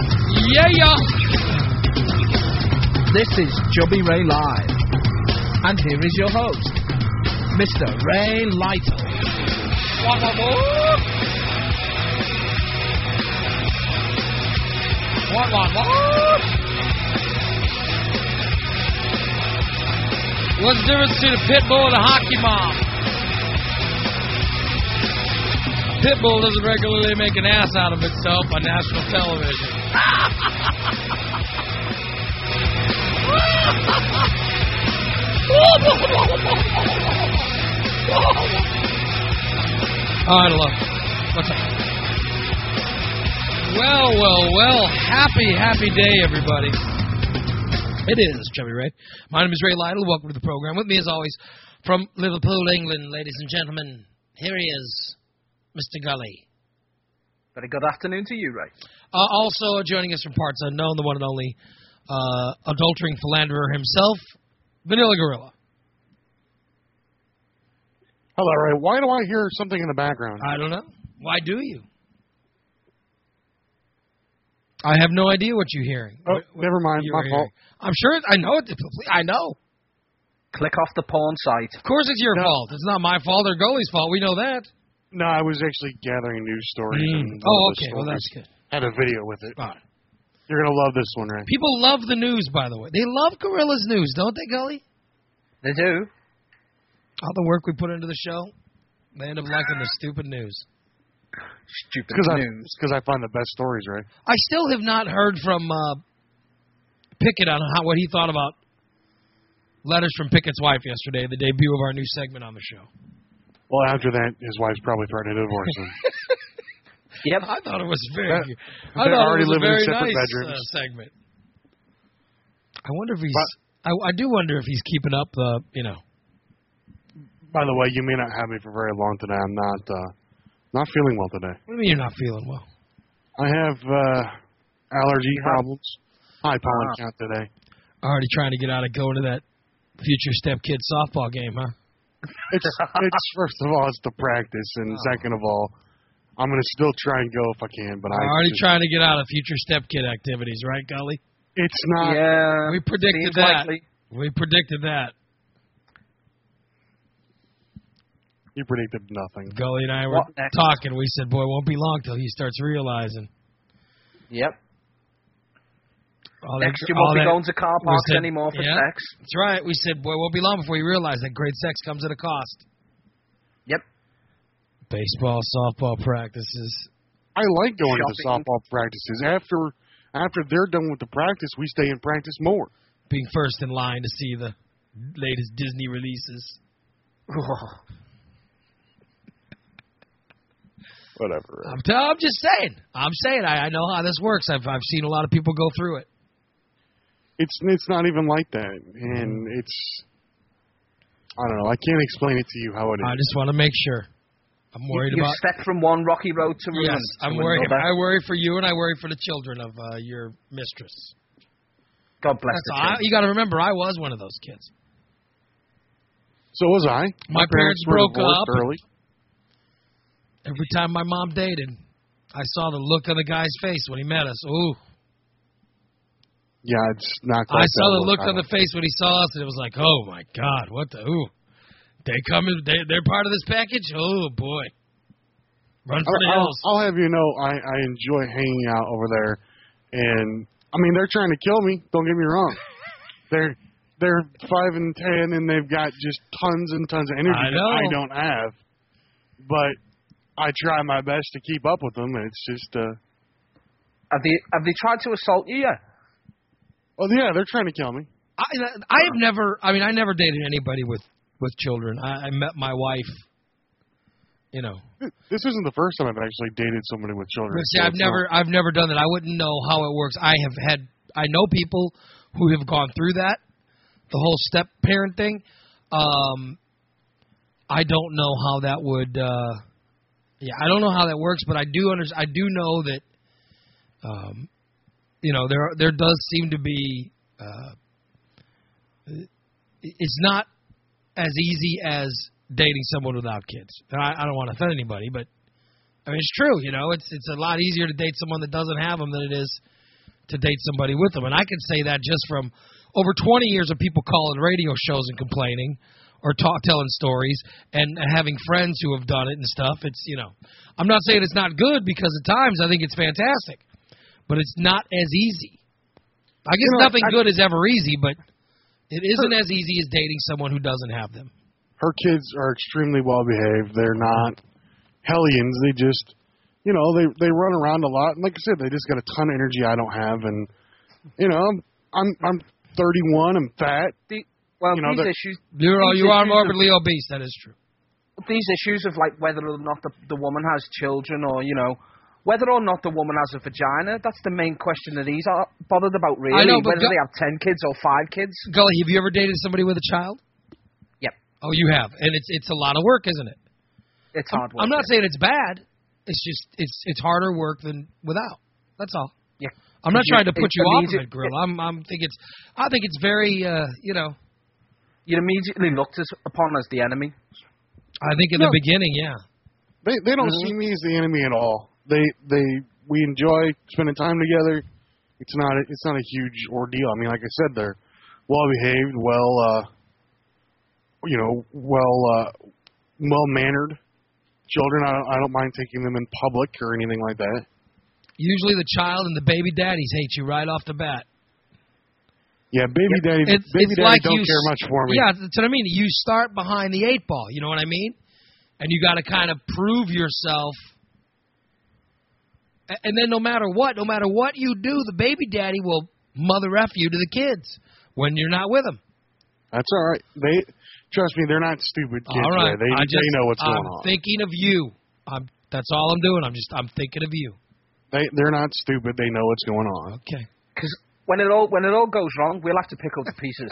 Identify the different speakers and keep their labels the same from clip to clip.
Speaker 1: there you are.
Speaker 2: This is Chubby Ray Live. And here is your host, Mr. Ray Lytle.
Speaker 1: What a move. What a move. What's the difference between a pit bull and a hockey mom? Pit bull doesn't regularly make an ass out of itself on national television. All right, Oh, love. What's up? Well, well, well. Happy, happy day, everybody. It is Chubby Ray. My name is Ray Lytle. Welcome to the program. With me, as always, from Liverpool, England, ladies and gentlemen. Here he is, Mr. Gully.
Speaker 2: Very good afternoon to you, Ray.
Speaker 1: Uh, also joining us from parts unknown, the one and only uh, adultering philanderer himself, Vanilla Gorilla.
Speaker 3: Hello, Ray. Why do I hear something in the background?
Speaker 1: I don't know. Why do you? I have no idea what you're hearing.
Speaker 3: oh,
Speaker 1: What- what
Speaker 3: never mind.
Speaker 1: you
Speaker 3: My
Speaker 1: are hearing.
Speaker 3: fault.
Speaker 1: I'm sure. It, I know it. I know.
Speaker 2: Click off the porn site.
Speaker 1: Of course, it's your
Speaker 3: No.
Speaker 1: fault. It's not my fault or goalie's fault. We know that.
Speaker 3: No, I was actually gathering news stories.
Speaker 1: Mm.
Speaker 3: and
Speaker 1: Oh,
Speaker 3: one of the
Speaker 1: okay. Well,
Speaker 3: stories
Speaker 1: that's good.
Speaker 3: Had a video with it.
Speaker 1: All right.
Speaker 3: You're gonna love this one, Ray.
Speaker 1: People love the news, by the way. They love Gorilla's news, don't they, Gully?
Speaker 2: They do.
Speaker 1: All the work we put into the show, they end up liking the stupid news.
Speaker 2: Stupid
Speaker 3: Because I
Speaker 2: news.
Speaker 3: because I find the best stories, Ray.
Speaker 1: I still have not heard from uh, Pickett on how, what he thought about letters from Pickett's wife yesterday, the debut of our new segment on the show.
Speaker 3: Well, after that, his wife's probably threatening to divorce him.
Speaker 2: Yep.
Speaker 1: I thought it was very.
Speaker 3: That-
Speaker 1: I
Speaker 3: they're
Speaker 1: thought
Speaker 3: already
Speaker 1: it was a
Speaker 3: living in
Speaker 1: very
Speaker 3: separate
Speaker 1: nice
Speaker 3: bedrooms.
Speaker 1: uh, segment. I wonder if he's. I, I do wonder if he's keeping up the. You know.
Speaker 3: By the way, you may not have me for very long today. I'm not uh, not feeling well today.
Speaker 1: What do you mean you're not feeling well?
Speaker 3: I have uh, allergy problems. High pollen
Speaker 2: Ah.
Speaker 3: count today.
Speaker 1: Already trying to get out of going to that future step kid softball game, huh?
Speaker 3: It's it's first of all, it's the practice, and
Speaker 1: Oh.
Speaker 3: second of all, I'm gonna still try and go if I can. But I
Speaker 1: Already
Speaker 3: just-
Speaker 1: trying to get out of future step kid activities, right, Gully?
Speaker 3: It's not.
Speaker 2: yeah.
Speaker 1: We
Speaker 2: seems
Speaker 1: predicted that.
Speaker 2: likely.
Speaker 1: We predicted that.
Speaker 3: You predicted nothing.
Speaker 1: Gully and I were
Speaker 2: What next?
Speaker 1: talking. We said, "Boy, it won't be long till he starts realizing
Speaker 2: Yep.
Speaker 1: all that."
Speaker 2: Next, you
Speaker 1: all
Speaker 2: won't be
Speaker 1: that-
Speaker 2: going to car parks
Speaker 1: said-
Speaker 2: anymore for
Speaker 1: yeah.
Speaker 2: sex.
Speaker 1: That's right. We said, "Boy, it won't be long before he realizes that great sex comes at a cost."
Speaker 2: Yep.
Speaker 1: Baseball, softball practices.
Speaker 3: I like going to the
Speaker 2: Shopping.
Speaker 3: softball practices. After after they're done with the practice, we stay and practice more.
Speaker 1: being first in line to see the latest Disney releases.
Speaker 3: Whatever.
Speaker 1: I'm, t- I'm just saying. I'm saying. I, I know how this works. I've I've seen a lot of people go through it.
Speaker 3: It's it's not even like that, and it's I don't know. I can't explain it to you how it
Speaker 1: I
Speaker 3: is.
Speaker 1: just want to make sure. I'm worried
Speaker 2: you
Speaker 1: about.
Speaker 2: stepped from one rocky road to ruin.
Speaker 1: Yes, I'm
Speaker 2: to
Speaker 1: worried.
Speaker 2: another.
Speaker 1: I worry for you, and I worry for the children of uh, your mistress.
Speaker 2: God bless
Speaker 1: That's
Speaker 2: the
Speaker 1: all. I,
Speaker 2: children.
Speaker 1: you got to remember, I was one of those kids.
Speaker 3: So was I.
Speaker 1: My parents
Speaker 3: were
Speaker 1: broke
Speaker 3: divorced
Speaker 1: up.
Speaker 3: early.
Speaker 1: Every time my mom dated, I saw the look on the guy's face when he met us. Ooh,
Speaker 3: Yeah, it's not.
Speaker 1: I
Speaker 3: Quite
Speaker 1: saw the
Speaker 3: that
Speaker 1: look on
Speaker 3: I
Speaker 1: the face when he saw us, and it was like, oh my god, what the? Ooh, they coming? They, they're part of this package. Oh boy, run for the
Speaker 3: I'll,
Speaker 1: hills.
Speaker 3: I'll, I'll have you know, I I enjoy hanging out over there, and I mean they're trying to kill me. Don't get me wrong. they're they're five and ten, and they've got just tons and tons of energy
Speaker 1: I know.
Speaker 3: that I don't have. But I try my best to keep up with them, and it's just. uh
Speaker 2: Have they have they tried to assault you yet?
Speaker 3: Oh yeah, they're trying to kill me.
Speaker 1: I, I have never. I mean, I never dated anybody with with children. I, I met my wife. You know,
Speaker 3: This isn't the first time I've actually dated somebody with children.
Speaker 1: see,
Speaker 3: so
Speaker 1: I've
Speaker 3: it's
Speaker 1: never, I've never done that. I wouldn't know how it works. I have had, I know people who have gone through that, the whole step parent thing. Um, I don't know how that would. Uh, yeah, I don't know how that works, but I do under, I do know that, um, you know, there there does seem to be. Uh, it's not as easy as dating someone without kids. And I, I don't want to offend anybody, but I mean it's true. You know, it's it's a lot easier to date someone that doesn't have them than it is to date somebody with them. And I can say that just from over 20 years of people calling radio shows and complaining or talk, telling stories and having friends who have done it and stuff. It's, you know, I'm not saying it's not good because at times I think it's fantastic, but it's not as easy. I guess
Speaker 3: You know,
Speaker 1: nothing
Speaker 3: I-
Speaker 1: good is ever easy, but it isn't as easy as dating someone who doesn't have them.
Speaker 3: her kids are extremely well behaved. They're not hellions. They just, you know, they they run around a lot. And like I said, they just got a ton of energy I don't have. And you know, I'm I'm, I'm 31. I'm fat.
Speaker 4: The, well,
Speaker 3: You know,
Speaker 4: these
Speaker 3: the-
Speaker 4: issues,
Speaker 1: You're,
Speaker 4: These
Speaker 1: you are
Speaker 4: issues
Speaker 1: morbidly obese. That is true.
Speaker 4: these issues of like whether or not the, the woman has children, or you know, whether or not the woman has a vagina. That's the main question that he's uh, bothered about, really.
Speaker 1: know, but
Speaker 4: whether
Speaker 1: go-
Speaker 4: they have ten kids or five kids.
Speaker 1: Gully, have you ever dated somebody with a child?
Speaker 4: Yep,
Speaker 1: Oh, you have, and it's it's a lot of work, isn't it?
Speaker 4: it's hard work.
Speaker 1: I'm not
Speaker 4: yeah.
Speaker 1: saying it's bad. It's just it's it's harder work than without. That's all.
Speaker 4: Yeah.
Speaker 1: I'm not
Speaker 4: It's-
Speaker 1: trying to put
Speaker 4: it's
Speaker 1: you off of
Speaker 4: immediate-
Speaker 1: it, Grill. I'm I'm think it's I think it's very uh, you know
Speaker 4: You're immediately looked as, upon as the enemy.
Speaker 1: I think in
Speaker 3: No.
Speaker 1: the beginning, yeah.
Speaker 3: They they don't
Speaker 1: Mm-hmm.
Speaker 3: see me as the enemy at all. They they we enjoy spending time together. It's not a, it's not a huge ordeal. I mean, like I said, they're well behaved, well uh, you know, well uh, well mannered children. I don't, I don't mind taking them in public or anything like that.
Speaker 1: Usually the child and the baby daddies hate you right off the bat.
Speaker 3: Yeah, baby daddy,
Speaker 1: It's,
Speaker 3: baby
Speaker 1: it's
Speaker 3: daddy
Speaker 1: like you
Speaker 3: don't care
Speaker 1: s-
Speaker 3: much for me.
Speaker 1: Yeah, that's what I mean. You start behind the eight ball. You know what I mean? And you got to kind of prove yourself. A- And then no matter what, no matter what you do, the baby daddy will mother f you to the kids when you're not with them.
Speaker 3: That's all right. They trust me, they're not stupid kids.
Speaker 1: all right,
Speaker 3: They, they,
Speaker 1: I
Speaker 3: they know what's
Speaker 1: I'm
Speaker 3: going on.
Speaker 1: Thinking of you. I'm. That's all I'm doing. I'm just. I'm thinking of you.
Speaker 3: They they're not stupid. They know what's going on.
Speaker 1: Okay.
Speaker 4: Because when it all when it all goes wrong, we'll have to pick up the pieces.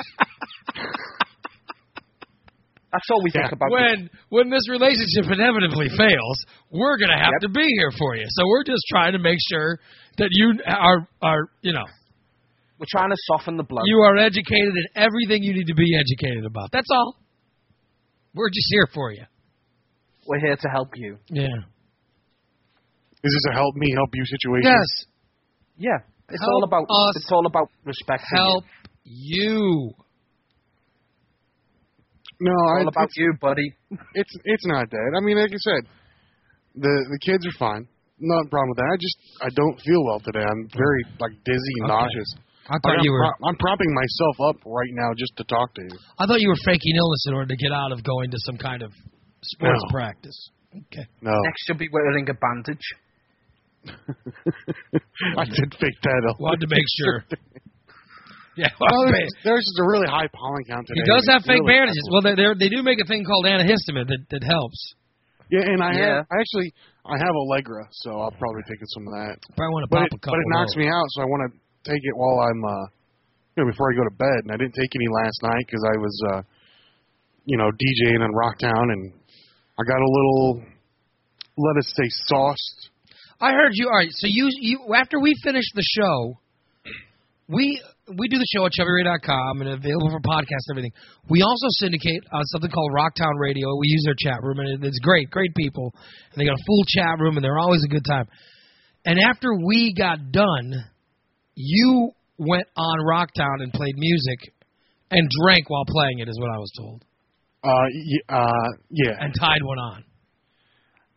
Speaker 4: That's all we think
Speaker 3: Yeah.
Speaker 4: about.
Speaker 1: When when this relationship inevitably fails, we're gonna have to
Speaker 4: Yep.
Speaker 1: be here for you. So we're just trying to make sure that you are are you know
Speaker 4: We're trying to soften the blow.
Speaker 1: you are educated in everything you need to be educated about. That's all. We're just here for you.
Speaker 4: We're here to help you.
Speaker 1: Yeah.
Speaker 3: Is this a help me help you situation?
Speaker 1: Yes.
Speaker 4: Yeah, it's
Speaker 1: Help
Speaker 4: all about
Speaker 1: us
Speaker 4: it's all about respect.
Speaker 1: Help you.
Speaker 3: No,
Speaker 4: It's
Speaker 3: I,
Speaker 4: all about you, buddy.
Speaker 3: it's it's not that. I mean, like I said, the the kids are fine. Not a problem with that. I just I don't feel well today. I'm very like dizzy, and
Speaker 1: Okay.
Speaker 3: nauseous.
Speaker 1: I
Speaker 3: Like,
Speaker 1: thought
Speaker 3: I'm,
Speaker 1: you were.
Speaker 3: pro- I'm propping myself up right now just to talk to you.
Speaker 1: I thought you were faking illness in order to get out of going to some kind of sports
Speaker 3: No.
Speaker 1: practice. Okay.
Speaker 3: No,
Speaker 4: Next, you'll be wearing a bandage.
Speaker 3: I did fake that up.
Speaker 1: Wanted to make sure. yeah.
Speaker 3: No,
Speaker 1: well,
Speaker 3: there's, there's just a really high pollen count
Speaker 1: he
Speaker 3: today.
Speaker 1: does have
Speaker 3: It's
Speaker 1: fake
Speaker 3: really
Speaker 1: bandages. Well, they they're- they do make a thing called antihistamine that that helps.
Speaker 3: Yeah, and I
Speaker 4: Yeah.
Speaker 3: have I actually I have Allegra, so I'll probably take some of that.
Speaker 1: Probably want to pop
Speaker 3: But it,
Speaker 1: a
Speaker 3: but
Speaker 1: couple.
Speaker 3: it knocks me out, so I want to take it while I'm uh, you know before I go to bed. And I didn't take any last night because I was uh, you know DJing in Rocktown, and I got a little let us say sauced.
Speaker 1: I heard you. All right, so you you after we finish the show, we we do the show at chubbyray.com and available for podcast and everything. We also syndicate on something called Rocktown Radio. We use their chat room and it- it's great, great people. And they got a full chat room and they're always a good time. And after we got done, you went on Rocktown and played music and drank while playing it is what I was told.
Speaker 3: Uh, y- uh, yeah,
Speaker 1: And tied one on.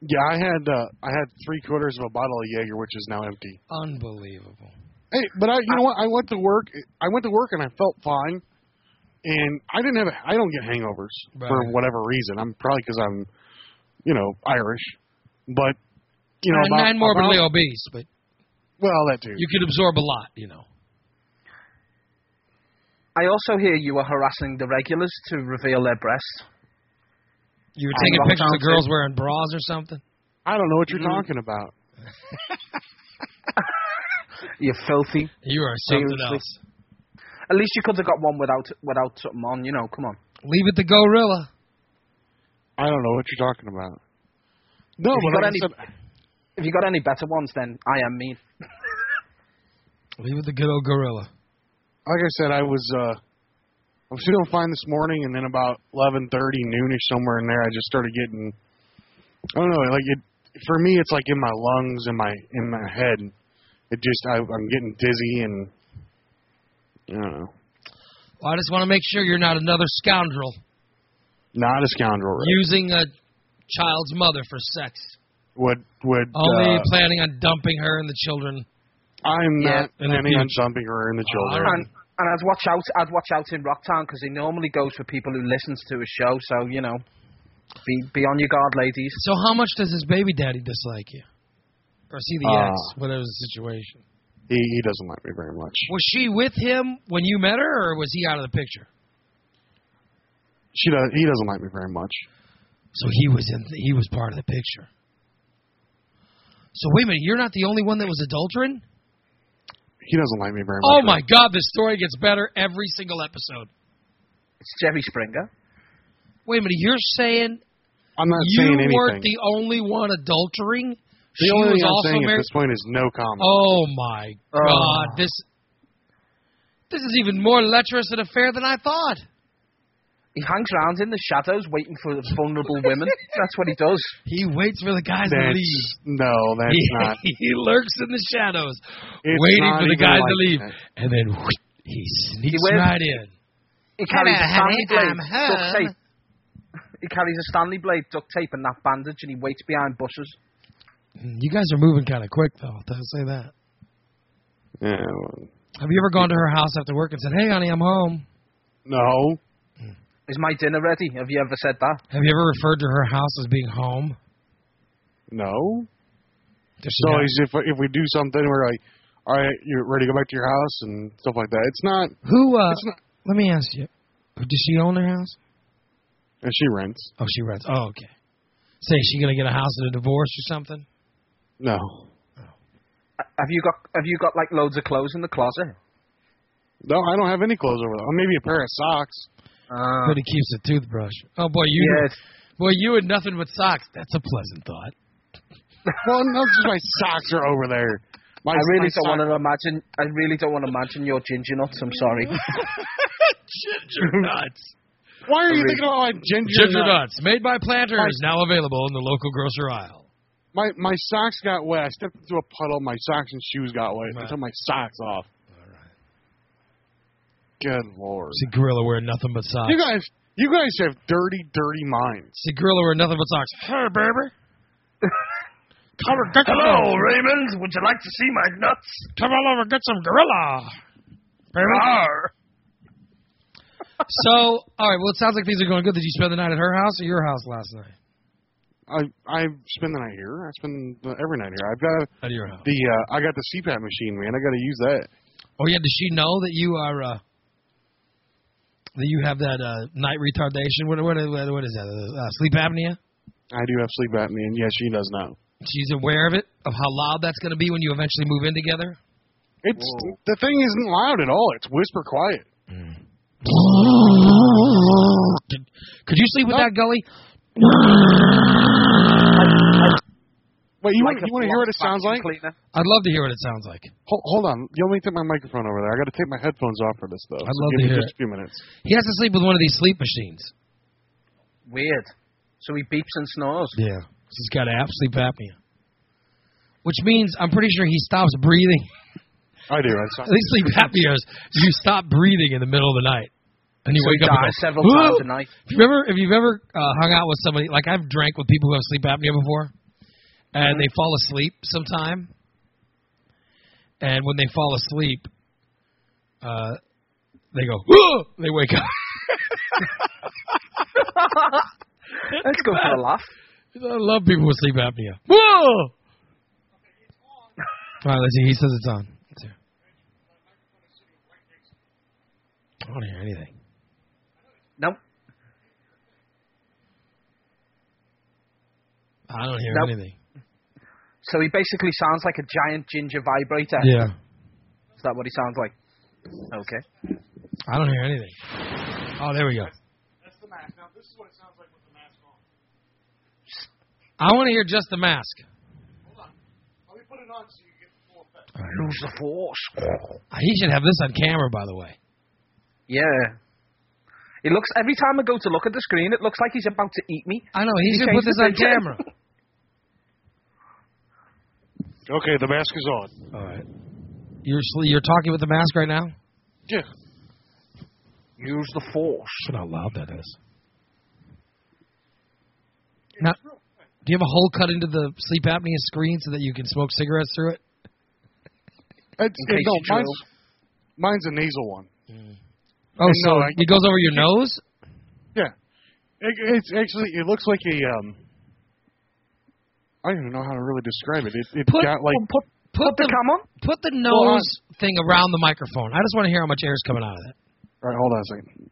Speaker 3: yeah. I had uh, I had three quarters of a bottle of Jaeger, which is now empty.
Speaker 1: Unbelievable.
Speaker 3: Hey, but I, you know what? I went to work. I went to work and I felt fine, and I didn't have. A, I don't get hangovers for
Speaker 1: Right.
Speaker 3: whatever reason. I'm probably because I'm, you know, Irish, but you know,
Speaker 1: and,
Speaker 3: about,
Speaker 1: and morbidly
Speaker 3: about-
Speaker 1: obese, but
Speaker 3: well, that too.
Speaker 1: you could absorb a lot, you know.
Speaker 4: I also hear you are harassing the regulars to reveal their breasts.
Speaker 1: You were
Speaker 4: I
Speaker 1: taking
Speaker 4: love
Speaker 1: pictures of
Speaker 4: Johnson.
Speaker 1: girls wearing bras or something.
Speaker 3: I don't know what you're
Speaker 4: Mhm.
Speaker 3: talking about.
Speaker 4: You filthy.
Speaker 1: You are something
Speaker 4: Seriously.
Speaker 1: else.
Speaker 4: At least you could have got one without without something on. You know, come on.
Speaker 1: Leave it to Gorilla.
Speaker 3: I don't know what you're talking about. No,
Speaker 4: Have you
Speaker 3: but
Speaker 4: got
Speaker 3: like
Speaker 4: any-
Speaker 3: I said,
Speaker 4: If you got any better ones, then I am mean.
Speaker 1: Leave it to good old Gorilla.
Speaker 3: like I said, I was. uh I was feeling fine this morning, and then about 11:30, noonish, somewhere in there, I just started getting. I don't know, like it. For me, it's like in my lungs, in my in my head, It just I, I'm getting dizzy and I don't know.
Speaker 1: Well, I just want to make sure you're not another scoundrel
Speaker 3: Not a scoundrel. Right?
Speaker 1: using a child's mother for sex.
Speaker 3: would would
Speaker 1: Only
Speaker 3: uh,
Speaker 1: planning on dumping her and the children.
Speaker 3: I'm
Speaker 4: Yeah,
Speaker 3: not
Speaker 1: and if
Speaker 3: planning on
Speaker 1: you- Oh,
Speaker 3: dumping her and the children.
Speaker 4: And, and I'd watch out. I'd watch out in Rocktown because he normally goes for people who listens to his show. So you know, be be on your guard, ladies.
Speaker 1: So how much does his baby daddy dislike you? Or see the
Speaker 3: Uh,
Speaker 1: ex, whatever the situation.
Speaker 3: he he doesn't like me very much.
Speaker 1: Was she with him when you met her, or was he out of the picture?
Speaker 3: She does. He doesn't like me very much.
Speaker 1: So he was in. He was part of the picture. So wait a minute. You're not the only one that was adultering.
Speaker 3: He doesn't like me very much.
Speaker 1: Oh my God! This story gets better every single episode.
Speaker 4: It's Jerry Springer.
Speaker 1: Wait a minute. You're saying
Speaker 3: I'm not
Speaker 1: you
Speaker 3: saying anything.
Speaker 1: weren't the only one adultering.
Speaker 3: The
Speaker 1: she
Speaker 3: only
Speaker 1: was
Speaker 3: thing I'm
Speaker 1: also
Speaker 3: saying
Speaker 1: married.
Speaker 3: at this point is no comment.
Speaker 1: Oh my God! This this is even more lecherous an affair than I thought.
Speaker 4: He hangs around in the shadows waiting for the vulnerable women. That's what he does.
Speaker 1: He waits for the guys to
Speaker 3: that's
Speaker 1: leave.
Speaker 3: no, that's
Speaker 1: He,
Speaker 3: not.
Speaker 1: he lurks in the shadows,
Speaker 3: It's
Speaker 1: waiting
Speaker 3: not
Speaker 1: for the
Speaker 3: even
Speaker 1: guys
Speaker 3: like
Speaker 1: to leave,
Speaker 3: that.
Speaker 1: and then whoosh, he sneaks
Speaker 4: waves-
Speaker 1: right in.
Speaker 4: He carries a
Speaker 1: Hello,
Speaker 4: Stanley
Speaker 1: honey,
Speaker 4: blade,
Speaker 1: I'm
Speaker 4: duct
Speaker 1: home.
Speaker 4: tape. He carries a Stanley blade, duct tape, and that bandage, and he waits behind bushes.
Speaker 1: You guys are moving kind of quick, though. I'll say that.
Speaker 3: Yeah, well,
Speaker 1: Have you ever gone to her house after work and said, "Hey, honey, I'm home"?
Speaker 3: no,
Speaker 4: Is my dinner ready? Have you ever said that?
Speaker 1: Have you ever referred to her house as being home?
Speaker 3: no.
Speaker 1: Does
Speaker 3: So
Speaker 1: she have-
Speaker 3: it's if if we do something, we're like, all right, you're ready to go back to your house and stuff like that. It's not.
Speaker 1: who? Uh,
Speaker 3: It's not.
Speaker 1: let me ask you. Does she own her house?
Speaker 3: And she rents.
Speaker 1: Oh, she rents. Oh, okay. Say, is she gonna get a house in a divorce or something?
Speaker 3: No,
Speaker 4: Have you got Have you got like loads of clothes in the closet?
Speaker 3: no, I don't have any clothes over there. Maybe a pair of socks.
Speaker 4: Uh,
Speaker 1: But he keeps a toothbrush. Oh boy, you.
Speaker 4: yes.
Speaker 1: Boy, you and nothing but socks. That's a pleasant thought.
Speaker 3: Well, no, it's just my socks are over there. My,
Speaker 4: I really
Speaker 3: my
Speaker 4: don't want
Speaker 3: sock-
Speaker 4: to imagine. I really don't want to imagine your ginger nuts. I'm sorry.
Speaker 1: Ginger nuts.
Speaker 3: Why are you
Speaker 4: really-
Speaker 3: thinking about my ginger,
Speaker 1: Ginger
Speaker 3: nut?
Speaker 1: nuts, made by Planters, now available in the local grocer aisle.
Speaker 3: My my socks got wet. I stepped into a puddle. My socks and shoes got wet.
Speaker 1: Right.
Speaker 3: I took my socks off. Good lord!
Speaker 1: See, gorilla wear nothing but
Speaker 4: Uh,
Speaker 1: socks.
Speaker 3: You guys, you guys have dirty, dirty minds.
Speaker 1: See, gorilla wear nothing but socks. Hey, baby.
Speaker 4: Hello, Raymond. Would you like to see my nuts?
Speaker 1: Come on over, get some gorilla. Baby. so, all right. Well, it sounds like things are going good. Did you spend the night at her house or your house last night?
Speaker 3: I I spend the night here. I spend the, every night here. I've got
Speaker 1: At your house.
Speaker 3: the uh, I got the CPAP machine, man. I got to use that.
Speaker 1: Oh yeah. Does she know that you are uh, that you have that uh, night retardation? What what what what is that? Uh, sleep apnea?
Speaker 3: I do have sleep apnea, and yeah, she does know.
Speaker 1: She's aware of it, of how loud that's going to be when you eventually move in together.
Speaker 3: It's the thing isn't loud at all. It's whisper quiet.
Speaker 4: Mm.
Speaker 1: Did- Could you sleep with
Speaker 3: No.
Speaker 1: that gully?
Speaker 3: Wait, you
Speaker 4: Like
Speaker 3: want
Speaker 4: a
Speaker 3: you want to hear what it
Speaker 4: flock
Speaker 3: sounds like?
Speaker 4: vacuum Cleaner.
Speaker 1: I'd love to hear what it sounds like.
Speaker 3: Hold, hold on. You want me to take my microphone over there. I got to take my headphones off for this though.
Speaker 1: I'd
Speaker 3: so
Speaker 1: love
Speaker 3: give
Speaker 1: to
Speaker 3: me
Speaker 1: hear
Speaker 3: just
Speaker 1: it.
Speaker 3: a few minutes.
Speaker 1: He has to sleep with one of these sleep machines.
Speaker 4: Weird. So he beeps and snores.
Speaker 1: Yeah. He's got ap- sleep apnea. Which means I'm pretty sure he stops breathing.
Speaker 3: I do. I saw,
Speaker 1: At least sleep apnea is you stop breathing in the middle of the night. And you
Speaker 4: So he
Speaker 1: wake up and
Speaker 4: dies
Speaker 1: go,
Speaker 4: several
Speaker 1: "Whoa!"
Speaker 4: times a night.
Speaker 1: If you've ever, if you've ever uh, hung out with somebody, like I've drank with people who have sleep apnea before,
Speaker 4: Mm-hmm.
Speaker 1: and they fall asleep sometime, and when they fall asleep, uh, they go, Whoa! they wake up.
Speaker 4: Let's go for a laugh.
Speaker 1: I love people with sleep apnea. Whoa! All right, let's see. He says it's on. Let's hear. I don't hear anything.
Speaker 4: No,
Speaker 1: I don't hear
Speaker 4: Nope.
Speaker 1: anything.
Speaker 4: So he basically sounds like a giant ginger vibrator.
Speaker 1: Yeah,
Speaker 4: Is that what he sounds like? Okay.
Speaker 1: I don't hear anything. Oh, there we go.
Speaker 3: That's the mask. Now this is what it sounds like with the mask on.
Speaker 1: I want to hear just the mask.
Speaker 3: Hold on. Let me put it on so you get the full effect.
Speaker 4: Use the force.
Speaker 1: Ah, He should have this on camera, by the way.
Speaker 4: Yeah. It looks every time I go to look at the screen, it looks like he's about to eat me.
Speaker 1: I know he
Speaker 4: He
Speaker 1: should put
Speaker 4: changed
Speaker 1: this
Speaker 4: the
Speaker 1: on
Speaker 4: picture.
Speaker 1: camera.
Speaker 3: Okay, the mask is on.
Speaker 1: All right. You're sl- you're talking with the mask right now.
Speaker 3: Yeah. Use the force.
Speaker 1: Shit, how loud that is. Now, do you have a hole cut into the sleep apnea screen so that you can smoke cigarettes through it?
Speaker 3: It's,
Speaker 4: In
Speaker 3: it-
Speaker 4: case
Speaker 3: no,
Speaker 4: you
Speaker 3: mine's, mine's a nasal one.
Speaker 1: Oh,
Speaker 3: No,
Speaker 1: so
Speaker 3: I-
Speaker 1: it goes over your nose.
Speaker 3: Yeah. It, it's actually it looks like a um. I don't even know how to really describe it. It it
Speaker 1: Put-
Speaker 3: got like
Speaker 4: put,
Speaker 1: Put,
Speaker 4: the cam on.
Speaker 1: put the
Speaker 3: Well,
Speaker 1: nose thing around the microphone. I just want to hear how much air is coming out of that.
Speaker 3: all right, hold on a second.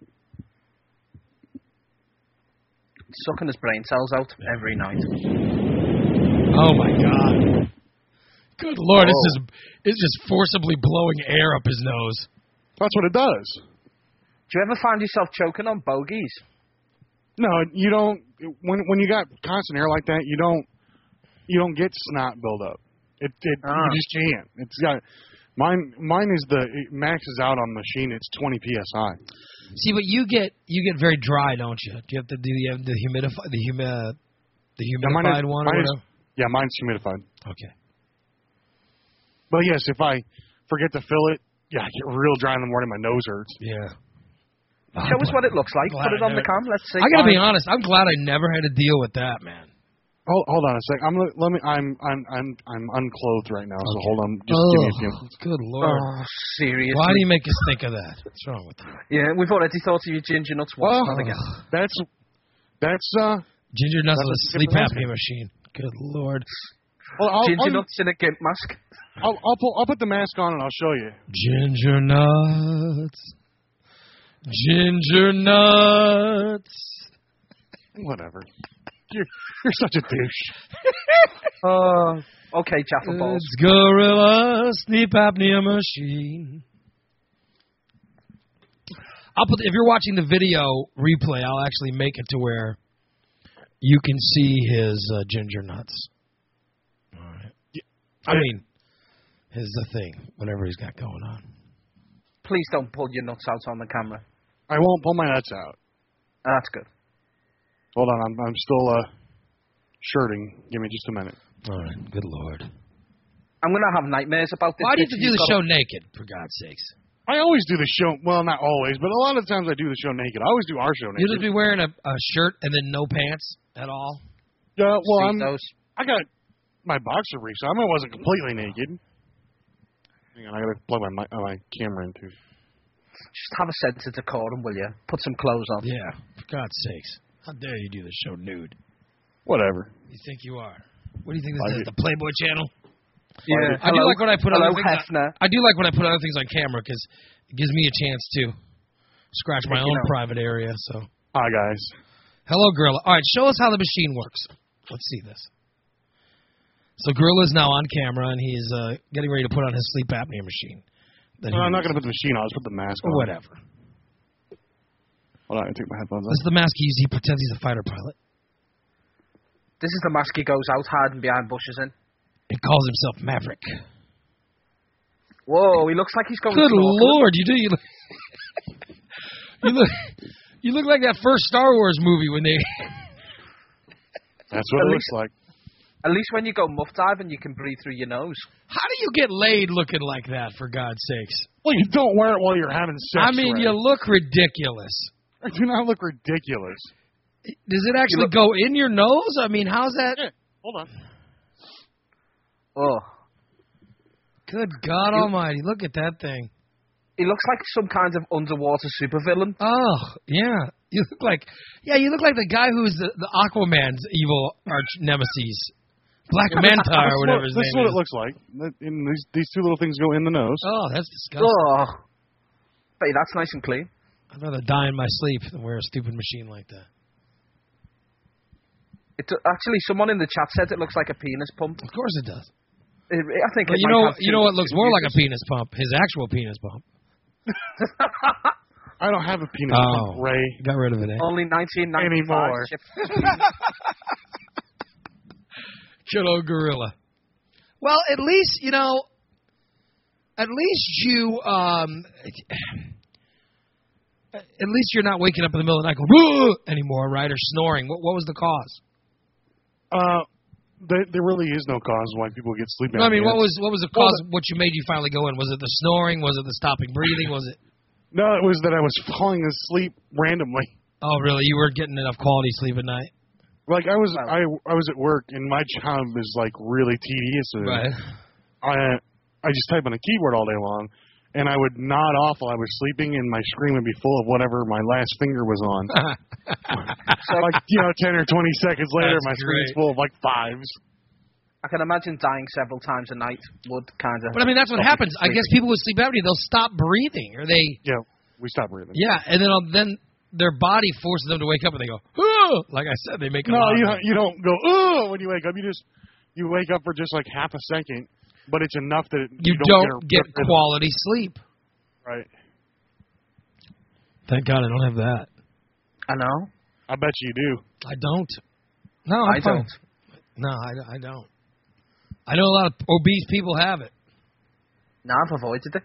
Speaker 4: Sucking his brain cells out every night.
Speaker 1: Oh my god. Good lord,
Speaker 3: Whoa.
Speaker 1: it's just it's just forcibly blowing air up his nose.
Speaker 3: That's what it does.
Speaker 4: Do you ever find yourself choking on bogeys?
Speaker 3: No, you don't. When when you got constant air like that, you don't you don't get snot buildup. It it
Speaker 4: Ah.
Speaker 3: you just can't. It's got mine. Mine is the it maxes out on machine. It's 20 psi.
Speaker 1: See, but you get you get very dry, don't you? Do you have to do the the humidify the humi- the
Speaker 3: mine is-
Speaker 1: humidified one or
Speaker 3: mine is-
Speaker 1: whatever?
Speaker 3: Yeah, mine's humidified.
Speaker 1: Okay.
Speaker 3: But yes, if I forget to fill it, yeah, I get real dry in the morning. My nose hurts.
Speaker 1: Yeah.
Speaker 4: Show us what it looks like.
Speaker 1: Glad
Speaker 4: Put it
Speaker 1: I
Speaker 4: on the
Speaker 1: never-
Speaker 4: cam. Let's see.
Speaker 1: I gotta be honest. I'm glad I never had to deal with that, man.
Speaker 3: Hold, hold on a sec. I'm li- let me. I'm I'm I'm I'm unclothed right now. So
Speaker 1: Okay.
Speaker 3: hold on. Just give me a few.
Speaker 1: Ugh, good lord.
Speaker 4: Oh, seriously.
Speaker 1: Why do you make us think of that? What's wrong with you?
Speaker 4: Yeah, we've already thought of your ginger nuts once.
Speaker 3: Oh.
Speaker 4: not again.
Speaker 3: That's that's uh.
Speaker 1: Ginger nuts
Speaker 3: That's
Speaker 1: with
Speaker 3: what
Speaker 1: a sleep
Speaker 3: people ask
Speaker 1: apnea machine. Good lord.
Speaker 3: Well,
Speaker 1: Oh,
Speaker 3: I'll
Speaker 4: ginger
Speaker 3: I'll,
Speaker 4: nuts in a gimp mask.
Speaker 3: I'll, I'll, pull, I'll put the mask on and I'll show you.
Speaker 1: Ginger nuts. Ginger nuts.
Speaker 3: Whatever. You're, you're such a douche.
Speaker 4: Uh, okay, Chapel Balls.
Speaker 1: It's gorilla sleep apnea machine. I'll put if you're watching the video replay, I'll actually make it to where you can see his uh, ginger nuts. All right. I mean, his the thing, whatever he's got going on.
Speaker 4: Please don't pull your nuts out on the camera.
Speaker 3: I won't pull my nuts out.
Speaker 4: Ah, that's good.
Speaker 3: Hold on, I'm, I'm still uh, shirting. Give me just a minute.
Speaker 1: All right, good lord.
Speaker 4: I'm gonna have nightmares about this.
Speaker 1: Why do you
Speaker 4: bitch.
Speaker 1: have to do
Speaker 4: You've
Speaker 1: the
Speaker 4: got
Speaker 1: show naked? For God's sakes,
Speaker 3: I always do the show. Well, not always, but a lot of times I do the show naked. I always do our show
Speaker 1: you will just
Speaker 3: naked.
Speaker 1: be wearing a, a shirt and then no pants at all.
Speaker 3: Uh,
Speaker 4: to
Speaker 3: well,
Speaker 4: see
Speaker 3: I'm,
Speaker 4: those.
Speaker 3: I got my boxer briefs. on. I wasn't completely naked. Hang on, I gotta plug my mi- uh, my camera into.
Speaker 4: Just have a sense of decorum, will you? Put some clothes on.
Speaker 1: Yeah, for God's sakes, how dare you do the show nude?
Speaker 3: Whatever.
Speaker 1: You think you are? What do you think
Speaker 3: I
Speaker 1: this is?
Speaker 3: do.
Speaker 1: The Playboy Channel?
Speaker 4: Yeah.
Speaker 1: I do
Speaker 4: Hello-
Speaker 1: like when I put
Speaker 4: Hello,
Speaker 1: other things. on-
Speaker 4: Hefner.
Speaker 1: I do like when I put other things on camera because it gives me a chance to scratch my
Speaker 4: Take it
Speaker 1: own
Speaker 4: out.
Speaker 1: private area. So,
Speaker 3: Hi guys.
Speaker 1: hello, Gorilla. All right, show us how the machine works. Let's see this. So, Gorilla is now on camera and he's uh, getting ready to put on his sleep apnea machine. That
Speaker 3: Well,
Speaker 1: he
Speaker 3: I'm not
Speaker 1: uses.
Speaker 3: gonna put the machine on. Just put the mask on.
Speaker 1: Or whatever.
Speaker 3: Hold on, I take my headphones
Speaker 1: This is
Speaker 3: off.
Speaker 1: the mask he uses. He pretends he's a fighter pilot
Speaker 4: This is the mask he goes out hiding behind bushes in.
Speaker 1: and calls himself Maverick.
Speaker 4: Whoa, he looks like he's going.
Speaker 1: Good
Speaker 4: snorkeling.
Speaker 1: lord, you do. You look, you look. You look like that first Star Wars movie when they.
Speaker 4: At
Speaker 3: That's what it
Speaker 4: least-
Speaker 3: looks like.
Speaker 4: At least when you go muff diving, you can breathe through your nose.
Speaker 1: How do you get laid looking like that? For God's sakes!
Speaker 3: Well, you don't wear it while you're having sex.
Speaker 1: I mean,
Speaker 3: Ray.
Speaker 1: you look ridiculous.
Speaker 3: I do not look ridiculous.
Speaker 1: Does it actually
Speaker 4: look-
Speaker 1: go in your nose? I mean, how's that?
Speaker 3: Hold on.
Speaker 4: Oh,
Speaker 1: Good God Almighty! Look at that thing.
Speaker 4: he looks like some kind of underwater supervillain.
Speaker 1: Oh yeah, you look like yeah, you look like the guy who's the, the Aquaman's evil arch nemesis, Black Manta
Speaker 3: This
Speaker 1: or
Speaker 3: is
Speaker 1: whatever
Speaker 3: what-
Speaker 1: his
Speaker 3: This is
Speaker 1: name
Speaker 3: what
Speaker 1: is.
Speaker 3: it looks like. That- and these, these two little things go in the nose.
Speaker 1: Oh, that's disgusting.
Speaker 4: Oh, but that's nice and clean.
Speaker 1: I'd rather die in my sleep than wear a stupid machine like that.
Speaker 4: It, actually, someone in the chat said it looks like a penis pump.
Speaker 1: Of course it does.
Speaker 4: It, I think
Speaker 1: But
Speaker 4: it
Speaker 1: you
Speaker 4: might
Speaker 1: know,
Speaker 4: have
Speaker 1: you
Speaker 4: two-
Speaker 1: know what looks
Speaker 4: two
Speaker 1: more like a
Speaker 4: users.
Speaker 1: penis pump? His actual penis pump.
Speaker 3: I don't have a penis,
Speaker 1: Oh.
Speaker 3: pump, Ray.
Speaker 1: Got rid of it. Eh?
Speaker 4: Only 1995.
Speaker 3: Anymore.
Speaker 4: Chip.
Speaker 1: Good old gorilla. Well, at least you know. At least you. um At least you're not waking up in the middle of the night going "Whoa!" anymore, right? Or snoring. What, what was the cause?
Speaker 3: Uh, there, there really is no cause why people get sleep
Speaker 1: No, I mean,
Speaker 3: apnea.
Speaker 1: what was what was the cause? of what you made you finally go in? Was it the snoring? Was it the stopping breathing? Was it?
Speaker 3: No, it was that I was falling asleep randomly.
Speaker 1: Oh, really? You weren't getting enough quality sleep at night,
Speaker 3: Like I was, I, I was at work, and my job is like really tedious. and
Speaker 1: right?
Speaker 3: I, I just type on a keyboard all day long, and I would nod off while I was sleeping, and my screen would be full of whatever my last finger was on. like you know, ten or twenty seconds later,
Speaker 1: That's
Speaker 3: my screen's
Speaker 1: great.
Speaker 3: full of like fives.
Speaker 4: I can imagine dying several times a night would kind of.
Speaker 1: But I mean, that's what happens. I guess people with sleep apnea, they'll stop breathing, or they,
Speaker 3: Yeah, we stopped breathing.
Speaker 1: yeah, and then uh, then their body forces them to wake up, and they go, oh! like I said, they make a
Speaker 3: No,
Speaker 1: loud
Speaker 3: you
Speaker 1: noise.
Speaker 3: you don't go oh when you wake up. You just you wake up for just like half a second, but it's enough that
Speaker 1: you,
Speaker 3: you,
Speaker 1: don't, get,
Speaker 3: get, a- get rid of it,
Speaker 1: quality sleep.
Speaker 3: right.
Speaker 1: Thank God I don't have that.
Speaker 4: I know.
Speaker 3: I bet you do.
Speaker 1: I don't. No, I'm
Speaker 4: I
Speaker 1: fine.
Speaker 4: don't.
Speaker 1: No, I, I don't. I know a lot of obese people have it.
Speaker 4: No, I've avoided it.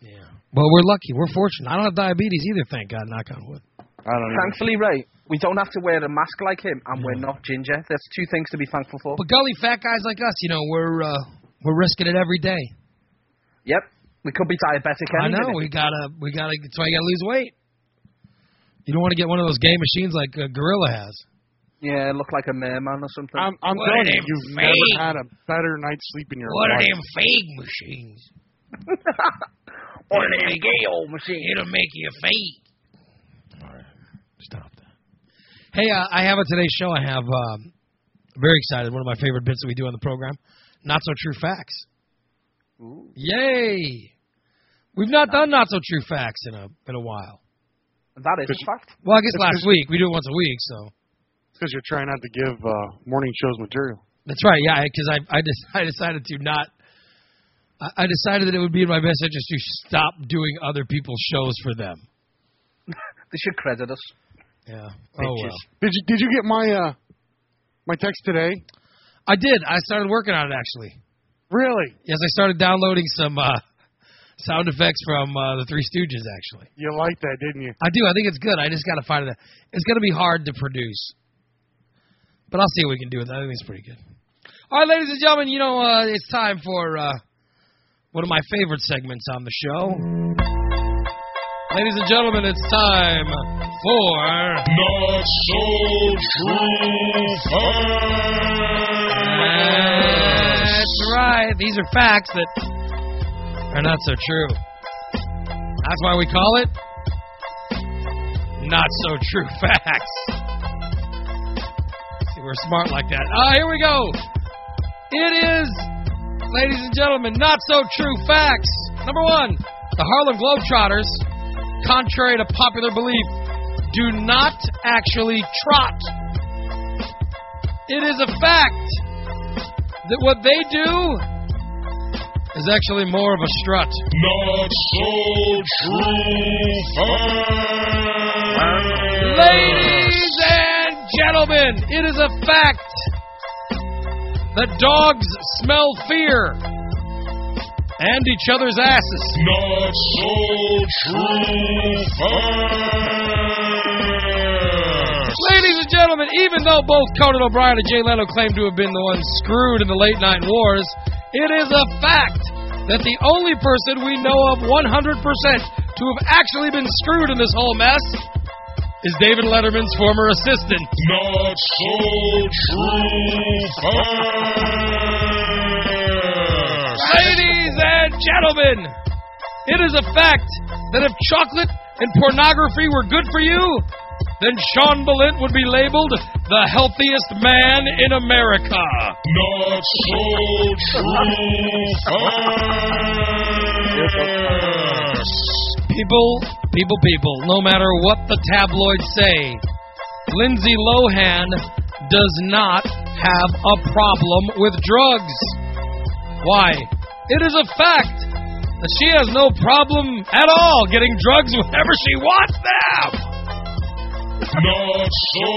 Speaker 1: Yeah. Well, we're lucky. We're fortunate. I don't have diabetes either. Thank God. Knock on wood.
Speaker 3: I don't know.
Speaker 4: Thankfully, Ray, we don't have to wear a mask like him, and we're not ginger. There's two things to be thankful for.
Speaker 1: But gully fat guys like us, you know, we're uh, we're risking it every day.
Speaker 4: Yep, we could be diabetic.
Speaker 1: I
Speaker 4: Any
Speaker 1: know.
Speaker 4: minute.
Speaker 1: We gotta. We gotta. That's why you gotta lose weight. You don't want to get one of those gay machines like uh, Gorilla has.
Speaker 4: Yeah, look like a merman or something.
Speaker 3: I'm, I'm
Speaker 1: What
Speaker 3: telling
Speaker 1: an
Speaker 3: you, you've
Speaker 1: insane-
Speaker 3: never had a better night's sleep in your life.
Speaker 1: fake machines?
Speaker 4: or an gay old machine.
Speaker 1: It'll make you fake. All right. Stop that. Hey, uh, I have on today's show. I have um, very excited. One of my favorite bits that we do on the program. Not so true facts.
Speaker 4: Ooh.
Speaker 1: Yay! We've not done not so true facts in a in a while.
Speaker 4: That is a fact.
Speaker 1: Well, I guess
Speaker 3: It's
Speaker 1: last
Speaker 3: just-
Speaker 1: week we do it once a week, so
Speaker 3: because you're trying not to give uh, morning shows material.
Speaker 1: that's right. Yeah, because I I, just, I decided to not. I I decided that it would be in my best interest to stop doing other people's shows for them.
Speaker 4: They should credit us.
Speaker 1: Yeah. Oh
Speaker 4: Bitches.
Speaker 1: well.
Speaker 3: Did you Did you get my uh, my text today?
Speaker 1: I did. I started working on it actually.
Speaker 3: Really?
Speaker 1: Yes, I started downloading some uh, sound effects from uh, the Three Stooges. Actually,
Speaker 3: You liked that, didn't you?
Speaker 1: I do. I think it's good. I just got to find it. It's going to be hard to produce, but I'll see what we can do with it. I think it's pretty good. All right, ladies and gentlemen, you know uh, it's time for uh, one of my favorite segments on the show. Ladies and gentlemen, it's time for
Speaker 5: Not so true facts.
Speaker 1: That's right. These are facts that are not so true. That's why we call it Not So True Facts. See, we're smart like that. Ah, here we go. It is, ladies and gentlemen, Not So True Facts. Number one, the Harlem Globetrotters, contrary to popular belief, do not actually trot. It is a fact that what they do is actually more of a strut.
Speaker 5: Not so true facts.
Speaker 1: Ladies and gentlemen, it is a fact that dogs smell fear and each other's asses.
Speaker 5: Not so true facts.
Speaker 1: Ladies and gentlemen, even though both Conan O'Brien and Jay Leno claim to have been the ones screwed in the late night wars, it is a fact that the only person we know of 100% to have actually been screwed in this whole mess is David Letterman's former assistant.
Speaker 5: Not so true facts.
Speaker 1: Ladies and gentlemen, it is a fact that if chocolate and pornography were good for you, then Sean Belint would be labeled the healthiest man in America.
Speaker 5: Not so true facts.
Speaker 1: People, people, people, no matter what the tabloids say, Lindsay Lohan does not have a problem with drugs. Why? It is a fact that she has no problem at all getting drugs whenever she wants them.
Speaker 5: Not so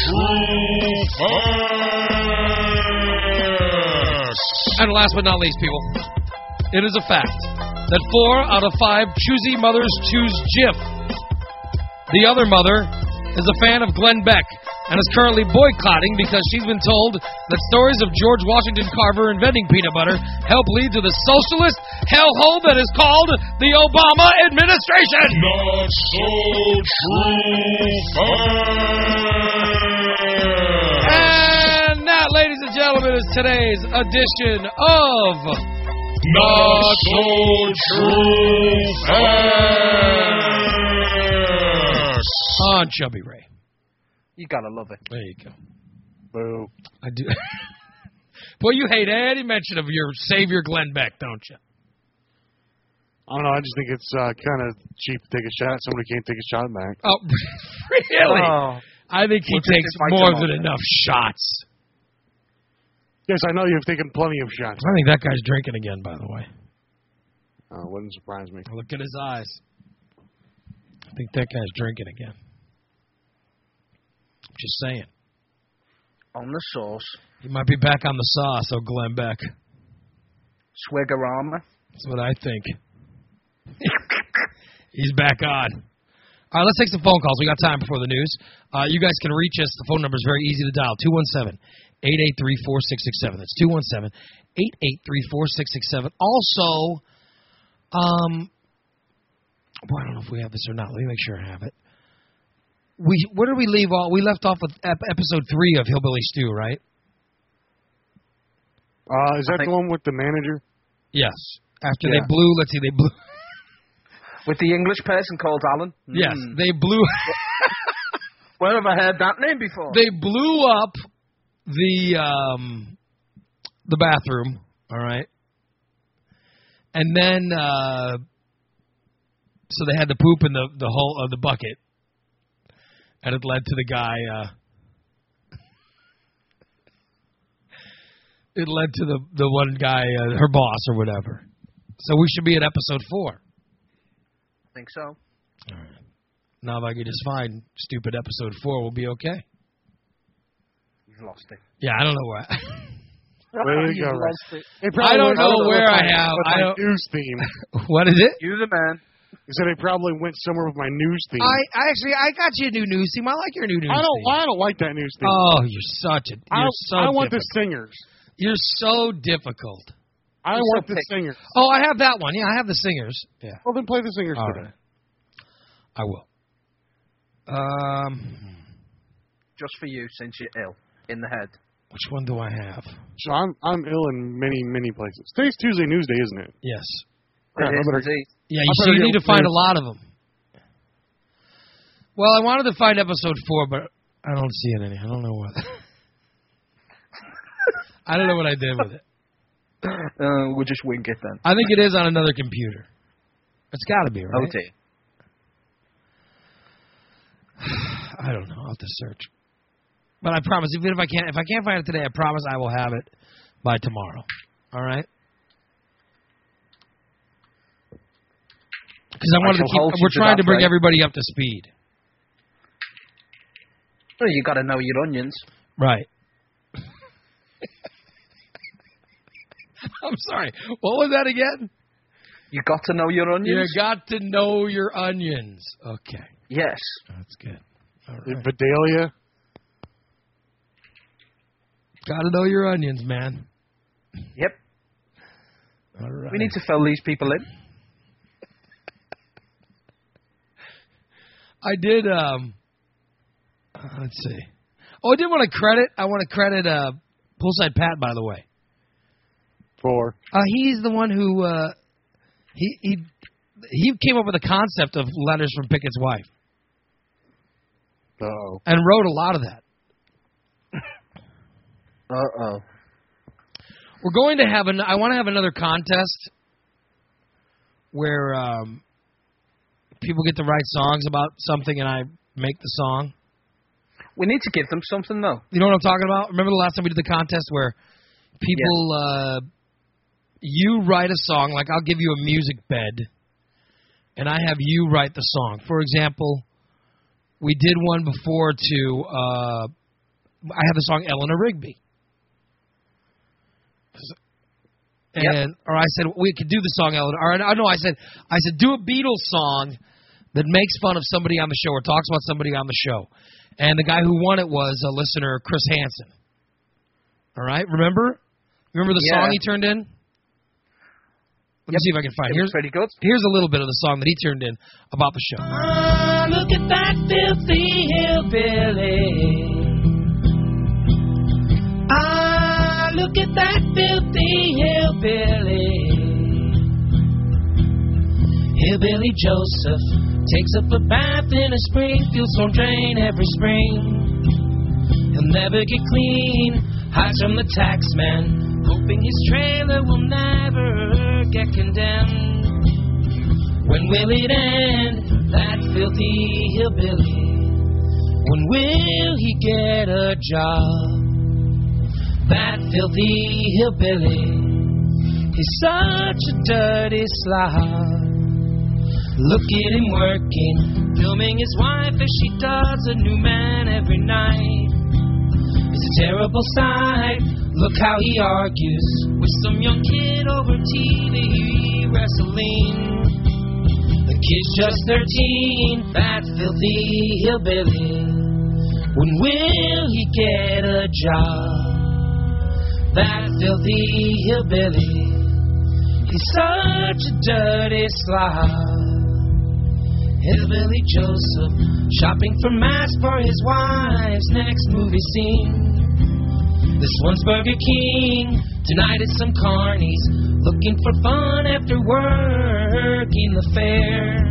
Speaker 5: true facts.
Speaker 1: And last but not least, people, it is a fact that four out of five choosy mothers choose Jif. The other mother is a fan of Glenn Beck, and is currently boycotting because she's been told that stories of George Washington Carver inventing peanut butter help lead to the socialist hellhole that is called the Obama administration.
Speaker 5: Not so true facts.
Speaker 1: And that, ladies and gentlemen, is today's edition of
Speaker 5: Not so true facts.
Speaker 1: on Chubby Ray.
Speaker 4: You gotta love it.
Speaker 1: There you go.
Speaker 3: Boo.
Speaker 1: I do. Boy, you hate any mention of your savior Glenn Beck, don't you?
Speaker 3: I don't know. I just think it's uh, kind of cheap to take a shot. at Somebody who can't take a shot back.
Speaker 1: Oh, really?
Speaker 4: Oh.
Speaker 1: I think he
Speaker 4: Well, just
Speaker 1: takes
Speaker 4: invite
Speaker 1: more
Speaker 4: him
Speaker 1: than
Speaker 4: over.
Speaker 1: enough shots.
Speaker 3: Yes, I know you've taken plenty of shots.
Speaker 1: I think that guy's drinking again, by the way.
Speaker 3: Uh, wouldn't surprise me.
Speaker 1: Look at his eyes. I think that guy's drinking again. Just saying.
Speaker 4: On the sauce.
Speaker 1: He might be back on the sauce, oh, Glenn Beck.
Speaker 4: Swiggerama.
Speaker 1: That's what I think. He's back on. All right, let's take some phone calls. We got time before the news. Uh, you guys can reach us. The phone number is very easy to dial 217 883 4667. That's 217 883 4667. Also, um, boy, I don't know if we have this or not. Let me make sure I have it. We Where did we leave all? We left off with ep- episode three of Hillbilly Stew, right?
Speaker 3: Uh, is that
Speaker 4: think-
Speaker 3: the one with the manager?
Speaker 1: Yes. After they
Speaker 3: Yeah.
Speaker 1: blew, let's see, they blew.
Speaker 4: With the English person called Alan.
Speaker 1: Yes,
Speaker 4: Mm.
Speaker 1: they blew.
Speaker 4: Where have I heard that name before?
Speaker 1: they blew up the um the bathroom, all right? And then uh so they had to poop in the the hole of the bucket. And it led to the guy uh it led to the the one guy uh, her boss or whatever. So we should be at episode 4.
Speaker 4: I think so.
Speaker 1: Now if I could just find stupid episode 4, we'll be okay.
Speaker 4: You've lost it.
Speaker 1: Yeah, I don't know why.
Speaker 3: Where did it
Speaker 4: You've
Speaker 3: go?
Speaker 4: lost it.
Speaker 3: It
Speaker 1: I don't
Speaker 3: went
Speaker 1: know
Speaker 3: over
Speaker 1: where
Speaker 3: with
Speaker 1: I
Speaker 3: my-
Speaker 1: have-
Speaker 3: with
Speaker 1: I
Speaker 3: my
Speaker 1: don't-
Speaker 3: news theme.
Speaker 1: what is it?
Speaker 4: You the man.
Speaker 3: He said it probably went somewhere with my news theme.
Speaker 1: I, I actually I got you a new news team. I like your new news
Speaker 3: I don't.
Speaker 1: team.
Speaker 3: I don't like that news theme.
Speaker 1: Oh, you're such a you're
Speaker 3: I,
Speaker 1: so
Speaker 3: I want the
Speaker 1: difficult.
Speaker 3: singers.
Speaker 1: You're so difficult.
Speaker 3: I
Speaker 4: You're so
Speaker 3: want the
Speaker 4: picky.
Speaker 3: singers.
Speaker 1: Oh, I have that one. Yeah, I have the singers. Yeah.
Speaker 3: Well, then play the singers
Speaker 1: All
Speaker 3: today.
Speaker 1: right. I will. Um
Speaker 4: Just for you, since you're ill in the head.
Speaker 1: which one do I have?
Speaker 3: So I'm I'm ill in many many places. Today's Tuesday news day, isn't it?
Speaker 1: Yes.
Speaker 3: Crap,
Speaker 4: It
Speaker 3: I
Speaker 4: is
Speaker 3: better-
Speaker 4: indeed.
Speaker 1: Yeah, you
Speaker 3: I
Speaker 1: see
Speaker 3: better
Speaker 1: you
Speaker 3: get
Speaker 1: need to find a
Speaker 3: those.
Speaker 1: lot of them. Well, I wanted to find episode 4, but I don't see it any. I don't know what. I don't know what I did with it.
Speaker 4: Uh, we'll just wing it then.
Speaker 1: I think it is on another computer. It's got to be, right?
Speaker 4: Oh dear.
Speaker 1: I don't know. I'll have to search. But I promise, even if I can't, if I can't find it today, I promise I will have it by tomorrow. All right. Because I wanted to
Speaker 4: shall hold
Speaker 1: keep.
Speaker 4: you
Speaker 1: We're
Speaker 4: to
Speaker 1: trying
Speaker 4: that,
Speaker 1: to bring
Speaker 4: right?
Speaker 1: everybody up to speed.
Speaker 4: Well, Oh, you got to know your onions.
Speaker 1: Right. I'm sorry. What was that again?
Speaker 4: You got to know your
Speaker 1: You
Speaker 4: onions.
Speaker 1: got to know your onions. Okay,
Speaker 4: Yes.
Speaker 1: that's good. All right.
Speaker 3: Vidalia.
Speaker 1: Got to know your onions, man.
Speaker 4: Yep.
Speaker 1: All right.
Speaker 4: We need to fill these people in.
Speaker 1: I did. Um, uh, let's see. Oh, I did want to credit. I want to credit uh, Poolside Pat, by the way.
Speaker 3: For
Speaker 1: Uh, he's the one who uh, he he he came up with the concept of letters from Pickett's wife
Speaker 3: oh,
Speaker 1: and wrote a lot of that.
Speaker 4: Uh oh.
Speaker 1: We're going to have an. I want to have another contest where um, people get to write songs about something, and I make the song.
Speaker 4: We need to give them something though.
Speaker 1: You know what I'm talking about? Remember the last time we did the contest where people uh you write a song, like I'll give you a music bed and I have you write the song. For example, we did one before to uh I have the song Eleanor Rigby. And
Speaker 4: Yep.
Speaker 1: or I said we could do the song Eleanor or I know I said I said do a Beatles song that makes fun of somebody on the show or talks about somebody on the show. And the guy who won it was a listener, Chris Hansen. All right, remember? Remember the
Speaker 4: Yeah.
Speaker 1: song he turned in? Let me see if I can find it.
Speaker 4: It
Speaker 1: Here's,
Speaker 4: was pretty good.
Speaker 1: here's a little bit of the song that he turned in about the show.
Speaker 6: Ah, Look at that filthy hillbilly. Ah, look at that filthy hillbilly. Hillbilly Joseph takes up a bath in a Springfield storm drain every spring. He'll never get clean, hides from the taxman, hoping his trailer will never get condemned. When will it end, that filthy hillbilly? When will he get a job? That filthy hillbilly, he's such a dirty slob. Look at him working, filming his wife as she does a new man every night. It's a terrible sight. Look how he argues with some young kid over TV wrestling. The kid's just 13, that filthy hillbilly. When will he get a job? That filthy hillbilly. He's such a dirty slob. Hillbilly Joseph shopping for masks for his wife's next movie scene. This one's Burger King. Tonight is some carnies looking for fun after work in the fair.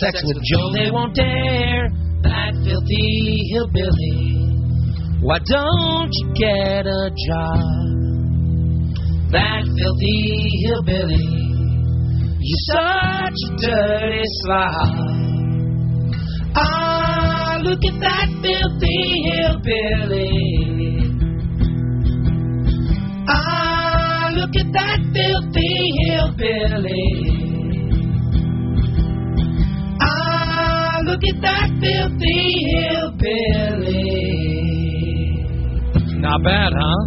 Speaker 6: Sex with Joe, they won't dare. That filthy hillbilly. Why don't you get a job? That filthy hillbilly. You're such a dirty slob. Ah, look at that filthy hillbilly. Ah, look at that filthy hillbilly. Ah, look at that filthy hillbilly.
Speaker 1: Not bad, huh?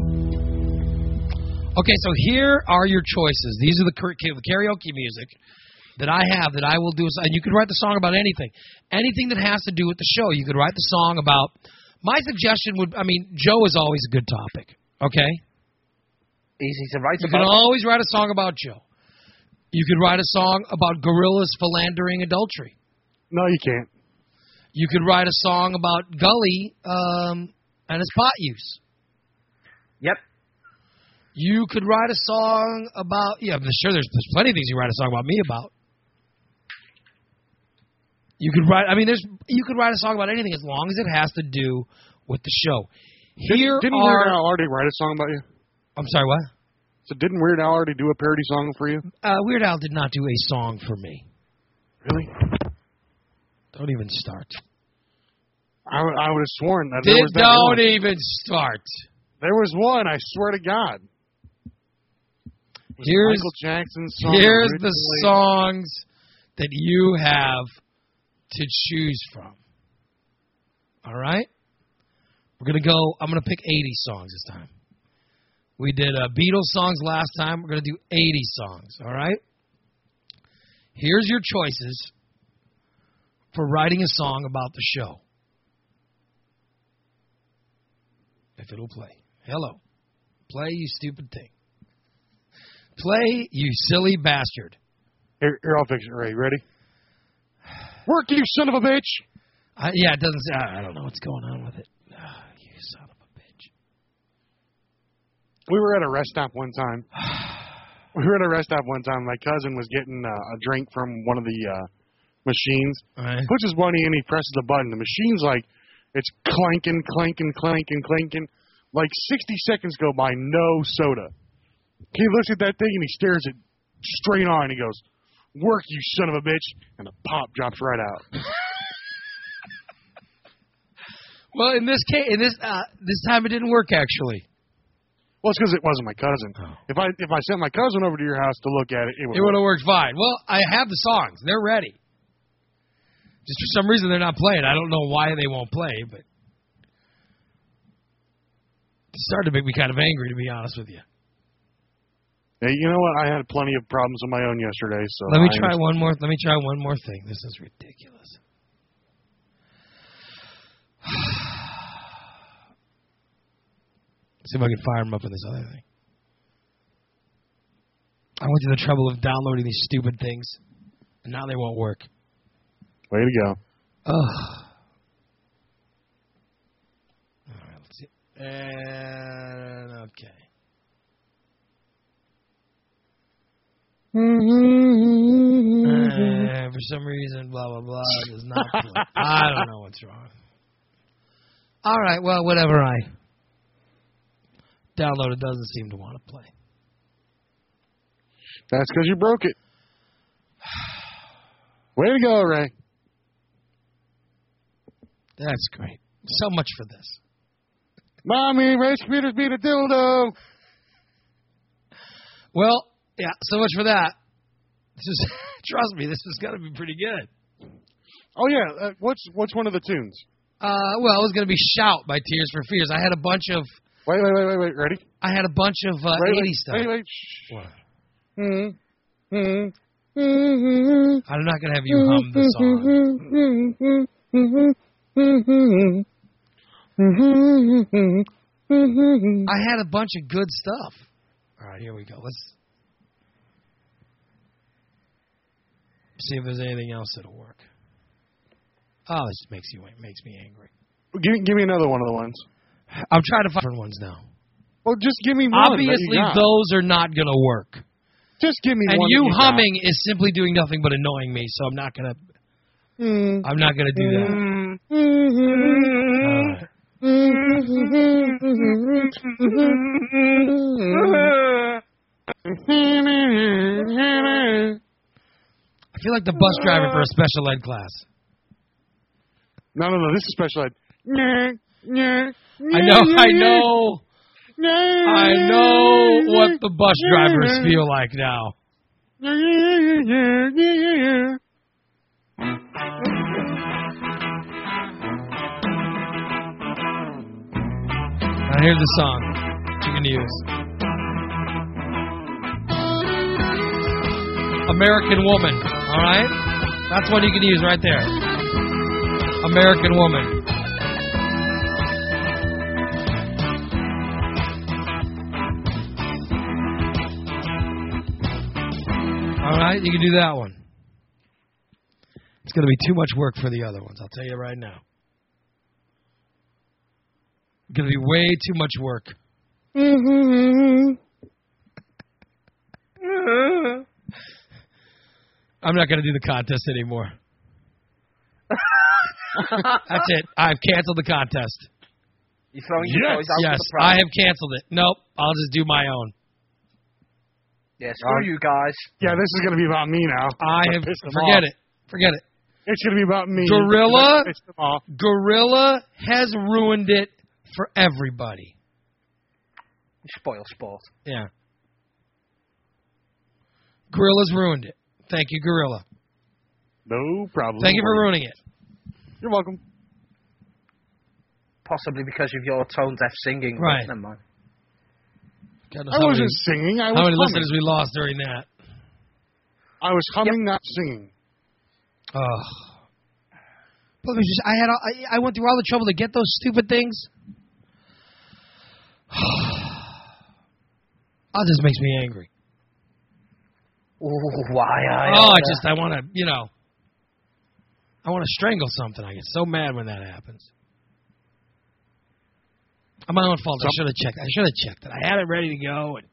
Speaker 1: Okay, so here are your choices. These are the kar- the karaoke music that I have that I will do. And you could write the song about anything. Anything that has to do with the show. You could write the song about. My suggestion would I mean, Joe is always a good topic, okay?
Speaker 4: Easy to write
Speaker 1: You can
Speaker 4: about.
Speaker 3: Uh-huh.
Speaker 1: always write a song about Joe. You could write a song about gorillas philandering adultery.
Speaker 3: No, you can't.
Speaker 1: You could write a song about Gully um, and his pot use.
Speaker 4: Yep.
Speaker 1: You could write a song about yeah, I'm sure there's, there's plenty of things you write a song about me about. You could write I mean there's you could write a song about anything as long as it has to do with the show. Here
Speaker 3: Didn't Weird
Speaker 1: are
Speaker 3: Al already write a song about you?
Speaker 1: I'm sorry, what?
Speaker 3: So didn't Weird Al already do a parody song for you?
Speaker 1: Uh, Weird Al did not do a song for me.
Speaker 3: Really?
Speaker 1: Don't even start.
Speaker 3: I, would- I would have sworn that there
Speaker 1: Did,
Speaker 3: was that
Speaker 1: don't
Speaker 3: one.
Speaker 1: even start.
Speaker 3: There was one. I swear to God. Was it
Speaker 1: Here's-
Speaker 3: Michael Jackson's song.
Speaker 1: Here's the
Speaker 3: originally?
Speaker 1: songs that you have to choose from. All right? We're going to go, I'm going to pick 80 songs this time. We did uh, Beatles songs last time. We're going to do 80 songs. All right? Here's your choices for writing a song about the show. If it'll play. Hello. Play, you stupid thing. Play, you silly bastard.
Speaker 3: Here, here, I'll fix it. Ray, ready? Work, you son of a bitch!
Speaker 1: I, yeah, it doesn't. Say, I, I don't know what's going on with it. Ah, you son of a bitch.
Speaker 3: We were at a rest stop one time. We were at a rest stop one time. My cousin was getting uh, a drink from one of the uh, machines.
Speaker 1: All right.
Speaker 3: Puts his money in, he presses the button. The machine's like, it's clanking, clanking, clanking, clanking. Like 60 seconds go by, no soda. He looks at that thing and he stares it straight on. He goes, "Work, you son of a bitch!" And the pop drops right out.
Speaker 1: Well, in this case, in this uh, this time, it didn't work actually.
Speaker 3: Well, it's because it wasn't my cousin. If I if I sent my cousin over to your house to look at it, it would.
Speaker 1: It would have worked fine. Well, I have the songs; they're ready. Just for some reason, they're not playing. I don't know why they won't play, but it's starting to make me kind of angry, to be honest with you.
Speaker 3: Hey, you know what? I had plenty of problems of my own yesterday, so
Speaker 1: Let me
Speaker 3: I
Speaker 1: try one more. Let me try one more thing. This is ridiculous. See if I can fire him up on this other thing. I went to the trouble of downloading these stupid things, and now they won't work.
Speaker 3: Way to go.
Speaker 1: Ugh. All right, let's see. And okay. Uh, for some reason, blah blah blah does not. Play. I don't know what's wrong. All right, well, whatever. I download it doesn't seem to want to play.
Speaker 3: That's because you broke it. Way to go, Ray.
Speaker 1: That's great. So much for this.
Speaker 3: Mommy, Ray's computer's beat a dildo.
Speaker 1: Well, yeah, so much for that. This is trust me, this is gonna be pretty good.
Speaker 3: Oh yeah, uh, what's what's one of the tunes?
Speaker 1: Uh, well, it was gonna be "Shout" by Tears for Fears. I had a bunch of
Speaker 3: Wait, wait, wait, wait, wait. Ready?
Speaker 1: I had a bunch of uh,
Speaker 3: Wait,
Speaker 1: 80s
Speaker 3: wait,
Speaker 1: stuff.
Speaker 3: Wait, wait. Shh. Mm-hmm.
Speaker 1: I'm not gonna have you hum the song. I had a bunch of good stuff. All right, here we go. Let's see if there's anything else that'll work. Oh, this makes you makes me angry.
Speaker 3: Give, give me another one of the ones.
Speaker 1: I'm trying to find different ones now.
Speaker 3: Well, just give me one. that you
Speaker 1: Obviously,
Speaker 3: got.
Speaker 1: those are not gonna work.
Speaker 3: Just give me
Speaker 1: and
Speaker 3: one.
Speaker 1: you
Speaker 3: that got.
Speaker 1: humming is simply doing nothing but annoying me. So I'm not gonna.
Speaker 3: Hmm.
Speaker 1: I'm not gonna do that. All right. I feel like the bus driver for a special ed class.
Speaker 3: No, no, no. This is special ed. I
Speaker 1: I know, I know, I know what the bus drivers feel like now. I hear the song that you can use. American Woman, all right? That's one you can use right there. American Woman. All right, you can do that one. It's going to be too much work for the other ones. I'll tell you right now. It's going to be way too much work. Mm-hmm. I'm not going to do the contest anymore. That's it. I've canceled the contest.
Speaker 4: You're throwing your toys out
Speaker 1: Yes,
Speaker 4: for the prize.
Speaker 1: I have canceled it. Nope, I'll just do my own.
Speaker 4: Yeah, screw you guys.
Speaker 3: Yeah, this is gonna be about me now.
Speaker 1: I have
Speaker 3: pissed them
Speaker 1: forget
Speaker 3: off.
Speaker 1: it. Forget it.
Speaker 3: It's gonna be about me.
Speaker 1: Gorilla?
Speaker 3: I pissed them off.
Speaker 1: Gorilla has ruined it for everybody.
Speaker 4: Spoil sport.
Speaker 1: Yeah. Gorilla's ruined it. Thank you, Gorilla.
Speaker 3: No problem.
Speaker 1: Thank you for ruining it.
Speaker 3: You're welcome.
Speaker 4: Possibly because of your tone deaf singing. but
Speaker 1: Right.
Speaker 4: Never mind.
Speaker 1: God knows
Speaker 3: I
Speaker 1: how many-
Speaker 3: wasn't singing. I was
Speaker 1: how many
Speaker 3: humming.
Speaker 1: listeners we lost during that?
Speaker 3: I was humming, not singing.
Speaker 1: Ugh. But it was just, I had all, I, I went through all the trouble to get those stupid things. oh, this makes me angry.
Speaker 4: Ooh, why? I
Speaker 1: oh, I just I want to you know, I want to strangle something. I get so mad when that happens. Uh, My own fault. I should have checked. I should have checked it. I had it ready to go, and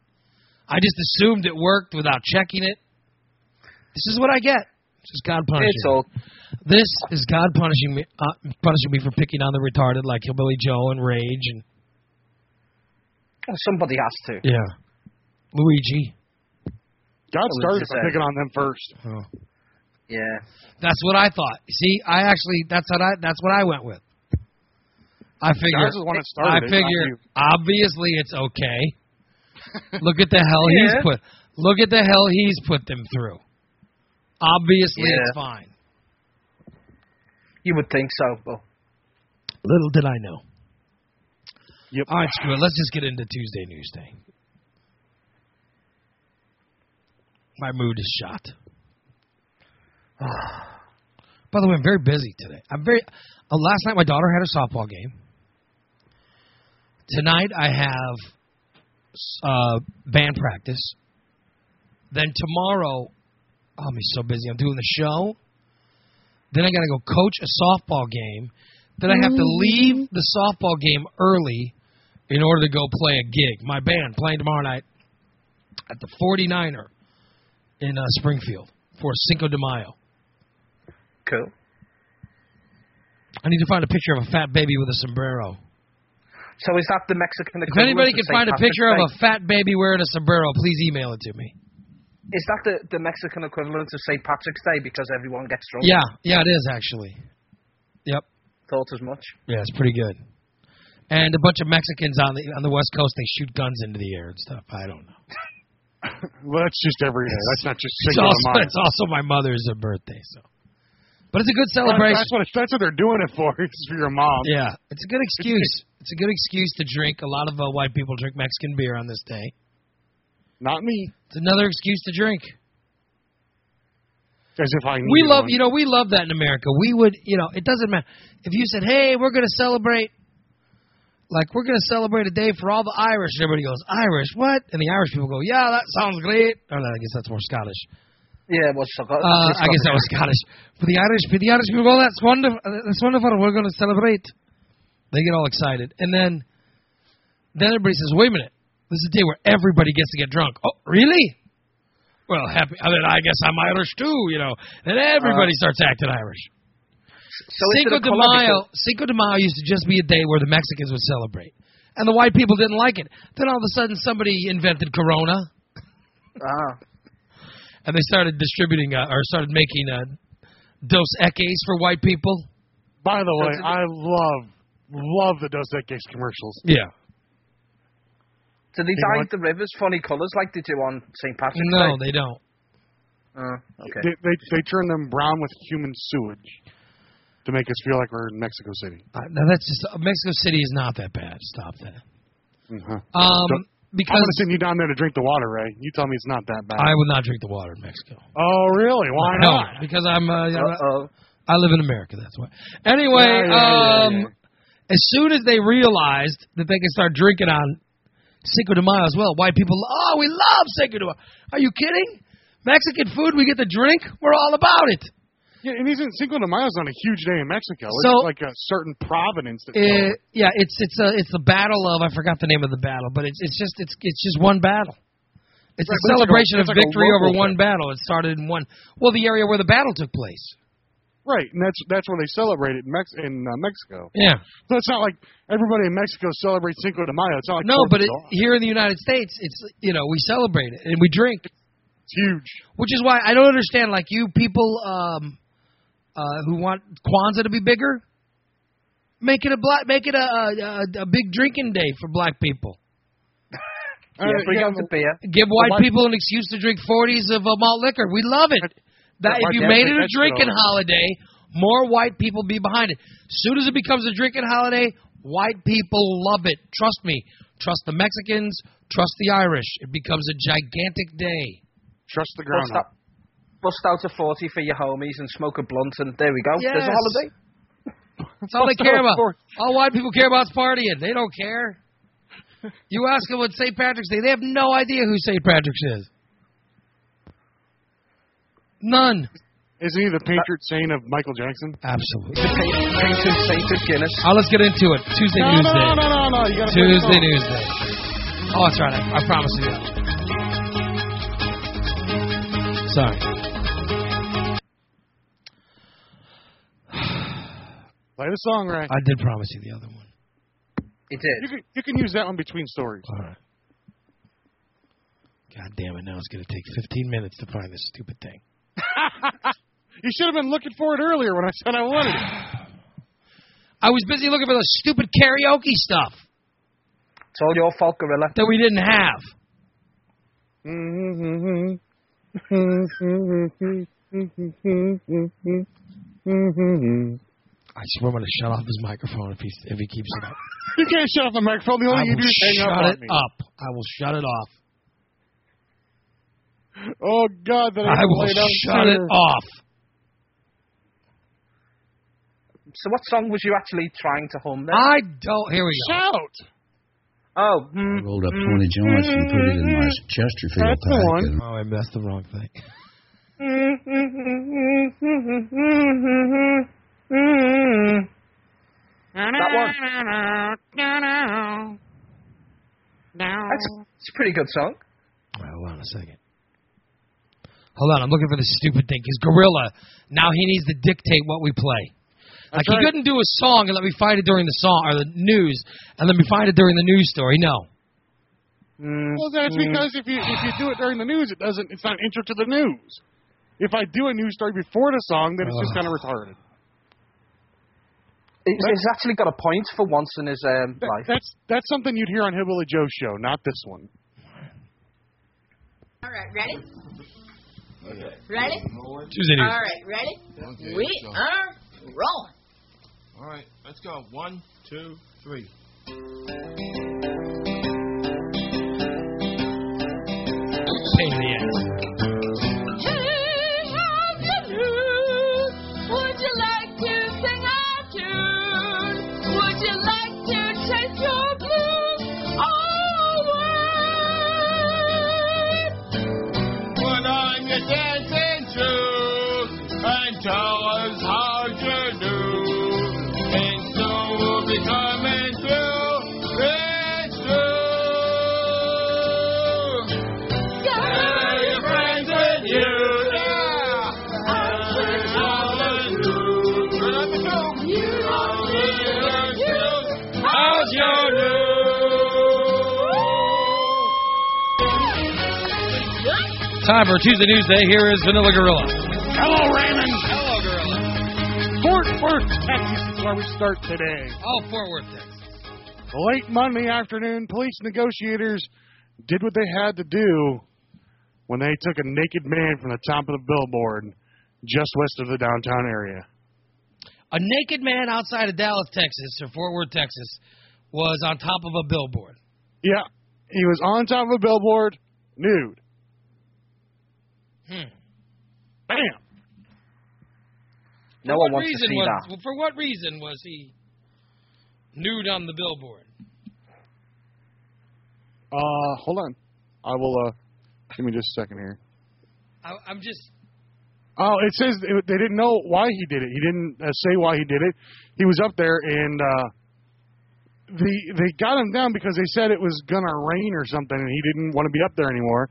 Speaker 1: I just assumed it worked without checking it. This is what I get. This is God punishing.
Speaker 4: It's
Speaker 1: me.
Speaker 4: all.
Speaker 1: This is God punishing me, uh, punishing me for picking on the retarded like Hillbilly Joe and Rage and
Speaker 4: Somebody has to.
Speaker 1: yeah, Luigi.
Speaker 3: God
Speaker 4: was
Speaker 3: started
Speaker 4: just
Speaker 3: by
Speaker 4: saying.
Speaker 3: picking on them first.
Speaker 4: Yeah.
Speaker 1: That's what I thought. See, I actually that's what I that's what I went with. I figure
Speaker 3: Guys is the one that
Speaker 1: I
Speaker 3: started it, not
Speaker 1: figure
Speaker 3: you.
Speaker 1: obviously it's okay. Look at the hell he's
Speaker 4: Yeah.
Speaker 1: put. Look at the hell he's put them through. Obviously
Speaker 4: Yeah.
Speaker 1: it's fine.
Speaker 4: You would think so, but
Speaker 1: Little did I know.
Speaker 3: Yep.
Speaker 1: All right, screw it. Let's just get into Tuesday news day. My mood is shot. By the way, I'm very busy today. I'm very. Uh, last night my daughter had a softball game. Tonight I have s- uh, band practice. Then tomorrow, oh, I'm so busy. I'm doing the show. Then I got to go coach a softball game. Then I have to leave the softball game early in order to go play a gig. My band playing tomorrow night at the 49er in uh, Springfield for Cinco de Mayo.
Speaker 4: Cool.
Speaker 1: I need to find a picture of a fat baby with a sombrero.
Speaker 4: So is that the Mexican?
Speaker 1: If anybody can find a picture of a fat baby wearing a sombrero, please email it to me.
Speaker 4: is that the, the Mexican equivalent of St. Patrick's Day because everyone gets drunk?
Speaker 1: Yeah, yeah, it is actually. Yep.
Speaker 4: thought as much.
Speaker 1: Yeah, it's pretty good. And a bunch of Mexicans on the on the West Coast, they shoot guns into the air and stuff. I don't know.
Speaker 3: Well, that's just every day. That's not just
Speaker 1: It's
Speaker 3: single
Speaker 1: also,
Speaker 3: month.
Speaker 1: it's also my mother's birthday, so. But it's a good celebration.
Speaker 3: That's what, that's what they're doing it for. It's for your mom.
Speaker 1: Yeah, it's a good excuse. It's a good excuse to drink. A lot of uh, white people drink Mexican beer on this day.
Speaker 3: Not me.
Speaker 1: It's another excuse to drink.
Speaker 3: As if I need
Speaker 1: We love,
Speaker 3: one.
Speaker 1: you know, we love that in America. We would, you know, it doesn't matter if you said, "Hey, we're going to celebrate." Like we're gonna celebrate a day for all the Irish, and everybody goes Irish. What? And the Irish people go, Yeah, that sounds great. Or no, I guess that's more Scottish.
Speaker 4: Yeah, well, so got,
Speaker 1: Uh, I guess that was Scottish. But the Irish, but the Irish people go, that's wonderful. uh, That's wonderful. We're going to celebrate. They get all excited, and then, then everybody says, "Wait a minute, this is a day where everybody gets to get drunk." Oh, really? Well, happy. I mean, I guess I'm Irish too, you know. Then everybody starts acting Irish.
Speaker 4: so is it
Speaker 1: Cinco
Speaker 4: a
Speaker 1: de
Speaker 4: colour
Speaker 1: Mayo. Cinco de Mayo used to just be a day where the Mexicans would celebrate, and the white people didn't like it. Then all of a sudden, somebody invented Corona
Speaker 4: because- ah,
Speaker 1: and they started distributing uh, or started making uh, Dos Equis for white people.
Speaker 3: By the way,
Speaker 4: That's-
Speaker 3: I love love the Dos Equis commercials.
Speaker 1: Yeah.
Speaker 4: do they
Speaker 3: You know
Speaker 4: dye
Speaker 3: what?
Speaker 4: the rivers funny colours like they do on St. Patrick's
Speaker 1: No,
Speaker 4: Day?
Speaker 1: they don't.
Speaker 4: Ah, okay.
Speaker 3: They, they they turn them brown with human sewage to make us feel like we're in Mexico City.
Speaker 1: Uh, no, that's just uh, Mexico City is not that bad. Stop that.
Speaker 3: Uh-huh.
Speaker 1: Um,
Speaker 3: I'm
Speaker 1: because
Speaker 3: gonna send you down there to drink the water, Ray. You tell me it's not that bad.
Speaker 1: I will not drink the water in Mexico.
Speaker 3: oh, really? Why
Speaker 1: No,
Speaker 3: not?
Speaker 1: because I'm. Uh, you know,
Speaker 4: Uh-oh.
Speaker 1: I live in America. That's why. Anyway,
Speaker 3: Yeah, yeah, yeah,
Speaker 1: um,
Speaker 3: yeah.
Speaker 1: as soon as they realized that they could start drinking on Cinco de Mayo as well, white people. Oh, we love Cinco de Mayo. Are you kidding? Mexican food, we get to drink. We're all about it.
Speaker 3: Yeah, and isn't Cinco de Mayo's not a huge day in Mexico? It's
Speaker 1: So-
Speaker 3: like a certain providence. That
Speaker 1: Uh, yeah, it's it's a it's the battle of I forgot the name of the battle, but it's it's just it's it's just one battle. It's a
Speaker 3: Right, but it's like a-
Speaker 1: celebration of
Speaker 3: it's like a
Speaker 1: victory over
Speaker 3: local
Speaker 1: one
Speaker 3: thing.
Speaker 1: battle. It started in one well, the area where the battle took place.
Speaker 3: right, and that's that's where they celebrate it in, Mex- in uh, Mexico.
Speaker 1: Yeah,
Speaker 3: So it's not like everybody in Mexico celebrates Cinco de Mayo. It's not like
Speaker 1: no, but
Speaker 3: Fourth
Speaker 1: it,
Speaker 3: of July.
Speaker 1: here in the United States, it's you know we celebrate it and we drink,
Speaker 3: it's huge.
Speaker 1: which is why I don't understand like you people um, uh, who want Kwanzaa to be bigger. Make it a black, make it a, a a- a big drinking day for black people.
Speaker 3: Uh,
Speaker 4: Yeah, bring
Speaker 3: yeah,
Speaker 4: out the beer.
Speaker 1: Give white
Speaker 3: white
Speaker 1: people an excuse to drink 40s of uh, malt liquor. We love it. That if
Speaker 3: why
Speaker 1: you
Speaker 3: can't
Speaker 1: made
Speaker 3: they
Speaker 1: it a
Speaker 3: make
Speaker 1: drinking
Speaker 3: those?
Speaker 1: holiday, more white people be behind it. Soon as it becomes a drinking holiday, white people love it. Trust me. Trust the Mexicans. Trust the Irish. It becomes a gigantic day.
Speaker 3: trust the ground.
Speaker 4: Bust, out, bust out a 40 for your homies and smoke a blunt and there we go. There's
Speaker 1: Yes.
Speaker 4: a holiday.
Speaker 1: That's all they care about. All white people care about is partying. They don't care. You ask them what St. Patrick's Day, they have no idea who St. Patrick's is. None.
Speaker 3: Isn't he the patron saint of Michael Jackson?
Speaker 1: Absolutely.
Speaker 4: Patron saint of Guinness.
Speaker 1: Oh, let's get into it. Tuesday
Speaker 3: No,
Speaker 1: Newsday.
Speaker 3: no, no, no, no, no. You gotta play the
Speaker 1: Tuesday
Speaker 3: song.
Speaker 1: Newsday. Oh, that's right. I, I promise you. That. Sorry.
Speaker 3: Play the song, Ray.
Speaker 1: I did promise you the other one.
Speaker 4: It did.
Speaker 3: You can, you can use that one between stories.
Speaker 1: All right. God damn it. Now it's going to take 15 minutes to find this stupid thing.
Speaker 3: You should have been looking for it earlier when I said I wanted it.
Speaker 1: I was busy looking for the stupid karaoke stuff
Speaker 4: It's all your fault, Gorilla.
Speaker 1: that we didn't have. I swear I'm going to shut off his microphone if he, if he keeps it up.
Speaker 3: You can't shut off the microphone. The
Speaker 1: I
Speaker 3: only thing you
Speaker 1: will
Speaker 3: do is hang up
Speaker 1: shut
Speaker 3: on
Speaker 1: it
Speaker 3: me.
Speaker 1: up. I will shut it off.
Speaker 3: Oh God, that I,
Speaker 1: I
Speaker 3: can
Speaker 1: will
Speaker 3: lay down
Speaker 1: shut it
Speaker 3: sooner.
Speaker 1: off.
Speaker 4: So what song was you actually trying to hum there?
Speaker 1: I don't. Here we go.
Speaker 3: Shout!
Speaker 4: Oh, mm,
Speaker 7: I rolled up
Speaker 4: mm,
Speaker 7: 20
Speaker 1: Mm-hmm.
Speaker 7: joints and put it in my
Speaker 4: mm,
Speaker 7: Chesterfield
Speaker 3: That's the
Speaker 7: pack.
Speaker 3: one.
Speaker 7: and
Speaker 1: Oh, wait, that's the wrong thing.
Speaker 4: That one. That's it's a pretty good song.
Speaker 1: All right, hold on a second. Hold on, I'm looking for this stupid thing. He's Gorilla. Now he needs to dictate what we play. Like he couldn't do a song and let me find it during the song or the news and let me find it during the news story. No.
Speaker 3: Well,
Speaker 1: Mm-hmm.
Speaker 3: that's because if you if you do it during the news, it doesn't. It's not intro to the news. If I do a news story before the song, then it's just kind of retarded.
Speaker 4: He's, he's actually got a point for once in his um,
Speaker 3: That-
Speaker 4: life.
Speaker 3: that's that's something you'd hear on Hillbilly Joe's show, not this one.
Speaker 8: All right, ready? Ready?
Speaker 1: Tuesday
Speaker 8: All
Speaker 1: news.
Speaker 8: right, ready?
Speaker 9: Okay,
Speaker 8: We
Speaker 9: so-
Speaker 8: are rolling.
Speaker 9: All right, let's go. One, two, three.
Speaker 1: Pain in the ass.
Speaker 8: Hey, how's the news? Would you like to sing our tune? Would you like to chase your blues all over?
Speaker 9: Put on your dancing shoes and tell us how you do. And so we'll be coming through. It's true. Tell your friends with you. Yeah. It's all a zoo. Turn up the tube. All in your shoes. How's your do?
Speaker 1: Time for Tuesday news day. Here is Vanilla Gorilla.
Speaker 3: Hello, Raymond. Hello, Gorilla. Fort Worth, Texas is where we start today.
Speaker 1: Oh, Fort Worth, Texas.
Speaker 3: Late Monday afternoon, police negotiators did what they had to do when they took a naked man from the top of the billboard just west of the downtown area.
Speaker 1: A naked man outside of Dallas, Texas, or Fort Worth, Texas, was on top of a billboard.
Speaker 3: Yeah, he was on top of a billboard, nude.
Speaker 1: Hmm.
Speaker 3: Bam!
Speaker 4: No
Speaker 1: For
Speaker 4: one
Speaker 1: what
Speaker 4: wants to
Speaker 1: reason
Speaker 4: see
Speaker 1: was,
Speaker 4: that.
Speaker 1: For what reason was he nude on the billboard?
Speaker 3: Uh, hold on. I will, uh, give me just a second here.
Speaker 1: I, I'm just.
Speaker 3: Oh, it says it- they didn't know why he did it. He didn't uh, say why he did it. He was up there and uh, the they got him down because they said it was gonna rain or something, and he didn't want to be up there anymore.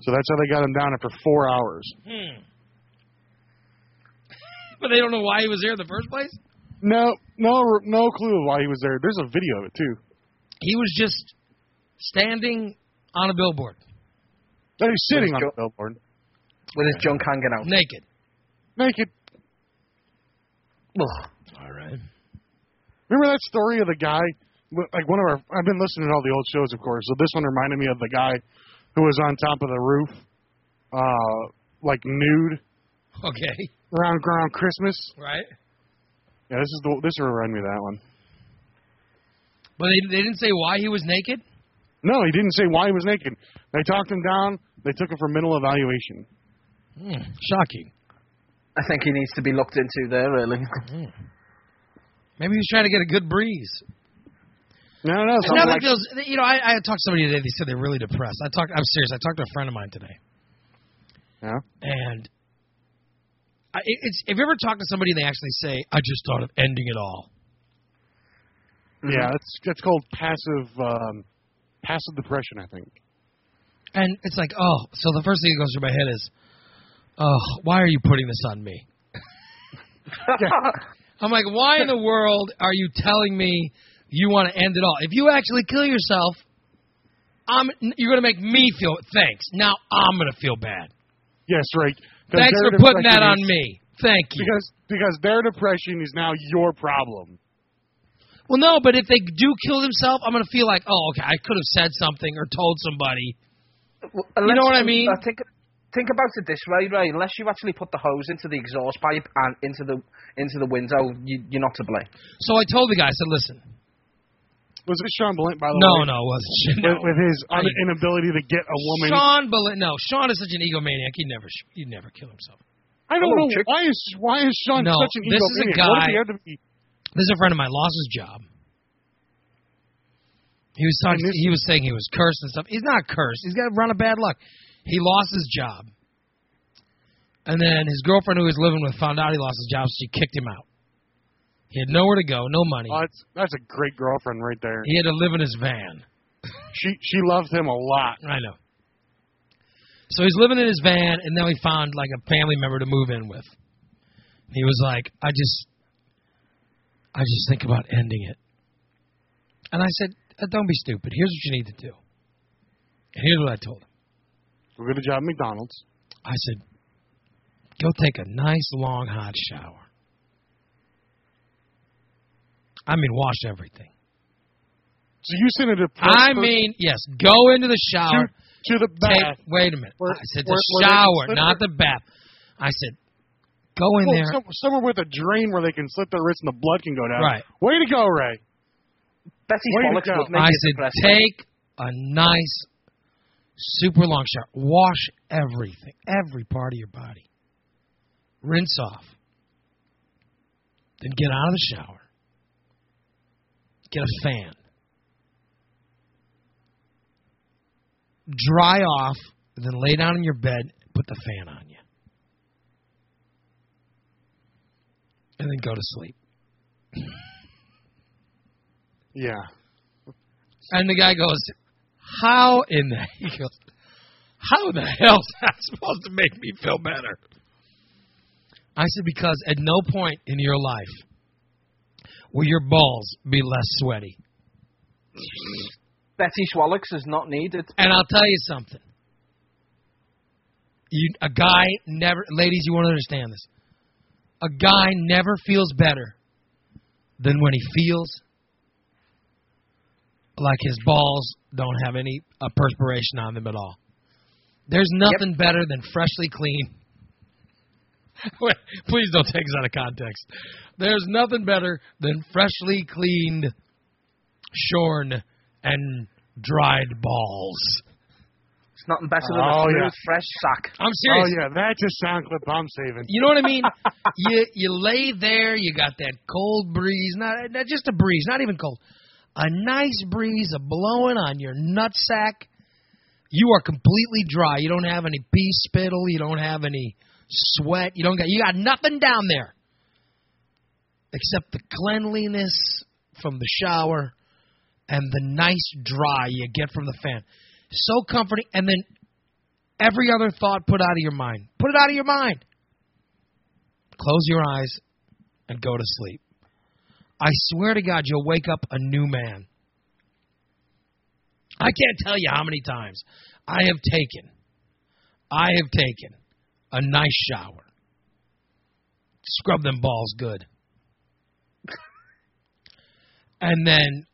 Speaker 3: So that's how they got him down after four hours.
Speaker 1: Hmm. but they don't know why he was there in the first place.
Speaker 3: No, no, no clue of why he was there. There's a video of it too.
Speaker 1: He was just standing on a billboard,
Speaker 3: That he's sitting on
Speaker 4: Let's
Speaker 3: the billboard,
Speaker 4: With his junk hanging out.
Speaker 1: naked.
Speaker 3: naked.
Speaker 4: Ugh.
Speaker 1: All right.
Speaker 3: Remember that story of the guy? Like one of our, I've been listening to all the old shows, of course. So this one reminded me of the guy who was on top of the roof, uh, like nude
Speaker 1: Okay.
Speaker 3: around around Christmas.
Speaker 1: Right.
Speaker 3: Yeah, this is the this reminded me of that one.
Speaker 1: But they, they didn't say why he was naked.
Speaker 3: No, he didn't say why he was naked. They talked him down. They took him for mental evaluation.
Speaker 1: Hmm. Shocking.
Speaker 4: I think he needs to be looked into there, really.
Speaker 1: Maybe he was trying to get a good breeze.
Speaker 3: No, no,
Speaker 1: It's not
Speaker 3: something
Speaker 1: like
Speaker 3: like,
Speaker 1: those. You know, I, I talked to somebody today. They said they're really depressed. I talked. I'm serious. I talked to a friend of mine today.
Speaker 3: Yeah?
Speaker 1: And I, it- it's if you ever talk to somebody and they actually say, "I just thought of ending it all."
Speaker 3: yeah, that's that's called passive um, passive depression, I think.
Speaker 1: And it's like, oh, so the first thing that goes through my head is, oh, why are you putting this on me? I'm like, why in the world are you telling me you want to end it all? If you actually kill yourself, I'm, you're going to make me feel thanks. Now I'm going to feel bad.
Speaker 3: Yes, right. 'Cause
Speaker 1: Thanks
Speaker 3: their
Speaker 1: for putting
Speaker 3: depression
Speaker 1: that on
Speaker 3: is-
Speaker 1: me. Thank you.
Speaker 3: Because because their depression is now your problem.
Speaker 1: Well, no, but if they do kill themselves, I'm going to feel like, oh, okay, I could have said something or told somebody.
Speaker 4: Well,
Speaker 1: You know
Speaker 4: unless uh,
Speaker 1: what I mean?
Speaker 4: think think about it this way, Ray. Unless you actually put the hose into the exhaust pipe and into the into the window, you, you're not to blame.
Speaker 1: So I told the guy, I said, listen,
Speaker 3: Was it Sean Blint, by the
Speaker 1: no,
Speaker 3: way?
Speaker 1: no, it wasn't. No.
Speaker 3: With, with his un-
Speaker 1: I-
Speaker 3: inability to get a woman.
Speaker 1: Sean Belin. No, Sean is such an egomaniac. He'd never, sh- he'd never kill himself.
Speaker 3: I don't
Speaker 4: Oh,
Speaker 3: know
Speaker 4: chick-
Speaker 3: why is why is Sean
Speaker 1: No,
Speaker 3: such an
Speaker 1: this is a
Speaker 3: egomaniac? What if
Speaker 1: guy-
Speaker 3: he had to be
Speaker 1: This is a friend of mine lost his job, He was talking. He was saying he was cursed and stuff. He's not cursed. He's got a run of bad luck. He lost his job, and then his girlfriend who he was living with found out he lost his job, so she kicked him out. He had nowhere to go, no money.
Speaker 3: Oh, that's, that's a great girlfriend right there.
Speaker 1: He had to live in his van.
Speaker 3: She she loves him a lot.
Speaker 1: I know. So he's living in his van, and now he found like a family member to move in with. He was like, I just, I just think about ending it. And I said, "Uh, Don't be stupid. Here's what you need to do. And here's what I told him.
Speaker 3: Go get a job at McDonald's.
Speaker 1: I said, go take a nice long hot shower. I mean, wash everything.
Speaker 3: So you sent a depressed
Speaker 1: I
Speaker 3: per-
Speaker 1: mean, yes, go into the shower.
Speaker 3: to the bath.
Speaker 1: Take, wait a minute.
Speaker 3: Where-
Speaker 1: I said the
Speaker 3: where- where they can
Speaker 1: shower,
Speaker 3: slip
Speaker 1: not
Speaker 3: their-
Speaker 1: the bath. I said, go in
Speaker 3: Well,
Speaker 1: there.
Speaker 3: some- somewhere with a drain where they can slip their wrist and the blood can go down.
Speaker 1: Right.
Speaker 3: Way to go, Ray.
Speaker 4: Betsy
Speaker 3: Way to
Speaker 4: Smollett
Speaker 3: go.
Speaker 4: would make
Speaker 1: I
Speaker 4: it
Speaker 1: said,
Speaker 4: depressing.
Speaker 1: take a nice, super long shower. Wash everything, every part of your body. Rinse off. Then get out of the shower. Get a fan. Dry off, and then lay down in your bed and put the fan on you. And then go to sleep.
Speaker 3: Yeah. Oh,
Speaker 1: And the guy goes, "How in the he goes, how in the hell's that supposed to make me feel better?" I said, "Because at no point in your life will your balls be less sweaty."
Speaker 4: Betsy Swallocks is not needed.
Speaker 1: And I'll tell you something. You, a guy never, ladies, you won't understand this. A guy never feels better than when he feels like his balls don't have any uh, perspiration on them at all. There's nothing better than freshly clean. Wait, please don't take this out of context. There's nothing better than freshly cleaned, shorn, and dried balls.
Speaker 4: It's nothing better than a
Speaker 3: Oh,
Speaker 4: smooth,
Speaker 3: yeah.
Speaker 4: fresh sack.
Speaker 1: I'm serious.
Speaker 3: Oh yeah, that's a sound clip I'm saving.
Speaker 1: You know what I mean? you you lay there, you got that cold breeze, not, not just a breeze, not even cold. A nice breeze a blowing on your nutsack. You are completely dry. You don't have any pee spittle, you don't have any sweat, you don't got you got nothing down there. Except the cleanliness from the shower and the nice dry you get from the fan. So comforting and then every other thought put out of your mind. Put it out of your mind close your eyes and go to sleep. I swear to God, you'll wake up a new man. I can't tell you how many times I have taken, I have taken a nice shower, scrub them balls good, and then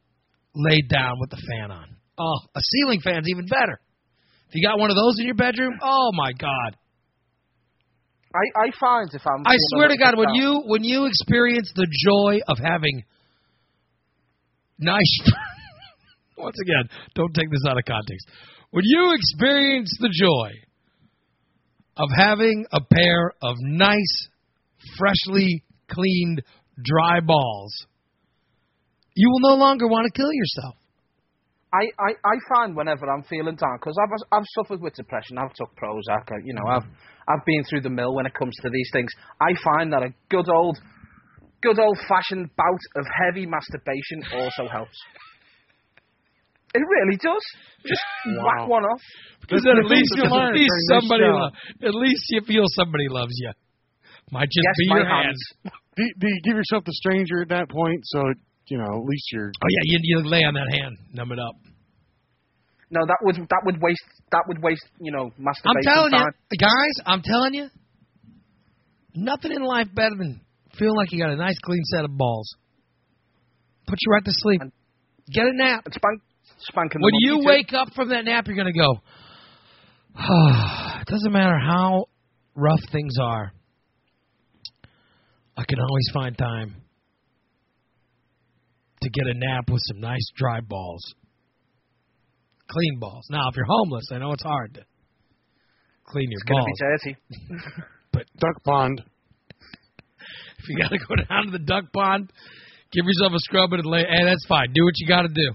Speaker 1: laid down with the fan on. Oh, a ceiling fan's even better. If you got one of those in your bedroom, oh my God.
Speaker 4: I, I find if I'm.
Speaker 1: I
Speaker 4: feeling
Speaker 1: swear
Speaker 4: a
Speaker 1: to
Speaker 4: little
Speaker 1: God, when
Speaker 4: down-
Speaker 1: you when you experience the joy of having nice, once again, don't take this out of context. When you experience the joy of having a pair of nice, freshly cleaned, dry balls, you will no longer want to kill yourself.
Speaker 4: I, I, I find whenever I'm feeling down, because I've, I've suffered with depression, I've took Prozac, I, you know, I've, I've been through the mill when it comes to these things. I find that a good old, good old fashioned bout of heavy masturbation also helps. It really does. Just whack one off.
Speaker 1: Because then at
Speaker 3: There's
Speaker 1: least,
Speaker 3: things
Speaker 1: at
Speaker 3: to learn
Speaker 1: least
Speaker 3: during this
Speaker 1: somebody,
Speaker 3: show.
Speaker 1: lo- at least you feel somebody loves you. Might just
Speaker 4: Yes,
Speaker 1: be
Speaker 4: my
Speaker 1: your
Speaker 4: hands.
Speaker 1: hands.
Speaker 3: Do, do you give yourself the stranger at that point? So you know, at least you're.
Speaker 1: Oh yeah, you, you lay on that hand, numb it up.
Speaker 4: No, that would that would waste that would waste you know
Speaker 1: I'm
Speaker 4: masturbation
Speaker 1: telling
Speaker 4: time.
Speaker 1: you, guys. I'm telling you, nothing in life better than feeling like you got a nice clean set of balls. Put you right to sleep. Get a nap.
Speaker 4: And spank, spanking. the
Speaker 1: When
Speaker 4: monkey
Speaker 1: you
Speaker 4: too.
Speaker 1: wake up from that nap, you're gonna go. it doesn't matter how rough things are. I can always find time to get a nap with some nice dry balls, clean balls. Now, if you're homeless, I know it's hard to clean your
Speaker 4: it's gonna
Speaker 1: balls.
Speaker 4: be dirty.
Speaker 3: Duck Pond.
Speaker 1: if you got to go down to the duck pond, give yourself a scrub and lay. Hey, that's fine. Do what you got to do.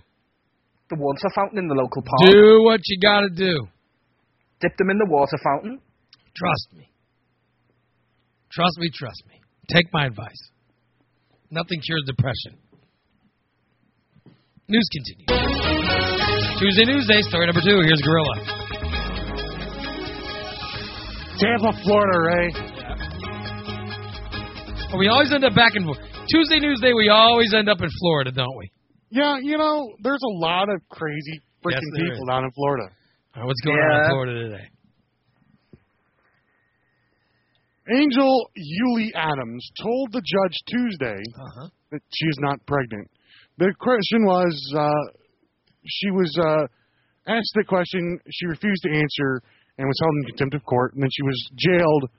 Speaker 4: the water fountain in the local park.
Speaker 1: Do what you gotta do.
Speaker 4: Dip them in the water fountain.
Speaker 1: Trust me. Trust me, trust me. Take my advice. Nothing cures depression. News continues. Tuesday, Newsday, story number two. Here's Gorilla.
Speaker 3: Tampa, Florida, Ray.
Speaker 1: We always end up back and forth. Tuesday, Newsday, we always end up in Florida, don't we?
Speaker 3: Yeah, you know, there's a lot of crazy freaking
Speaker 1: Yes, there
Speaker 3: people
Speaker 1: is.
Speaker 3: down in Florida.
Speaker 1: All right, what's going on in
Speaker 4: Yeah.
Speaker 1: Florida today?
Speaker 3: Angel Yuli Adams told the judge Tuesday
Speaker 1: Uh-huh.
Speaker 3: that she is not pregnant. The question was, uh, she was uh, asked the question, she refused to answer, and was held in contempt of court, and then she was jailed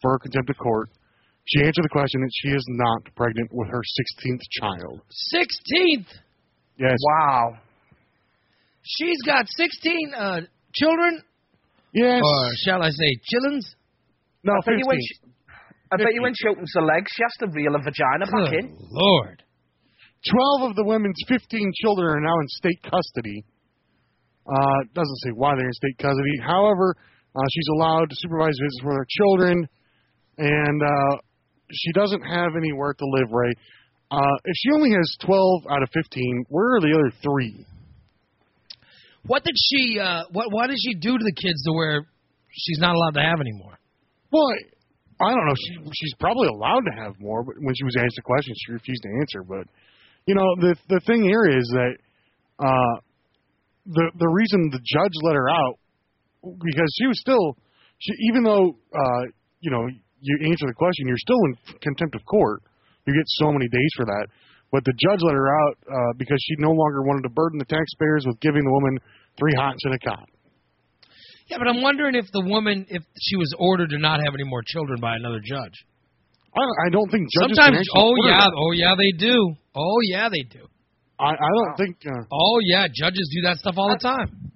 Speaker 3: for contempt of court. She answered the question that she is not pregnant with her 16th child.
Speaker 1: 16th.
Speaker 3: Yes.
Speaker 4: Wow.
Speaker 1: She's got 16 uh, children,
Speaker 3: Yes.
Speaker 1: or shall I say, chillins?
Speaker 3: no,
Speaker 4: I bet
Speaker 3: 15.
Speaker 4: you when she, I bet you when she opens her legs, she has to reel her vagina back
Speaker 1: Good
Speaker 4: in.
Speaker 1: Lord.
Speaker 3: 12 of the women's 15 children are now in state custody. Uh, doesn't say why they're in state custody. However, uh, she's allowed to supervise visits with her children, and uh, she doesn't have anywhere to live, Ray. Uh, if she only has 12 out of 15, where are the other three?
Speaker 1: What did she? Uh, what? What did she do to the kids to where she's not allowed to have anymore?
Speaker 3: Well, I I don't know. She, she's probably allowed to have more, but when she was asked the question, she refused to answer. But you know, the the thing here is that uh, the the reason the judge let her out because she was still, she, even though uh, you know you answer the question, you're still in contempt of court. You get so many days for that. But the judge let her out uh, because she no longer wanted to burden the taxpayers with giving the woman three hots and a cot.
Speaker 1: Yeah, but I'm wondering if the woman, if she was ordered to not have any more children by another judge.
Speaker 3: I, I don't think judges. can
Speaker 1: Sometimes,
Speaker 3: actually
Speaker 1: oh
Speaker 3: order
Speaker 1: yeah,
Speaker 3: that.
Speaker 1: oh yeah, they do. Oh yeah, they do.
Speaker 3: I, I don't think. Uh,
Speaker 1: Oh yeah, judges do that stuff all the time.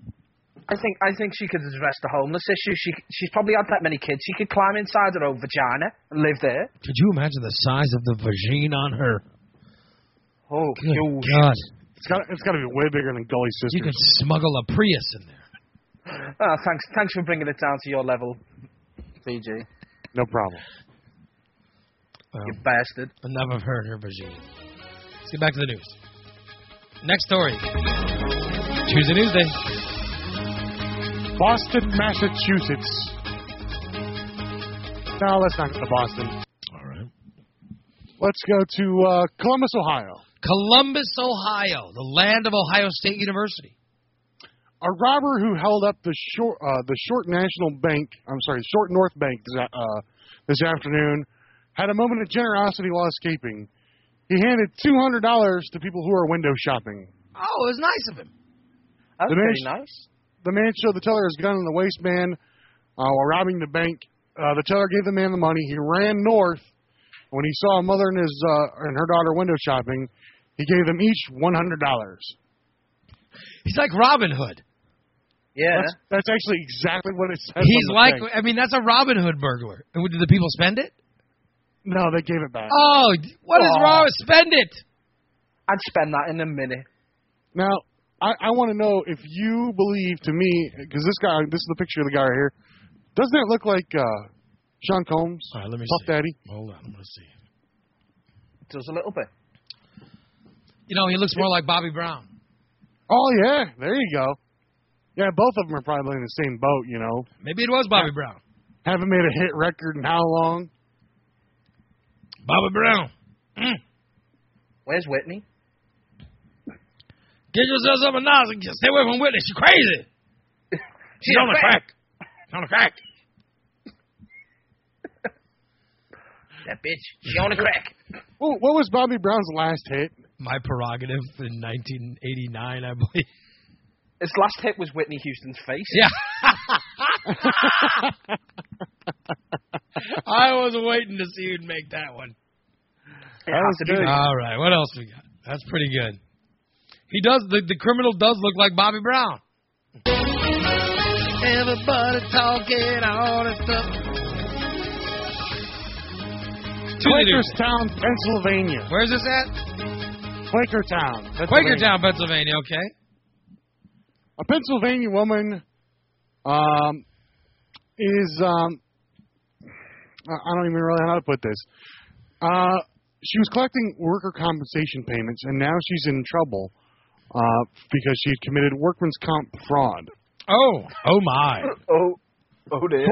Speaker 4: I think I think she could address the homeless issue. She she's probably had that many kids. She could climb inside her own vagina and live there.
Speaker 1: Could you imagine the size of the vagina on her?
Speaker 4: Oh,
Speaker 1: Good
Speaker 4: huge.
Speaker 1: God,
Speaker 3: It's got it's got to be way bigger than Gully
Speaker 1: you could
Speaker 3: Sisters.
Speaker 1: smuggle a Prius in there.
Speaker 4: Ah, thanks thanks for bringing it down to your level, PG. You
Speaker 3: No problem.
Speaker 1: Well,
Speaker 4: bastard.
Speaker 1: enough of her and her vagina. Let's get back to the news. Next story. Tuesday Newsday.
Speaker 3: Boston, Massachusetts. No, let's not go to Boston.
Speaker 1: All right.
Speaker 3: Let's go to uh, Columbus, Ohio.
Speaker 1: Columbus, Ohio, the land of Ohio State University.
Speaker 3: A robber who held up the short uh, the short National Bank, I'm sorry, Short North Bank this, a- uh, this afternoon, had a moment of generosity while escaping. He handed two hundred dollars to people who are window shopping.
Speaker 1: Oh, it was nice of him.
Speaker 4: That's
Speaker 3: The
Speaker 4: pretty
Speaker 3: man-
Speaker 4: nice.
Speaker 3: The man showed the teller his gun in the waistband uh, while robbing the bank. Uh, the teller gave the man the money. He ran north. When he saw a mother and his uh, and her daughter window shopping, he gave them each one hundred dollars.
Speaker 1: He's like Robin Hood.
Speaker 4: Yeah.
Speaker 3: That's, that's actually exactly what it says.
Speaker 1: He's
Speaker 3: on the
Speaker 1: like,
Speaker 3: thing.
Speaker 1: I mean, that's a Robin Hood burglar. And did the people spend it?
Speaker 3: no, they gave it back.
Speaker 1: Oh, d- what is
Speaker 4: Aw.
Speaker 1: wrong? Spend it.
Speaker 4: I'd spend that in a minute.
Speaker 3: Now, I, I want to know if you believe to me because this guy, this is the picture of the guy right here. Doesn't it look like uh, Sean Combs,
Speaker 1: All right, let me
Speaker 3: Puff
Speaker 1: see.
Speaker 3: Daddy?
Speaker 1: Hold on, I'm gonna see.
Speaker 4: Does a little bit.
Speaker 1: You know, he looks more like Bobby Brown.
Speaker 3: Oh yeah, there you go. Yeah, both of them are probably in the same boat, you know.
Speaker 1: Maybe it was Bobby Brown.
Speaker 3: Haven't made a hit record in how long?
Speaker 1: Bobby Brown. Mm.
Speaker 4: Where's Whitney?
Speaker 1: Get yourself some Nas and stay away from Whitney. She's crazy. She's on the crack. She's on the crack.
Speaker 4: That bitch. She on a crack.
Speaker 3: Well, what was Bobby Brown's last hit?
Speaker 1: My prerogative in 1989, I believe.
Speaker 4: His last hit was Whitney Houston's face.
Speaker 1: Yeah. I was waiting to see who'd make that one.
Speaker 4: It
Speaker 3: That
Speaker 4: had
Speaker 3: was
Speaker 4: to be
Speaker 3: good.
Speaker 4: that.
Speaker 1: All right, what else we got? That's pretty good. He does the the criminal does look like Bobby Brown. Everybody talking all this stuff. Tuesday news.
Speaker 3: Quakerstown, Pennsylvania.
Speaker 1: Where's this at?
Speaker 3: Quakertown. Pennsylvania.
Speaker 1: Quakertown, Pennsylvania. Okay.
Speaker 3: A Pennsylvania woman um, is um, I I don't even really know how to put this. Uh, she was collecting worker compensation payments, and now she's in trouble uh, because she had committed workman's comp fraud.
Speaker 1: Oh, oh my.
Speaker 4: Oh, oh dear.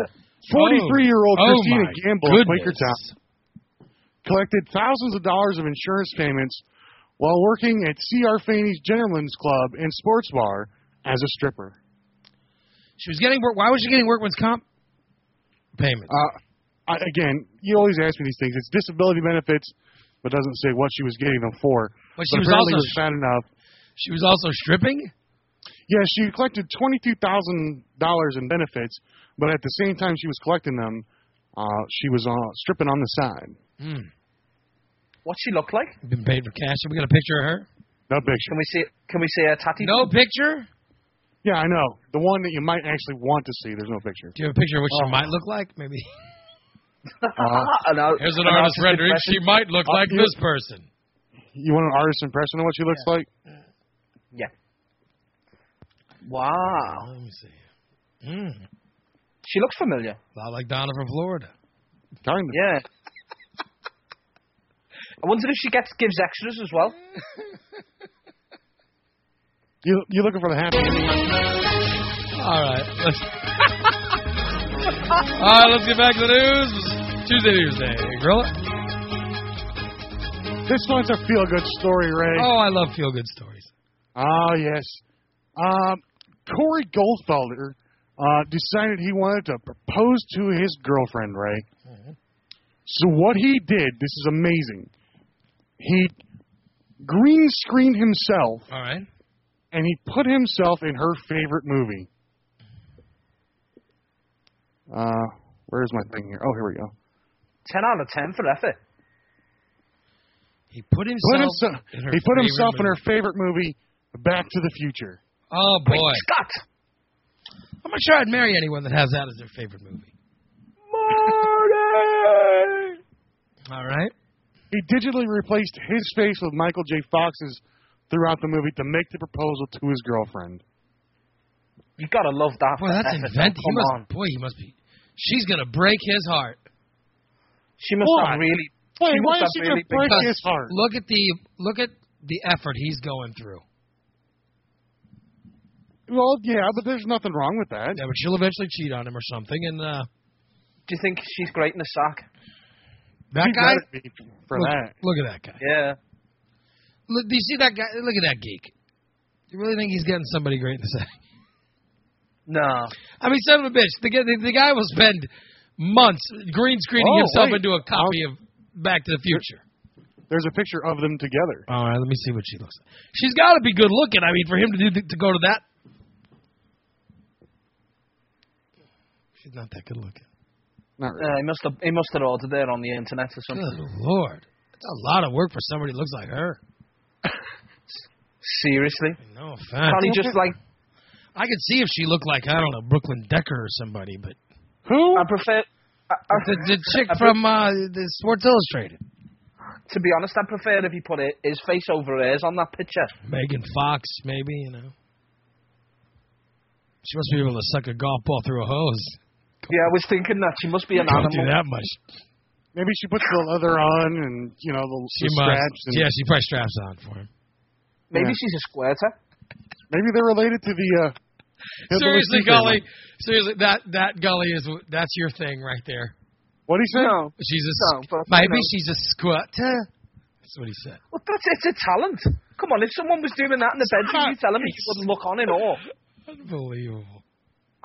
Speaker 3: 43 year old
Speaker 1: Oh,
Speaker 3: Christina
Speaker 1: my
Speaker 3: Gamble of
Speaker 1: goodness.
Speaker 3: Quakertown collected thousands of dollars of insurance payments while working at C.R. Faney's Gentlemen's Club and Sports Bar as a stripper.
Speaker 1: She was getting work. Why was she getting workman's comp payments?
Speaker 3: Uh, I, again, you always ask me these things. It's disability benefits, but doesn't say what she was getting them for.
Speaker 1: But she was
Speaker 3: apparently
Speaker 1: also-
Speaker 3: it was bad enough.
Speaker 1: she was also stripping.
Speaker 3: Yeah, she collected twenty-two thousand dollars in benefits, but at the same time she was collecting them, uh, she was uh, stripping on the side.
Speaker 4: What's she look like?
Speaker 1: We've been paid for cash. Have we got a picture of her?
Speaker 3: No picture.
Speaker 4: Can we see? Can we see her tatty?
Speaker 1: No picture.
Speaker 3: Yeah, I know the one that you might actually want to see. There's no picture.
Speaker 1: Do you have a picture of what she might look like? Maybe.
Speaker 3: Uh,
Speaker 4: Ah, no.
Speaker 1: Here's an
Speaker 4: No,
Speaker 1: artist
Speaker 4: she's
Speaker 1: rendering.
Speaker 4: depressed.
Speaker 1: She might look
Speaker 3: Uh,
Speaker 1: like
Speaker 3: you-
Speaker 1: this person.
Speaker 3: you want an artist impression of what she looks like?
Speaker 4: Yeah. Wow.
Speaker 1: Oh, Let me see. Mm,
Speaker 4: She looks familiar.
Speaker 1: a lot like Donna from Florida.
Speaker 3: Kind of.
Speaker 4: Yeah. I wonder if she gets gives extras as well.
Speaker 3: You you looking for the happy? ending?
Speaker 1: All right. Let's. All right. Let's get back to the news. Tuesday, Tuesday. Gorilla.
Speaker 3: This one's a feel-good story, Ray.
Speaker 1: Oh, I love feel good stories.
Speaker 3: Ah, yes. Um, Corey Goldfelder uh, decided he wanted to propose to his girlfriend, Ray. So what he did, this is amazing. He green screened himself
Speaker 1: All right.
Speaker 3: and he put himself in her favorite movie. Uh, where's my thing here? Oh, here we go.
Speaker 4: Ten out of ten for effort.
Speaker 1: He put himself.
Speaker 3: Put himself,
Speaker 1: in her
Speaker 3: he put
Speaker 1: favorite
Speaker 3: himself in her
Speaker 1: movie.
Speaker 3: favorite movie, Back to the Future.
Speaker 1: Oh boy.
Speaker 4: Scott.
Speaker 1: I'm not sure I'd marry anyone that has that as their favorite movie. All right.
Speaker 3: He digitally replaced his face with Michael J. Fox's throughout the movie to make the proposal to his girlfriend.
Speaker 4: You gotta love that.
Speaker 1: Boy,
Speaker 4: for
Speaker 1: that's
Speaker 4: effort.
Speaker 1: inventive. He
Speaker 4: Come
Speaker 1: must,
Speaker 4: on.
Speaker 1: Boy, he must be. She's gonna break his heart.
Speaker 4: She must
Speaker 3: Why?
Speaker 4: have really.
Speaker 3: Wait,
Speaker 4: she
Speaker 3: why
Speaker 4: must
Speaker 3: is she
Speaker 4: have
Speaker 3: going
Speaker 4: really
Speaker 3: to break
Speaker 1: Because
Speaker 3: his heart?
Speaker 1: Look at the look at the effort he's going through.
Speaker 3: Well, yeah, but there's nothing wrong with that.
Speaker 1: Yeah, but she'll eventually cheat on him or something. And uh,
Speaker 4: Do you think she's great in a sack?
Speaker 1: that
Speaker 3: She's
Speaker 1: guy. Hmm.
Speaker 3: mad at me for
Speaker 1: look,
Speaker 3: that.
Speaker 1: look at that guy.
Speaker 4: Yeah.
Speaker 1: Look, do you see that guy? Look at that geek. You really think he's getting somebody great in the sack?
Speaker 4: No.
Speaker 1: I mean, son of a bitch. The, guy- the, the guy will spend months green screening
Speaker 3: Oh,
Speaker 1: himself
Speaker 3: wait.
Speaker 1: into a copy of Back to the Future.
Speaker 3: There's a picture of them together.
Speaker 1: All right, let me see what she looks like. She's got to be good looking. I mean, for him to do to go to that. She's not that good looking.
Speaker 3: Not really.
Speaker 4: Uh, he must have. He must have ordered it on the internet or something.
Speaker 1: Good lord, that's a lot of work for somebody that looks like her.
Speaker 4: Seriously.
Speaker 1: No
Speaker 4: Can't
Speaker 1: offense.
Speaker 4: he just like?
Speaker 1: I could see if she looked like I don't know Brooklyn Decker or somebody, but
Speaker 3: Who?
Speaker 1: Uh,
Speaker 4: I prefer. I, I,
Speaker 1: the, the chick
Speaker 4: I pre-
Speaker 1: from uh, the Sports Illustrated,
Speaker 4: to be honest, I prefer if he put it, his face over hers on that picture.
Speaker 1: Megan Fox, maybe you know. She must be able to suck a golf ball through a hose.
Speaker 4: Yeah, I was thinking that she must be an
Speaker 1: Don't do
Speaker 4: animal.
Speaker 1: that much.
Speaker 3: Maybe she puts the leather on and, you know, the,
Speaker 1: She
Speaker 3: the
Speaker 1: must.
Speaker 3: scratch. And
Speaker 1: Yeah, she probably straps on for him.
Speaker 4: Maybe
Speaker 3: Yeah.
Speaker 4: she's a squirter.
Speaker 3: Maybe they're related to the. Uh, Hitler
Speaker 1: Seriously,
Speaker 3: Secret
Speaker 1: Gully.
Speaker 3: one.
Speaker 1: Seriously, that that Gully is that's your thing right there.
Speaker 3: What do you say?
Speaker 4: No,
Speaker 1: She's a
Speaker 4: No, but,
Speaker 1: maybe
Speaker 4: you know.
Speaker 1: she's a squirter. That's what he said.
Speaker 4: well, that's it's a talent. Come on, if someone was doing that in the bedroom, you telling me you wouldn't look on in awe?
Speaker 1: Unbelievable.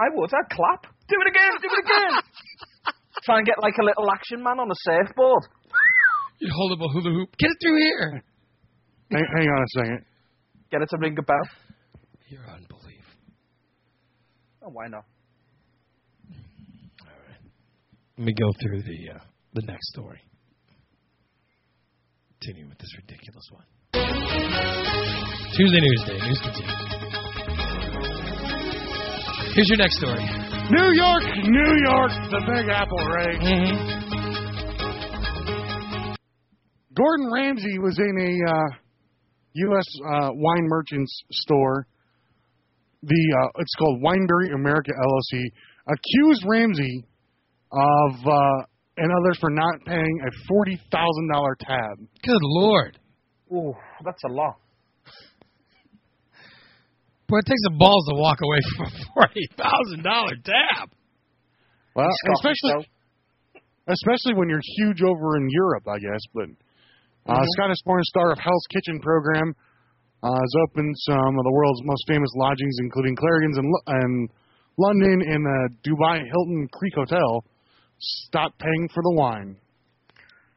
Speaker 4: I would. I'd clap. Do it again. Do it again. Try and get like a little action man on a surfboard.
Speaker 1: You hold up a hula hoop. Get it through here.
Speaker 3: Hang, hang on a second.
Speaker 4: Get it to ring a bell.
Speaker 1: You're unbelievable.
Speaker 4: Oh, why not?
Speaker 1: Let me go through the uh, the next story. Continue with this ridiculous one. Tuesday News Day. News continues. Here's your next story.
Speaker 3: New York, New York, the Big Apple, Ray.
Speaker 4: Mm-hmm.
Speaker 3: Gordon Ramsay was in a uh, U.S. Uh, wine merchant's store the uh, it's called Weinberry America LLC accused Ramsey of uh, and others for not paying a forty thousand dollar tab.
Speaker 1: Good lord.
Speaker 4: Ooh, that's a lot.
Speaker 1: Boy, it takes the balls to walk away from a forty thousand dollar tab.
Speaker 3: Well,
Speaker 4: Scottish,
Speaker 3: especially especially when you're huge over in Europe, I guess. But uh, Scottish porn star of Hell's Kitchen program uh, has opened some of the world's most famous lodgings, including Clarendon's and, and London and the Dubai Hilton Creek Hotel. Stop paying for the wine.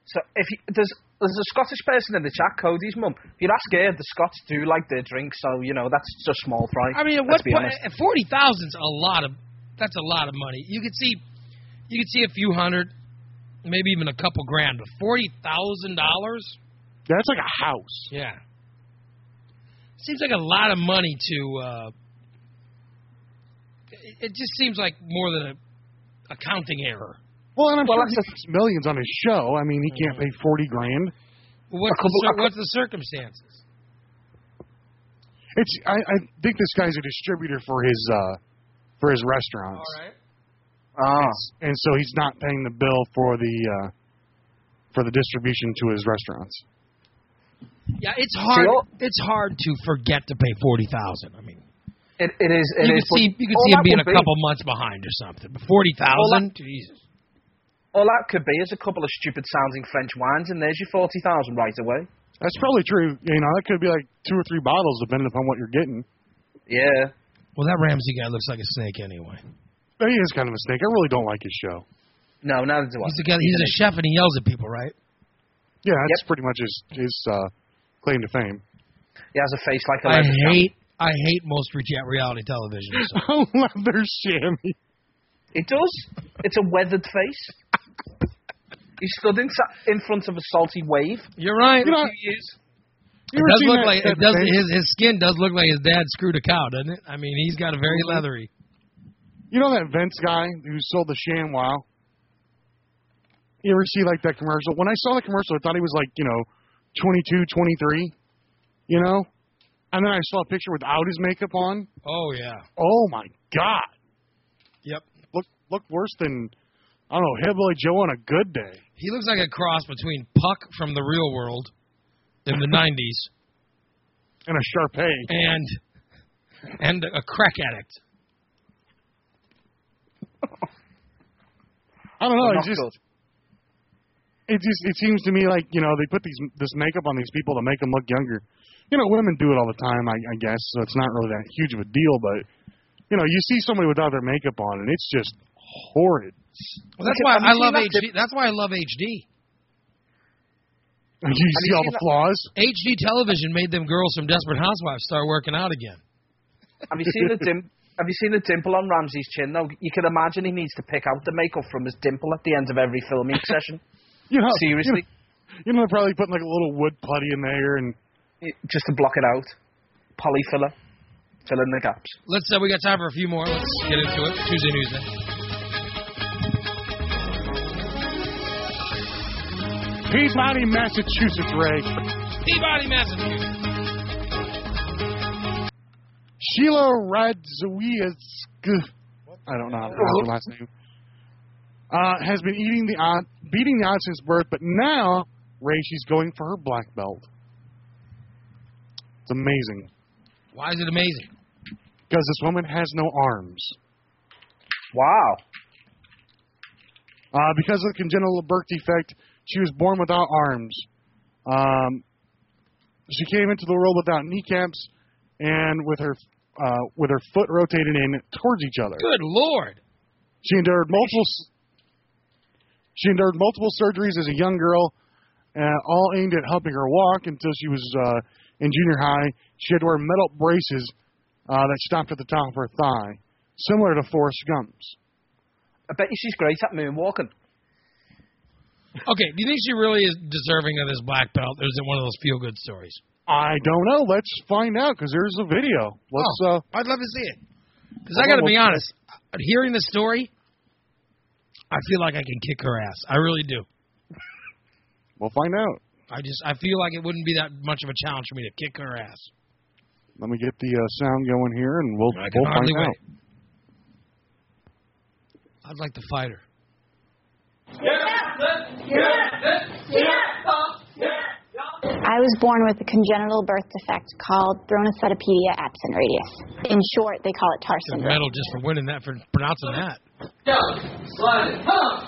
Speaker 4: So if you, there's there's a Scottish person in the chat, Cody's mum. If you ask her, the Scots do like their drink, so you know that's just a small fry.
Speaker 1: I mean, at
Speaker 4: let's
Speaker 1: what
Speaker 4: be
Speaker 1: point?
Speaker 4: honest.
Speaker 1: At forty thousand's a lot of. That's a lot of money. You could see, you could see a few hundred, maybe even a couple grand, but forty thousand dollars.
Speaker 3: That's like a house.
Speaker 1: Yeah. Seems like a lot of money to. Uh, it, it just seems like more than a accounting error.
Speaker 3: Well, and I'm
Speaker 4: Well,
Speaker 3: sure
Speaker 4: that's
Speaker 3: he Mm.
Speaker 4: just-
Speaker 3: makes millions on his show. I mean, he can't pay forty grand.
Speaker 1: What's,
Speaker 4: couple-
Speaker 1: the,
Speaker 4: a
Speaker 1: cir-
Speaker 4: cou-
Speaker 1: what's the circumstances?
Speaker 3: It's I, I think this guy's a distributor for his uh, for his restaurants,
Speaker 1: right.
Speaker 4: Ah,
Speaker 3: and so he's not paying the bill for the uh, for the distribution to his restaurants.
Speaker 1: Yeah, it's hard.
Speaker 4: all-
Speaker 1: It's hard to forget to pay forty thousand. I mean,
Speaker 4: it, it is. It
Speaker 1: you
Speaker 4: is,
Speaker 1: could
Speaker 4: but
Speaker 1: see you could
Speaker 4: all
Speaker 1: see him
Speaker 4: that
Speaker 1: being a
Speaker 4: would be-
Speaker 1: couple months behind or something. But forty thousand, Jesus.
Speaker 4: All that could be is a couple of stupid sounding French wines, and there's your forty thousand right away.
Speaker 3: That's probably true. You know, that could be like two or three bottles, depending upon what you're getting.
Speaker 4: Yeah.
Speaker 1: Well, that Ramsey guy looks like a snake anyway.
Speaker 3: He is kind of a snake. I really don't like his show.
Speaker 4: No, neither do I.
Speaker 1: He's a guy, he's a chef and he yells at people, right?
Speaker 3: Yeah, that's pretty much his his uh, claim to fame.
Speaker 4: He has a face like a.
Speaker 1: I
Speaker 4: leather
Speaker 1: hate
Speaker 4: jacket.
Speaker 1: I hate most re- reality television. so.
Speaker 3: Oh, leather chamois.
Speaker 4: It does. It's a weathered face. he stood in, in front of a salty wave.
Speaker 1: You're right.
Speaker 3: You know,
Speaker 1: it
Speaker 4: He is.
Speaker 3: you ever
Speaker 1: does
Speaker 3: seen
Speaker 1: look
Speaker 3: that-
Speaker 1: like
Speaker 3: that
Speaker 1: it does.
Speaker 3: thing?
Speaker 1: His his skin does look like his dad screwed a cow, doesn't it? I mean, he's got a very leathery.
Speaker 3: You know that Vince guy who sold the ShamWow? You ever see like that commercial? When I saw the commercial, I thought he was like, you know, 22, 23, you know? And then I saw a picture without his makeup on.
Speaker 1: Oh yeah.
Speaker 3: Oh my god.
Speaker 1: Yep.
Speaker 3: Look look worse than I don't know, Hillbilly Joe on a good day.
Speaker 1: He looks like a cross between Puck from the Real World in the '90s
Speaker 3: And a Sharpay.
Speaker 1: and and a crack addict.
Speaker 3: I don't know,
Speaker 4: Not
Speaker 3: it just
Speaker 4: good.
Speaker 3: it just it seems to me like, you know, they put these this makeup on these people to make them look younger. You know, women do it all the time, I, I guess, so it's not really that huge of a deal, but you know, you see somebody without their makeup on and it's just horrid.
Speaker 1: Well, that's
Speaker 4: Okay,
Speaker 1: why
Speaker 4: have you
Speaker 1: I
Speaker 4: seen
Speaker 1: love
Speaker 4: that
Speaker 1: HD. That's why I love HD.
Speaker 3: Do you see all
Speaker 4: seen
Speaker 3: the
Speaker 4: that-
Speaker 3: flaws?
Speaker 1: HD television made them girls from Desperate Housewives start working out again.
Speaker 4: Have you seen the dim? Have you seen the dimple on Ramsey's chin? Though you can imagine he needs to pick out the makeup from his dimple at the end of every filming session.
Speaker 3: You know,
Speaker 1: Oh.
Speaker 4: Seriously,
Speaker 3: You know, you know, they're probably putting like a little wood putty in there and
Speaker 4: It- just to block it out, polyfiller, fill in the gaps.
Speaker 1: Let's uh, we got time for a few more. Let's get into it. Tuesday news next.
Speaker 3: Peabody, Massachusetts, Ray.
Speaker 1: Peabody, Massachusetts.
Speaker 3: Sheila Radzawiecka. I don't know how to pronounce her last name. Uh, has been eating the odd, beating the odds since birth, but now Ray, she's going for her black belt. It's amazing
Speaker 1: Why is it amazing?
Speaker 3: because this woman has no arms.
Speaker 4: Wow.
Speaker 3: Uh, because of the congenital birth defect, she was born without arms. Um, she came into the world without kneecaps and with her uh, with her foot rotated in towards each other.
Speaker 1: Good lord.
Speaker 3: She endured multiple s- she endured multiple surgeries as a young girl, uh, all aimed at helping her walk. Until she was uh, in junior high, she had to wear metal braces uh, that stopped at the top of her thigh, similar to Forrest Gump's.
Speaker 4: I bet you she's great at moonwalking.
Speaker 1: Okay, do you think she really is deserving of this black belt? Or is it one of those feel good stories?
Speaker 3: I don't know. Let's find out because there's a video. Let's.
Speaker 1: Oh,
Speaker 3: Uh,
Speaker 1: I'd love to see it. Because I got to be honest, uh, hearing the story, I feel like I can kick her ass. I really do.
Speaker 3: We'll find out.
Speaker 1: I just I feel like it wouldn't be that much of a challenge for me to kick her ass.
Speaker 3: Let me get the uh, sound going here, and we'll
Speaker 1: I can
Speaker 3: we'll find
Speaker 1: hardly
Speaker 3: out.
Speaker 1: wait. I'd like to fight her.
Speaker 7: I was born with a congenital birth defect called bronchiectapedia absent radius. In short, they call it TAR
Speaker 1: The
Speaker 7: syndrome.
Speaker 1: medal just for winning that, for pronouncing that.
Speaker 9: Oh.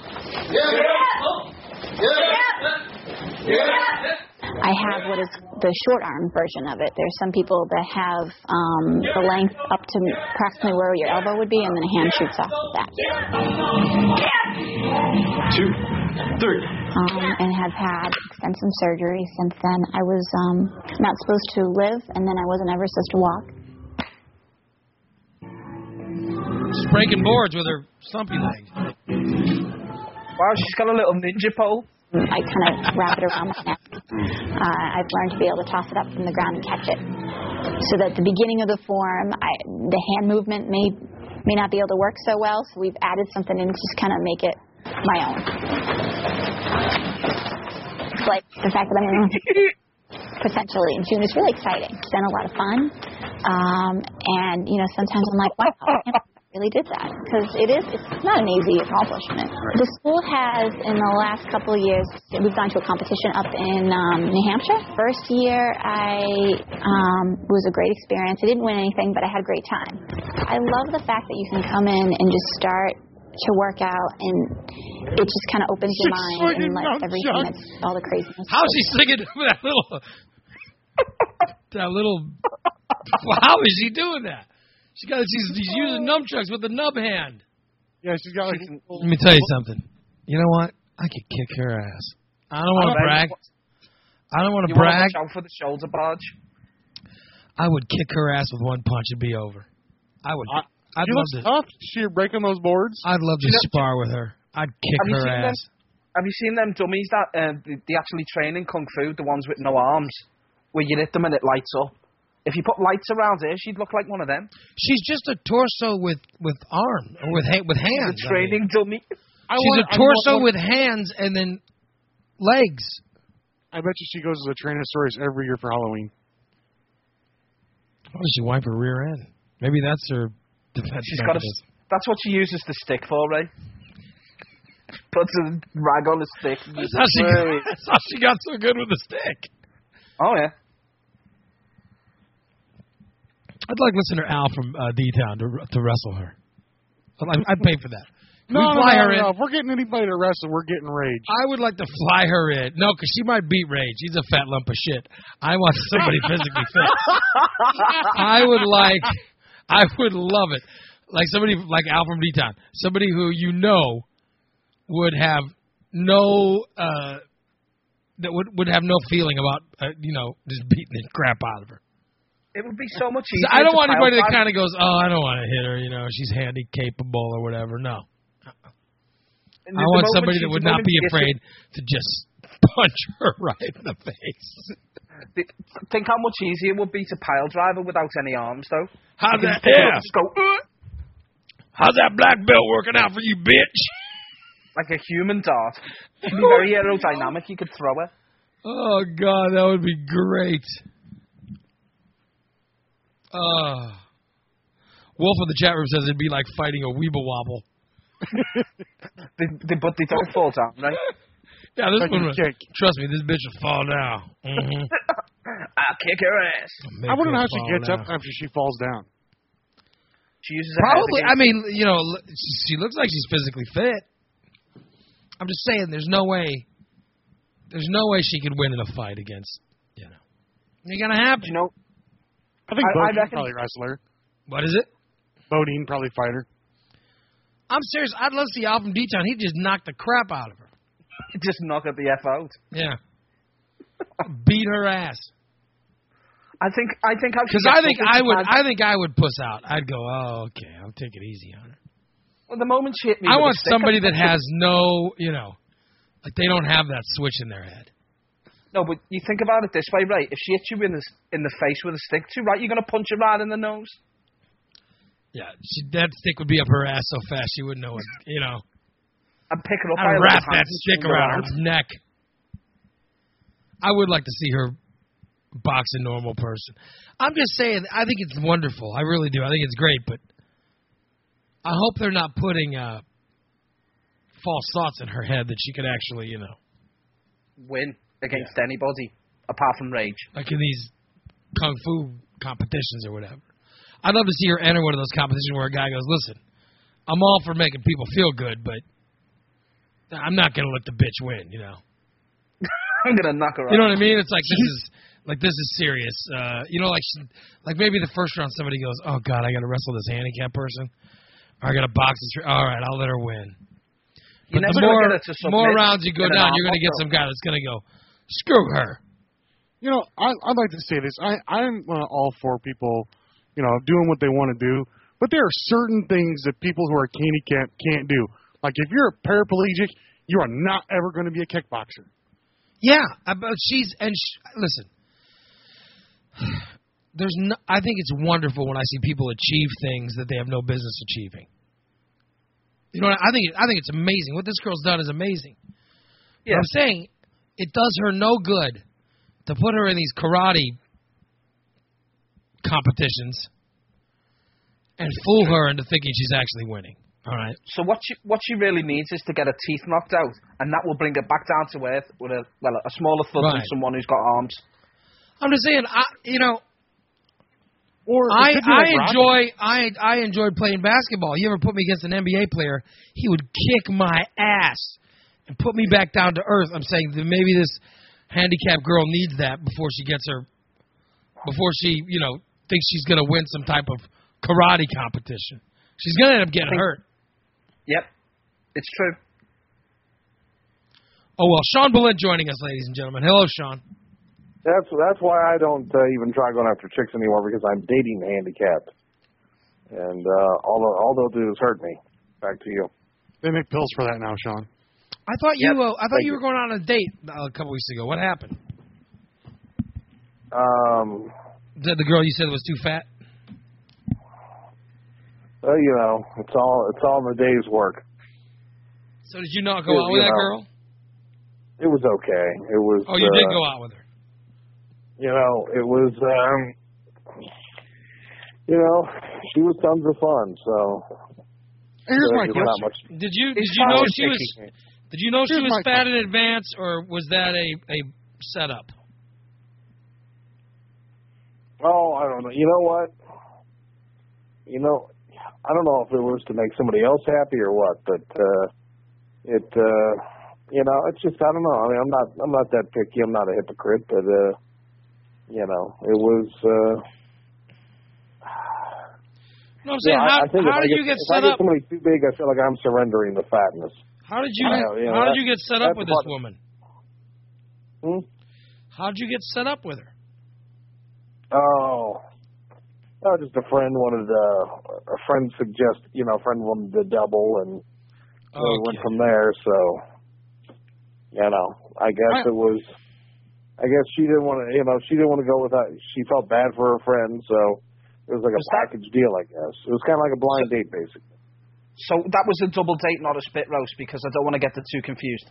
Speaker 7: I have what is the short arm version of it. There's some people that have um, the length up to approximately where your elbow would be, and then a hand shoots off of that.
Speaker 10: Two, three.
Speaker 7: Um, and have had extensive surgery since then. I was um, not supposed to live, and then I wasn't ever supposed to walk.
Speaker 1: She's breaking boards with her stumpy leg.
Speaker 4: Wow, she's got a little ninja pole.
Speaker 7: I kind of wrap it around my neck. Uh, I've learned to be able to toss it up from the ground and catch it. So that the beginning of the form, I, the hand movement may may not be able to work so well. So we've added something in to just kind of make it my own. It's Like the fact that I'm potentially in June is really exciting. It's been a lot of fun, um, and you know sometimes I'm like, wow. I can't believe I Really did that because it is it's not an easy accomplishment. The school has in the last couple of years we've gone to a competition up in um, New Hampshire. First year I um, was a great experience. I didn't win anything, but I had a great time. I love the fact that you can come in and just start to work out and it just kind of opens your
Speaker 1: She's
Speaker 7: mind and
Speaker 1: fucking
Speaker 7: lets everything
Speaker 1: nunchucks.
Speaker 7: that's all the craziness
Speaker 1: How's she singing with that little? That little. How is she doing that? She got. She's, she's using nunchucks with the nub hand.
Speaker 3: Yeah, she's got like.
Speaker 1: Let me tell you something. You know what? I could kick her ass. I don't want to brag. I don't want to
Speaker 4: You
Speaker 1: brag.
Speaker 4: want to watch out for the shoulder barge.
Speaker 1: I would kick her ass with one punch and be over. I would. I'd
Speaker 3: She
Speaker 1: love
Speaker 3: looks
Speaker 1: to. Uh,
Speaker 3: tough. She breaking those boards.
Speaker 1: I'd love to
Speaker 4: You know-
Speaker 1: spar with her. I'd kick
Speaker 4: Have you
Speaker 1: her
Speaker 4: seen them?
Speaker 1: ass.
Speaker 4: Have you seen them dummies that uh, they they actually train in kung fu, the ones with no arms, where you hit them and it lights up? If you put lights around her, she'd look like one of them.
Speaker 1: She's just a torso with with arm or with ha- with
Speaker 4: The
Speaker 1: hands. I mean.
Speaker 4: training dummy.
Speaker 3: I
Speaker 1: She's
Speaker 3: want-
Speaker 1: a
Speaker 3: I want
Speaker 1: torso
Speaker 3: one-
Speaker 1: with hands and then legs.
Speaker 3: I bet you she goes to the Tyrannosaurus every year for Halloween.
Speaker 1: Why does she wipe her rear end? Maybe that's her defense
Speaker 4: She's got a.
Speaker 1: mechanism.
Speaker 4: That's what she uses the stick for, right? Puts a rag on a stick.
Speaker 1: That's how, she got, that's how she got so good with the stick.
Speaker 4: Oh yeah.
Speaker 1: I'd like listener Al from uh, D Town to, to wrestle her. I'd, like- I'd pay for that.
Speaker 3: No,
Speaker 1: we
Speaker 3: no,
Speaker 1: fly
Speaker 3: no,
Speaker 1: her
Speaker 3: no,
Speaker 1: in.
Speaker 3: no. If we're getting anybody to wrestle, we're getting rage.
Speaker 1: I would like to fly her in. No, because she might beat Rage. She's a fat lump of shit. I want somebody physically fit. I would like, I would love it. Like somebody like Al from D Town, somebody who you know would have no uh, that would would have no feeling about uh, you know just beating the crap out of her.
Speaker 4: It would be so much
Speaker 1: So
Speaker 4: easier.
Speaker 1: I don't
Speaker 4: to
Speaker 1: want anybody that
Speaker 4: pile
Speaker 1: kind of goes, oh, I don't want to hit her. You know, she's handy, capable, or whatever. No,
Speaker 4: drive-
Speaker 1: I
Speaker 4: the
Speaker 1: want
Speaker 4: moment
Speaker 1: somebody
Speaker 4: she's
Speaker 1: that would
Speaker 4: a
Speaker 1: not
Speaker 4: woman,
Speaker 1: be
Speaker 4: yes,
Speaker 1: afraid to just punch her right in the face.
Speaker 4: th- Think how much easier it would be to pile drive her without any arms, though.
Speaker 1: How's
Speaker 4: You can
Speaker 1: that
Speaker 4: pick her up and
Speaker 1: Ah, ass?
Speaker 4: just go, "Uh," "Ugh,"
Speaker 1: How's that black belt working out for you, bitch?
Speaker 4: like a human dart. She'd be very aerodynamic. You could throw her.
Speaker 1: Oh God, that would be great. Uh, Wolf in the chat room says it'd be like fighting a weeble wobble.
Speaker 4: They, they, but they don't fall down, right?
Speaker 1: Yeah, this
Speaker 3: Like
Speaker 1: one.
Speaker 3: a
Speaker 1: would-
Speaker 3: kick.
Speaker 1: Trust me, this bitch will fall down. Mhm.
Speaker 4: I'll kick her ass.
Speaker 3: I wonder how she
Speaker 1: Make her
Speaker 3: gets
Speaker 1: fall
Speaker 3: up
Speaker 1: down.
Speaker 3: after she falls down.
Speaker 4: She uses her
Speaker 1: Probably. I
Speaker 4: Head
Speaker 1: mean, you know, l- she- she looks like she's physically fit. I'm just saying, there's no way. There's no way she could win in a fight against. You know, ain't gonna happen.
Speaker 4: against- you know,
Speaker 3: I think
Speaker 4: I- I
Speaker 3: Bodine
Speaker 4: reckon-
Speaker 3: probably wrestler.
Speaker 1: What is it?
Speaker 3: Bodine probably fighter.
Speaker 1: I'm serious. I'd love to see Al from D Town. He just knocked the crap out of her.
Speaker 4: just knock at the f out.
Speaker 1: Yeah. Beat her ass.
Speaker 4: I think I think how she
Speaker 1: Because
Speaker 4: gets
Speaker 1: I think
Speaker 4: up is
Speaker 1: I
Speaker 4: she
Speaker 1: would.
Speaker 4: has-
Speaker 1: I think I would puss out. I'd go. Oh, okay. I'll take it easy on her.
Speaker 4: well, the moment she hit me,
Speaker 1: I
Speaker 4: with a
Speaker 1: want
Speaker 4: stick,
Speaker 1: somebody
Speaker 4: I-
Speaker 1: that has no. You know, like they don't have that switch in their head.
Speaker 4: No, but you think about it this way, right? If she hits you in the s- in the face with a stick, too, right? You're gonna punch her right in the nose.
Speaker 1: Yeah, she, that stick would be up her ass so fast she wouldn't know it. You know,
Speaker 4: And pick her up. by
Speaker 1: I'd
Speaker 4: her
Speaker 1: wrap
Speaker 4: hands
Speaker 1: that
Speaker 4: and
Speaker 1: stick
Speaker 4: swing
Speaker 1: around her neck. I would like to see her box a normal person. I'm just saying, I think it's wonderful. I really do. I think it's great, but I hope they're not putting uh, false thoughts in her head that she could actually, you know,
Speaker 4: Win against anybody apart from Rage.
Speaker 1: like in these kung fu competitions or whatever. I'd love to see her enter one of those competitions where a guy goes, "Listen, I'm all for making people feel good, but I'm not gonna let the bitch win." You know,
Speaker 4: I'm gonna knock her
Speaker 1: you know
Speaker 4: out.
Speaker 1: what I mean? It's like this is like this is serious. Uh, you know, like she, like maybe the first round somebody goes, "Oh God, I gotta wrestle this handicap person. Or I gotta box this. All right, I'll let her win."
Speaker 4: You
Speaker 1: But
Speaker 4: never
Speaker 1: the
Speaker 4: gonna
Speaker 1: more,
Speaker 4: get her to submit
Speaker 1: more rounds you go
Speaker 4: in an
Speaker 1: down,
Speaker 4: arm
Speaker 1: you're going to get
Speaker 4: wrestle.
Speaker 1: some guy that's going to go, screw her.
Speaker 3: you know, I, I'd like to say this. I, I'm uh, all for people, you know, doing what they want to do, but there are certain things that people who are handicapped can't do. Like if you're a paraplegic, you are not ever going to be a kickboxer.
Speaker 1: Yeah, uh, but she's and sh listen. There's no, I think it's wonderful when I see people achieve things that they have no business achieving. You know, what I I think I think it's amazing. What this girl's done is amazing. But
Speaker 4: Yeah.
Speaker 1: I'm saying it does her no good to put her in these karate competitions and fool her into thinking she's actually winning. All right.
Speaker 4: So what she what she really needs is to get her teeth knocked out, and that will bring her back down to earth with a well a smaller thug
Speaker 1: Right.
Speaker 4: than someone who's got arms.
Speaker 1: I'm just saying, I you know,
Speaker 3: Or it
Speaker 1: I,
Speaker 3: could be
Speaker 1: I
Speaker 3: like Rocky.
Speaker 1: enjoy I I enjoy playing basketball. You ever put me against an NBA player, he would kick my ass and put me back down to earth. I'm saying that maybe this handicapped girl needs that before she gets her before she, you know, thinks she's gonna win some type of karate competition. She's gonna end up getting hurt.
Speaker 4: Yep, it's true.
Speaker 1: Oh well, Sean Boleyn joining us, ladies and gentlemen. Hello, Sean.
Speaker 11: That's that's why I don't uh, even try going after chicks anymore because I'm dating handicapped, and uh, all the, all they'll do is hurt me. Back to you.
Speaker 3: They make pills for that now, Sean.
Speaker 1: I thought you
Speaker 4: Yep.
Speaker 1: uh, I thought
Speaker 11: Thank
Speaker 1: you
Speaker 11: you.
Speaker 1: were going on a date uh, a couple weeks ago. What happened?
Speaker 11: Um,
Speaker 1: The, the girl you said was too fat.
Speaker 11: well, you know, it's all it's all in the day's work.
Speaker 1: So did you not go
Speaker 11: Yeah,
Speaker 1: out with
Speaker 11: you
Speaker 1: that
Speaker 11: know.
Speaker 1: girl?
Speaker 11: It was okay. It was.
Speaker 1: Oh, you did
Speaker 11: uh,
Speaker 1: go out with her.
Speaker 11: You know, it was. Um, you know, she was tons of fun. So
Speaker 3: Here's
Speaker 11: there's
Speaker 3: my
Speaker 11: not
Speaker 3: question.
Speaker 11: much-
Speaker 1: Did you did
Speaker 4: It's
Speaker 1: you know
Speaker 4: fine.
Speaker 1: she was did you know she
Speaker 3: Here's
Speaker 1: was
Speaker 3: my
Speaker 1: fat in advance or was that a a setup?
Speaker 11: Oh, I don't know. You know what? You know, I don't know if it was to make somebody else happy or what, but uh, it, uh, you know, it's just I don't know. I mean, I'm not, I'm not that picky. I'm not a hypocrite, but uh, you know, it was. Uh,
Speaker 1: No, I'm saying
Speaker 11: yeah,
Speaker 1: how,
Speaker 11: I- I think if
Speaker 1: how
Speaker 11: I
Speaker 1: did
Speaker 11: get,
Speaker 1: you get
Speaker 11: if I
Speaker 1: set
Speaker 11: get
Speaker 1: up?
Speaker 11: somebody too big, I feel like I'm surrendering the fatness.
Speaker 1: How did you
Speaker 11: I
Speaker 1: get,
Speaker 11: know, you know,
Speaker 1: how did
Speaker 11: that's-
Speaker 1: you get set up
Speaker 11: that's
Speaker 1: with this
Speaker 11: what-
Speaker 1: woman?
Speaker 11: Hmm?
Speaker 1: How did you get set up with her?
Speaker 11: Oh. Oh, just a friend wanted uh, a friend suggest you know a friend wanted to double and So we went
Speaker 1: Okay.
Speaker 11: from there. So, you know, I guess
Speaker 3: I-
Speaker 11: it was. I guess she didn't want to. You know, she didn't want to go without. She felt bad for her friend, so it was like a
Speaker 4: Was that-
Speaker 11: package deal. I guess it was kind of like a blind date, basically.
Speaker 4: So that was a double date, not a spit roast, because I don't want to get the two confused.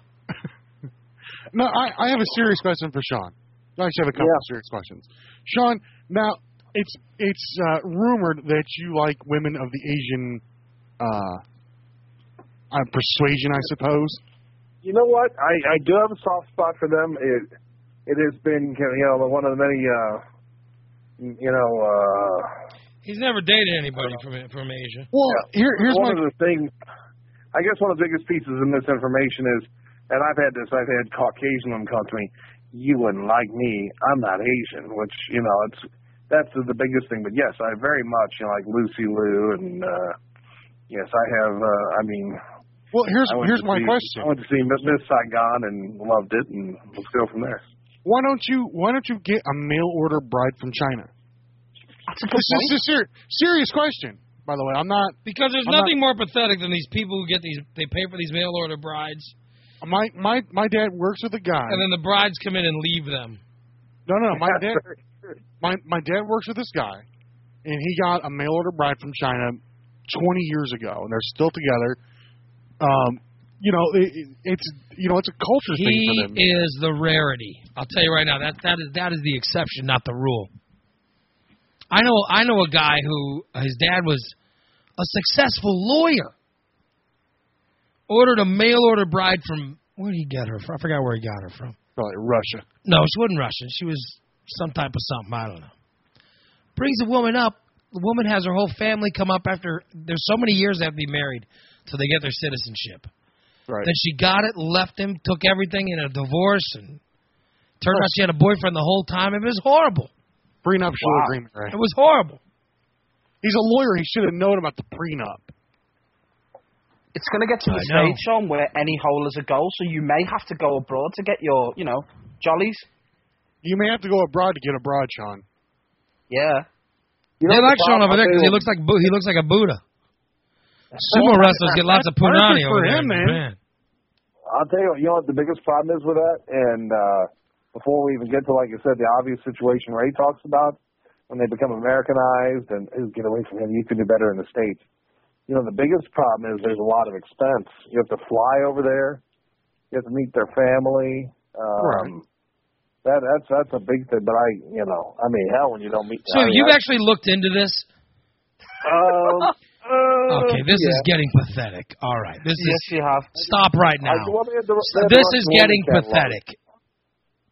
Speaker 3: No, I, I have a serious question for Sean. I actually have a couple
Speaker 11: Yeah.
Speaker 3: of serious questions. Sean, now it's it's uh, rumored that you like women of the Asian uh, uh, persuasion, I suppose.
Speaker 11: You know what? I I do have a soft spot for them. It it has been you know one of the many uh you know uh
Speaker 1: He's never dated anybody from
Speaker 11: Uh-huh.
Speaker 1: from Asia.
Speaker 3: Well, here, here's
Speaker 11: one
Speaker 3: my
Speaker 11: of the things. I guess one of the biggest pieces of misinformation is, and I've had this. I've had Caucasian women come to me. You wouldn't like me. I'm not Asian, which you know, it's that's the biggest thing. But yes, I very much you know, like Lucy Liu, and uh, yes, I have. Uh, I mean,
Speaker 3: well, here's
Speaker 11: I went
Speaker 3: here's
Speaker 11: to
Speaker 3: my
Speaker 11: see,
Speaker 3: question.
Speaker 11: I went to see Miss, Miss Saigon and loved it, and let's go from there.
Speaker 3: Why don't you why don't you get a mail order bride from China? This is a ser- serious question, by the way. I'm not.
Speaker 1: Because there's
Speaker 3: I'm not-
Speaker 1: nothing more pathetic than these people who get these they pay for these mail order brides
Speaker 3: My my my dad works with a guy.
Speaker 1: and then the brides come in and leave them.
Speaker 3: No, no, no, my dad my my dad works with this guy, and he got a mail order bride from China 20 years ago, and they're still together. Um, you know, it, it- it's you know, it's a culture thing for
Speaker 1: He
Speaker 3: them.
Speaker 1: is the rarity. I'll tell you right now that that is that is the exception, not the rule. I know I know a guy who his dad was a successful lawyer. Ordered a mail order bride from where did he get her from? I forgot where he got her from.
Speaker 3: Probably Russia.
Speaker 1: No, she wasn't Russian. She was some type of something. I don't know. Brings the woman up. The woman has her whole family come up after. There's so many years they have to be married till they get their citizenship.
Speaker 3: Right.
Speaker 1: Then she got it, left him, took everything in a divorce, and turned out she had a boyfriend the whole time. It was horrible.
Speaker 3: Prenuptial
Speaker 1: Wow.
Speaker 3: agreement, right?
Speaker 1: It was horrible.
Speaker 3: He's a lawyer. He should have known about the prenup.
Speaker 4: It's going to get to
Speaker 1: I
Speaker 4: the
Speaker 1: know.
Speaker 4: stage, Sean, where any hole is a goal, so you may have to go abroad to get your, you know, jollies.
Speaker 3: You may have to go abroad to get abroad, Sean.
Speaker 4: Yeah.
Speaker 11: You
Speaker 1: they
Speaker 11: know
Speaker 1: like
Speaker 11: the
Speaker 1: Sean over
Speaker 11: problem
Speaker 1: there
Speaker 11: I
Speaker 1: because
Speaker 11: feel-
Speaker 1: he looks like Bu- he looks like a Buddha. Sumo wrestlers get lots of
Speaker 3: That's
Speaker 1: punani
Speaker 3: perfect
Speaker 1: over
Speaker 3: for
Speaker 1: there.
Speaker 3: him,
Speaker 1: in
Speaker 3: man.
Speaker 1: Japan.
Speaker 11: I'll tell you, what, you know what the biggest problem is with that, and uh, before we even get to, like I said, the obvious situation Ray talks about, when they become Americanized and "Ooh, get away from him, you can do better in the states. You know, the biggest problem is there's a lot of expense. You have to fly over there, you have to meet their family. Um,
Speaker 3: Right.
Speaker 11: That that's that's a big thing. But I, you know, I mean, hell, when you don't meet.
Speaker 1: So
Speaker 11: I mean,
Speaker 1: you've
Speaker 11: I-
Speaker 1: actually looked into this.
Speaker 11: Um, uh,
Speaker 1: Okay, this is
Speaker 11: yeah.
Speaker 1: getting pathetic. All right, this is
Speaker 4: Yes, you have.
Speaker 1: stop right
Speaker 11: I-
Speaker 1: now.
Speaker 11: well, they had the- they had the
Speaker 1: This is
Speaker 11: Russian
Speaker 1: getting
Speaker 11: woman
Speaker 1: pathetic.
Speaker 11: catalog.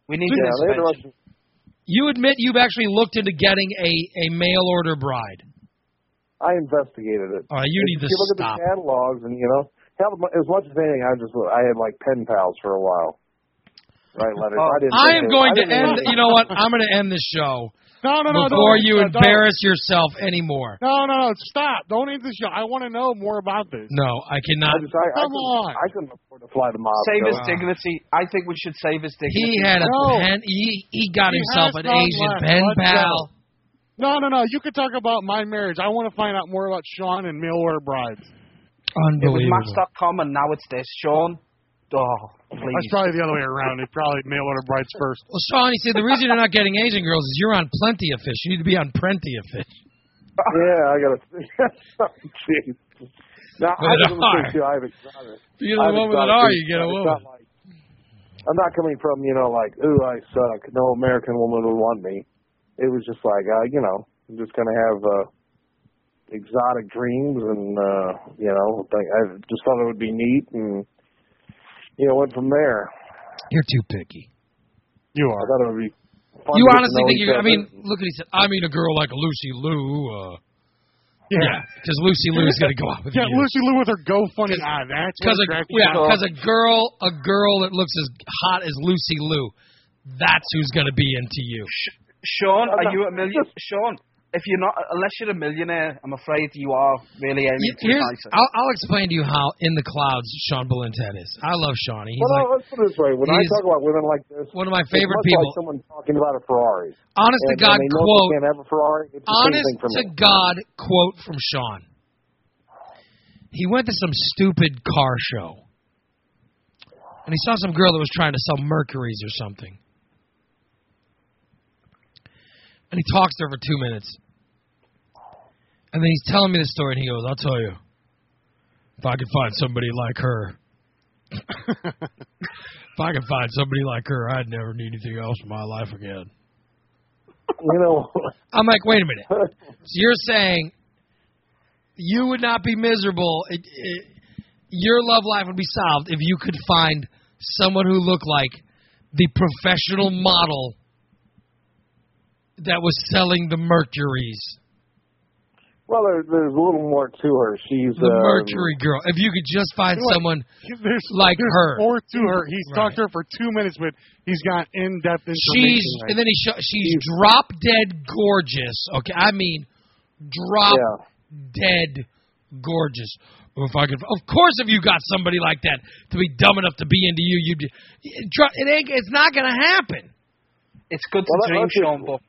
Speaker 4: We need an
Speaker 11: Yeah, they had the
Speaker 4: intervention.
Speaker 11: Russian-
Speaker 1: You admit you've actually looked into getting a, a mail order bride.
Speaker 11: I investigated it.
Speaker 1: All right, you
Speaker 11: If
Speaker 1: need to
Speaker 11: you look
Speaker 1: stop.
Speaker 11: at the catalogs, and you know, hell, as much as anything, I just I had like pen pals for a while. Right, letters.
Speaker 4: Oh,
Speaker 11: I, didn't
Speaker 1: I
Speaker 11: think
Speaker 1: am
Speaker 11: it-
Speaker 1: going to
Speaker 11: I didn't
Speaker 1: end.
Speaker 11: really-
Speaker 1: You know what? I'm going to end the show
Speaker 3: No, no, no.
Speaker 1: before
Speaker 3: don't,
Speaker 1: you
Speaker 3: no,
Speaker 1: embarrass yourself anymore.
Speaker 3: Don't, no, no, no. Stop. Don't end the show. I want to know more about this.
Speaker 1: No, I
Speaker 11: I,
Speaker 1: cannot.
Speaker 11: just, I, I,
Speaker 3: Come on.
Speaker 11: couldn't, I couldn't afford to fly to Moscow.
Speaker 4: Save his
Speaker 1: Wow.
Speaker 4: dignity. I think we should save his dignity.
Speaker 1: He had a
Speaker 3: No.
Speaker 1: pen. He he got
Speaker 3: He
Speaker 1: himself
Speaker 3: has
Speaker 1: an
Speaker 3: not
Speaker 1: Asian
Speaker 3: left.
Speaker 1: pen
Speaker 3: Let's
Speaker 1: pal.
Speaker 3: No, no, no. You could talk about my marriage. I want to find out more about Sean and mail order brides.
Speaker 4: it was
Speaker 1: Unbelievable.
Speaker 4: Match.com and now it's this. Sean. Oh,
Speaker 3: That's
Speaker 4: please.
Speaker 3: probably the other way around. It probably mail order brides first.
Speaker 1: Well, Sean, he said the reason you're not getting Asian girls is you're on plenty of fish. You need to be on plenty of fish.
Speaker 11: Yeah, I got to. now, I
Speaker 1: With
Speaker 11: was
Speaker 1: an
Speaker 11: going to
Speaker 1: R.
Speaker 11: say, too, I have exotic.
Speaker 1: If you get a
Speaker 11: I have
Speaker 1: woman with an R,
Speaker 11: exotic taste.
Speaker 1: you get a
Speaker 11: It's
Speaker 1: woman.
Speaker 11: not like- I'm not coming from, you know, like, ooh, I suck. No American woman would want me. It was just like, uh, you know, I'm just going to have uh, exotic dreams and, uh, you know, like, I just thought it would be neat and, you know, went from there.
Speaker 1: You're too picky.
Speaker 3: You
Speaker 11: I
Speaker 3: are.
Speaker 11: thought it would be
Speaker 1: You
Speaker 11: fun. to get to
Speaker 1: honestly
Speaker 11: know
Speaker 1: think
Speaker 11: each
Speaker 1: you? I
Speaker 11: other.
Speaker 1: mean, look at he said. I mean, a girl like Lucy Lou. Uh, yeah, because Lucy Lou is gonna go out with
Speaker 3: Yeah,
Speaker 1: you.
Speaker 3: Lucy Lou with her GoFundMe. Ah, that's
Speaker 1: Because
Speaker 3: what
Speaker 1: a,
Speaker 3: attracted
Speaker 1: yeah,
Speaker 3: you.
Speaker 1: 'cause a girl, a girl that looks as hot as Lucy Lou, that's who's gonna be into you.
Speaker 4: Sean, are you a million? Sean, if you're not, unless you're a millionaire, I'm afraid you are really aiming too
Speaker 1: Here's,
Speaker 4: high. sir.
Speaker 1: I'll, I'll explain to you how in the clouds Sean Belintet is. I love Sean. He's
Speaker 11: well,
Speaker 1: like
Speaker 11: no, let's put it this way. When I
Speaker 1: he's
Speaker 11: talk about women like this,
Speaker 1: one of my
Speaker 11: it's
Speaker 1: favorite
Speaker 11: much
Speaker 1: people.
Speaker 11: like someone talking about a Ferrari.
Speaker 1: Honest to
Speaker 11: and,
Speaker 1: God,
Speaker 11: and they know
Speaker 1: quote.
Speaker 11: they can't have a Ferrari. It's the same
Speaker 1: honest
Speaker 11: thing for
Speaker 1: to
Speaker 11: me.
Speaker 1: God quote from Sean. He went to some stupid car show. And he saw some girl that was trying to sell Mercuries or something. And he talks to her for two minutes. And then he's telling me the story, and he goes, I'll tell you. If I could find somebody like her. if I could find somebody like her, I'd never need anything else in my life again.
Speaker 11: You know,
Speaker 1: I'm like, wait a minute. So you're saying you would not be miserable. It, it, your love life would be solved if you could find someone who looked like the professional model that was selling the Mercuries,
Speaker 11: well, there, there's a little more to her. She's
Speaker 1: the
Speaker 11: um,
Speaker 1: Mercury girl. If you could just find
Speaker 3: Like-
Speaker 1: someone,
Speaker 3: There's,
Speaker 1: Like
Speaker 3: there's
Speaker 1: her.
Speaker 3: More to her. He's
Speaker 1: Right.
Speaker 3: talked to her for two minutes, but he's got in-depth information.
Speaker 1: she's and then he sho she's drop dead gorgeous. Okay, I mean drop
Speaker 11: Yeah.
Speaker 1: dead gorgeous. Or If I could, of course, if you got somebody like that to be dumb enough to be into you, you'd it tr- it ain't it's not gonna happen.
Speaker 4: it's good to
Speaker 11: Well,
Speaker 4: dream,
Speaker 11: let- let's just-
Speaker 4: Sean, but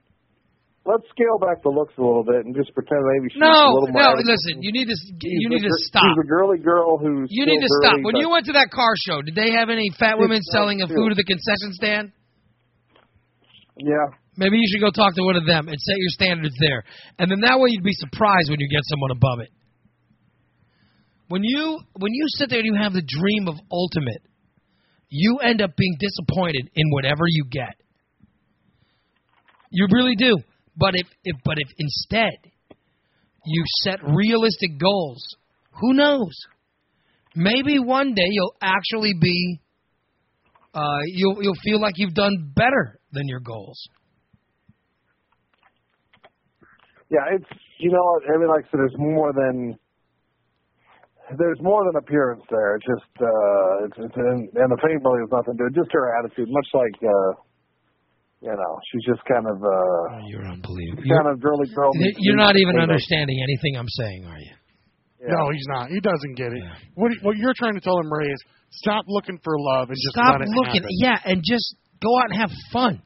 Speaker 11: Let's scale back the looks a little bit and just pretend maybe she's a
Speaker 1: No,
Speaker 11: little
Speaker 1: no.
Speaker 11: more. arrogant.
Speaker 1: Listen, you need to s-
Speaker 11: She's
Speaker 1: you
Speaker 11: a
Speaker 1: need to
Speaker 11: gir-
Speaker 1: stop.
Speaker 11: She's a girly girl who's.
Speaker 1: You need to stop.
Speaker 11: still girly,
Speaker 1: When
Speaker 11: but
Speaker 1: you went to that car show, did they have any fat women selling a food at the concession stand?
Speaker 11: Yeah.
Speaker 1: Maybe you should go talk to one of them and set your standards there. And then that way you'd be surprised when you get someone above it. When you when you sit there and you have the dream of ultimate, you end up being disappointed in whatever you get. You really do. But if, if but if instead you set realistic goals, who knows? Maybe one day you'll actually be uh, you'll you'll feel like you've done better than your goals.
Speaker 11: Yeah, it's you know, I mean, like I said, there's more than there's more than appearance there. It's just uh, it's, it's and, and the fame really has nothing to do. with it. Just her attitude, much like uh, you know, she's just kind of uh,
Speaker 1: Ah, you're unbelievable.
Speaker 11: kind of girly girl. meets
Speaker 1: You're not even
Speaker 11: Playboy.
Speaker 1: understanding anything I'm saying, are you?
Speaker 11: Yeah.
Speaker 3: No, he's not. He doesn't get it. What what you're trying to tell him, Ray, is stop looking for love and just
Speaker 1: Stop
Speaker 3: let it
Speaker 1: looking.
Speaker 3: happen.
Speaker 1: Yeah, and just go out and have fun.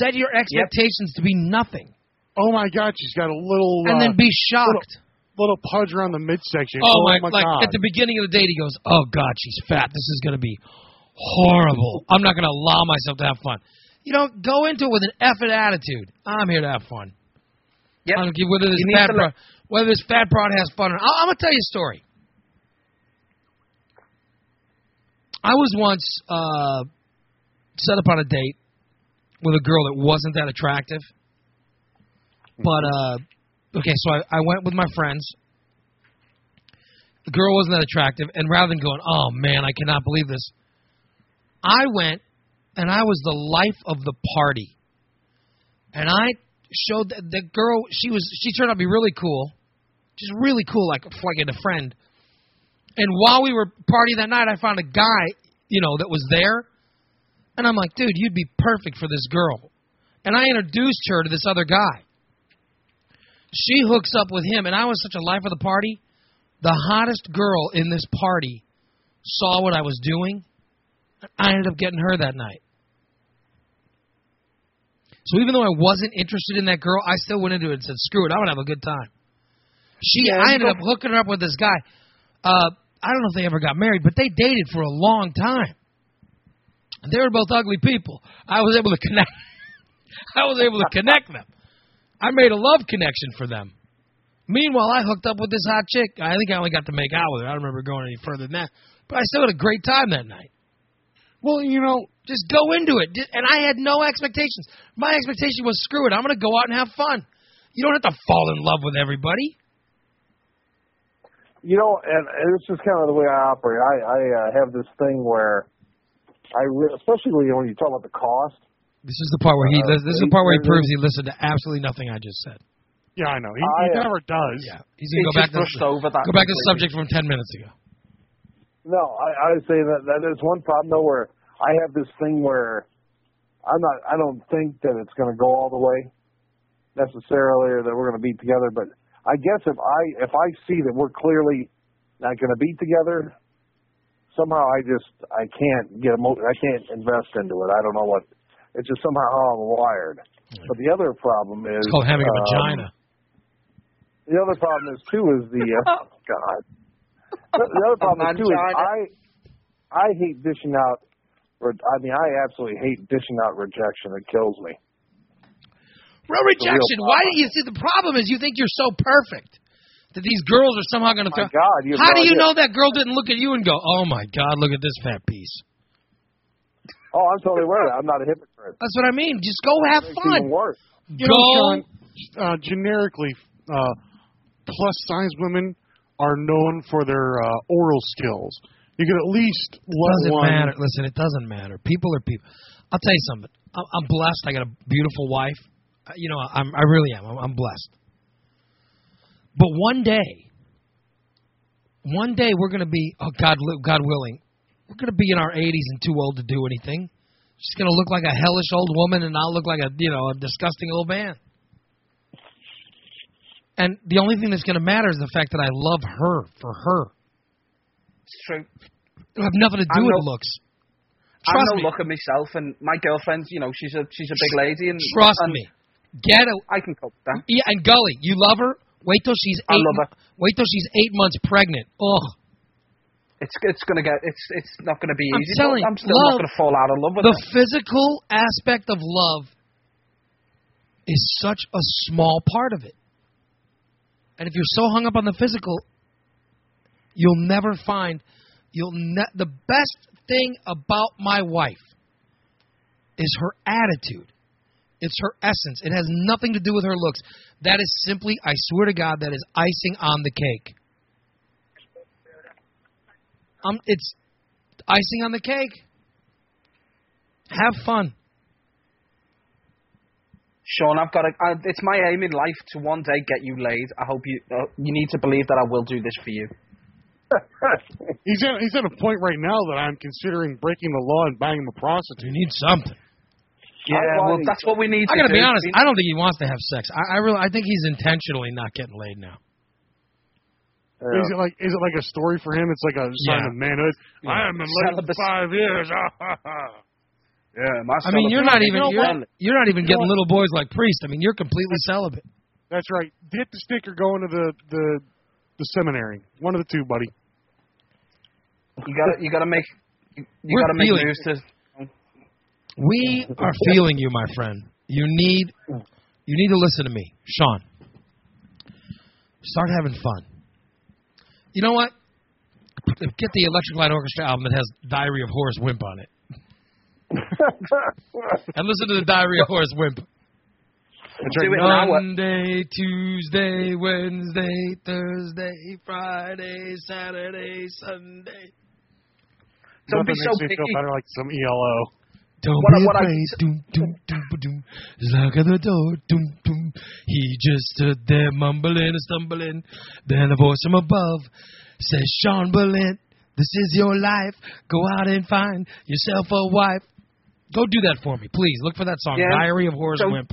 Speaker 1: Set your expectations to be nothing,
Speaker 3: Oh my God, she's got a little
Speaker 1: and
Speaker 3: uh,
Speaker 1: then be shocked.
Speaker 3: little pudge around the midsection.
Speaker 1: Oh, my! like
Speaker 3: God.
Speaker 1: at the beginning of the date, he goes, "Oh God, she's fat. This is gonna be horrible. I'm not gonna allow myself to have fun." You don't go into it with an effing attitude. I'm here to have fun.
Speaker 4: Yep.
Speaker 1: I don't care whether this
Speaker 4: You need
Speaker 1: fat
Speaker 4: to
Speaker 1: broad,
Speaker 4: let-
Speaker 1: whether this fat broad has fun or not. I- I'm gonna tell you a story. I was once uh, set up on a date with a girl that wasn't that attractive, but uh, okay, so I, I went with my friends. The girl wasn't that attractive, and rather than going, "Oh man, I cannot believe this," I went and I was the life of the party and I showed the, the girl. She was she turned out to be really cool, just really cool, like like a friend. And while we were partying that night, I found a guy, you know, that was there, and I'm like, dude, you'd be perfect for this girl. And I introduced her to this other guy. She hooks up with him, and I was such a life of the party. The hottest girl in this party saw what I was doing. I ended up getting her that night. So even though I wasn't interested in that girl, I still went into it and said, "Screw it, I would have a good time." She, I ended up hooking her up with this guy. Uh, I don't know if they ever got married, but they dated for a long time. They were both ugly people. I was able to connect. I was able to connect them. I made a love connection for them. Meanwhile, I hooked up with this hot chick. I think I only got to make out with her. I don't remember going any further than that. But I still had a great time that night.
Speaker 3: well, you know,
Speaker 1: Just go into it. Ju- And I had no expectations. My expectation was screw it. I'm going to go out and have fun. You don't have to fall in love with everybody.
Speaker 11: you know, and, and it's just kind of the way I operate. I, I uh, have this thing where I, re- especially when you talk about the cost.
Speaker 1: This is the part where he.
Speaker 11: Uh,
Speaker 1: This is the part where he
Speaker 11: he-
Speaker 1: proves he listened to absolutely nothing I just said.
Speaker 3: yeah, I know. He, he
Speaker 11: I, uh,
Speaker 3: never does.
Speaker 1: Yeah, he's gonna
Speaker 4: He
Speaker 1: go back to
Speaker 4: just brushed over that
Speaker 1: go back to the
Speaker 4: completely.
Speaker 1: subject from ten minutes ago.
Speaker 11: No, I, I would say that, that there's one problem though where I have this thing where I'm not. I don't think that it's going to go all the way necessarily, or that we're going to be together. But I guess if I if I see that we're clearly not going to be together, somehow I just I can't get emo- I can't invest into it. I don't know what. It's just somehow how I'm wired. But the other problem is
Speaker 1: It's called having a
Speaker 11: um,
Speaker 1: vagina.
Speaker 11: the other problem is too is the
Speaker 1: Oh,
Speaker 11: uh, God. The, the other problem is too is I I hate dishing out. Or, I mean, I absolutely hate dishing out rejection. It kills me.
Speaker 1: Real rejection. Why do you see the problem is you think you're so perfect that these girls are somehow gonna. Throw,
Speaker 11: My God, you have
Speaker 1: how
Speaker 11: no
Speaker 1: do you
Speaker 11: idea.
Speaker 1: know that girl didn't look at you and go, "Oh my God, look at this fat piece"?
Speaker 11: Oh, I'm totally aware. of that. I'm not a hypocrite.
Speaker 1: That's what I mean. Just go have
Speaker 11: It's even
Speaker 1: fun.
Speaker 11: worse.
Speaker 1: go.
Speaker 3: You know, Sean, uh, generically, uh, plus size women are known for their uh, oral skills. You could at least let
Speaker 1: doesn't
Speaker 3: one.
Speaker 1: matter. Listen, it doesn't matter. People are people. I'll tell you something. I'm, I'm blessed. I got a beautiful wife. Uh, You know, I'm, I really am. I'm, I'm blessed. But one day, one day we're going to be, oh God, li- God willing, we're going to be in our 80s and too old to do anything. She's going to look like a hellish old woman and I'll look like a, you know, a disgusting old man. And the only thing that's going to matter is the fact that I love her for her.
Speaker 4: It's true.
Speaker 1: It'll have nothing to do
Speaker 4: I'm
Speaker 1: with
Speaker 4: no-
Speaker 1: looks.
Speaker 4: I'm
Speaker 1: Trust
Speaker 4: no
Speaker 1: me.
Speaker 4: look at myself, and my girlfriend, you know, she's a she's a big lady, and
Speaker 1: Trust
Speaker 4: and
Speaker 1: me. Get a
Speaker 4: I can cope with that.
Speaker 1: yeah, and Gully, you love her. Wait till she's
Speaker 4: I
Speaker 1: eight.
Speaker 4: love her.
Speaker 1: Wait till she's eight months pregnant. Oh,
Speaker 4: It's it's gonna get it's it's not gonna be
Speaker 1: I'm
Speaker 4: easy.
Speaker 1: telling you,
Speaker 4: but I'm still
Speaker 1: love-
Speaker 4: not gonna fall out of love with
Speaker 1: the
Speaker 4: her.
Speaker 1: physical aspect of love is such a small part of it. And if you're so hung up on the physical, You'll never find. You'll ne- the best thing about my wife is her attitude. It's her essence. It has nothing to do with her looks. That is simply, I swear to God, that is icing on the cake. Um, it's icing on the cake. Have fun.
Speaker 4: Sean, I've got to, I, it's my aim in life to one day get you laid. I hope you uh, you need to believe that I will do this for you.
Speaker 3: he's at he's at a point right now that I'm considering breaking the law and buying him a prostitute. You
Speaker 1: need something.
Speaker 4: Yeah, well, that's what we need.
Speaker 1: I
Speaker 4: to
Speaker 1: gotta be
Speaker 4: do.
Speaker 1: honest.
Speaker 4: We-
Speaker 1: I don't think he wants to have sex. I, I really, I think he's intentionally not getting laid now.
Speaker 3: Is it like is it like a story for him? It's like a sign
Speaker 1: Yeah.
Speaker 3: of manhood. I haven't been laid for five years. yeah, my
Speaker 1: I mean, you're not even
Speaker 3: You know
Speaker 1: you're,
Speaker 3: what?
Speaker 1: you're not even getting
Speaker 3: You know what?
Speaker 1: little boys like Priest. I mean, you're completely celibate.
Speaker 3: That's right. Hit the sticker going to the the the seminary. One of the two, buddy.
Speaker 4: You gotta you gotta make you, you
Speaker 1: We're
Speaker 4: gotta make
Speaker 1: feeling-
Speaker 4: moves to.
Speaker 1: We are feeling you, my friend. You need you need to listen to me, Sean. Start having fun. You know what? Get the Electric Light Orchestra album that has Diary of Horace Wimp on it, and listen to the Diary of Horace Wimp.
Speaker 4: Do it now.
Speaker 1: Monday, Tuesday, Wednesday, Thursday, Friday, Saturday, Sunday.
Speaker 4: Don't be
Speaker 3: Nothing
Speaker 4: so
Speaker 3: makes me
Speaker 4: picky.
Speaker 3: feel better like some E ELO.
Speaker 1: Don't
Speaker 4: What I-
Speaker 1: be
Speaker 4: what I-
Speaker 1: afraid. doom, doom, doom, ba, doom. Knock at the door. Doom, doom. He just stood there mumbling and stumbling. Then a voice from above says, Sean Berlin, this is your life. Go out and find yourself a wife. Go do that for me, please. Look for that song,
Speaker 4: Yeah.
Speaker 1: Diary of Horace
Speaker 4: Don't-
Speaker 1: Wimp.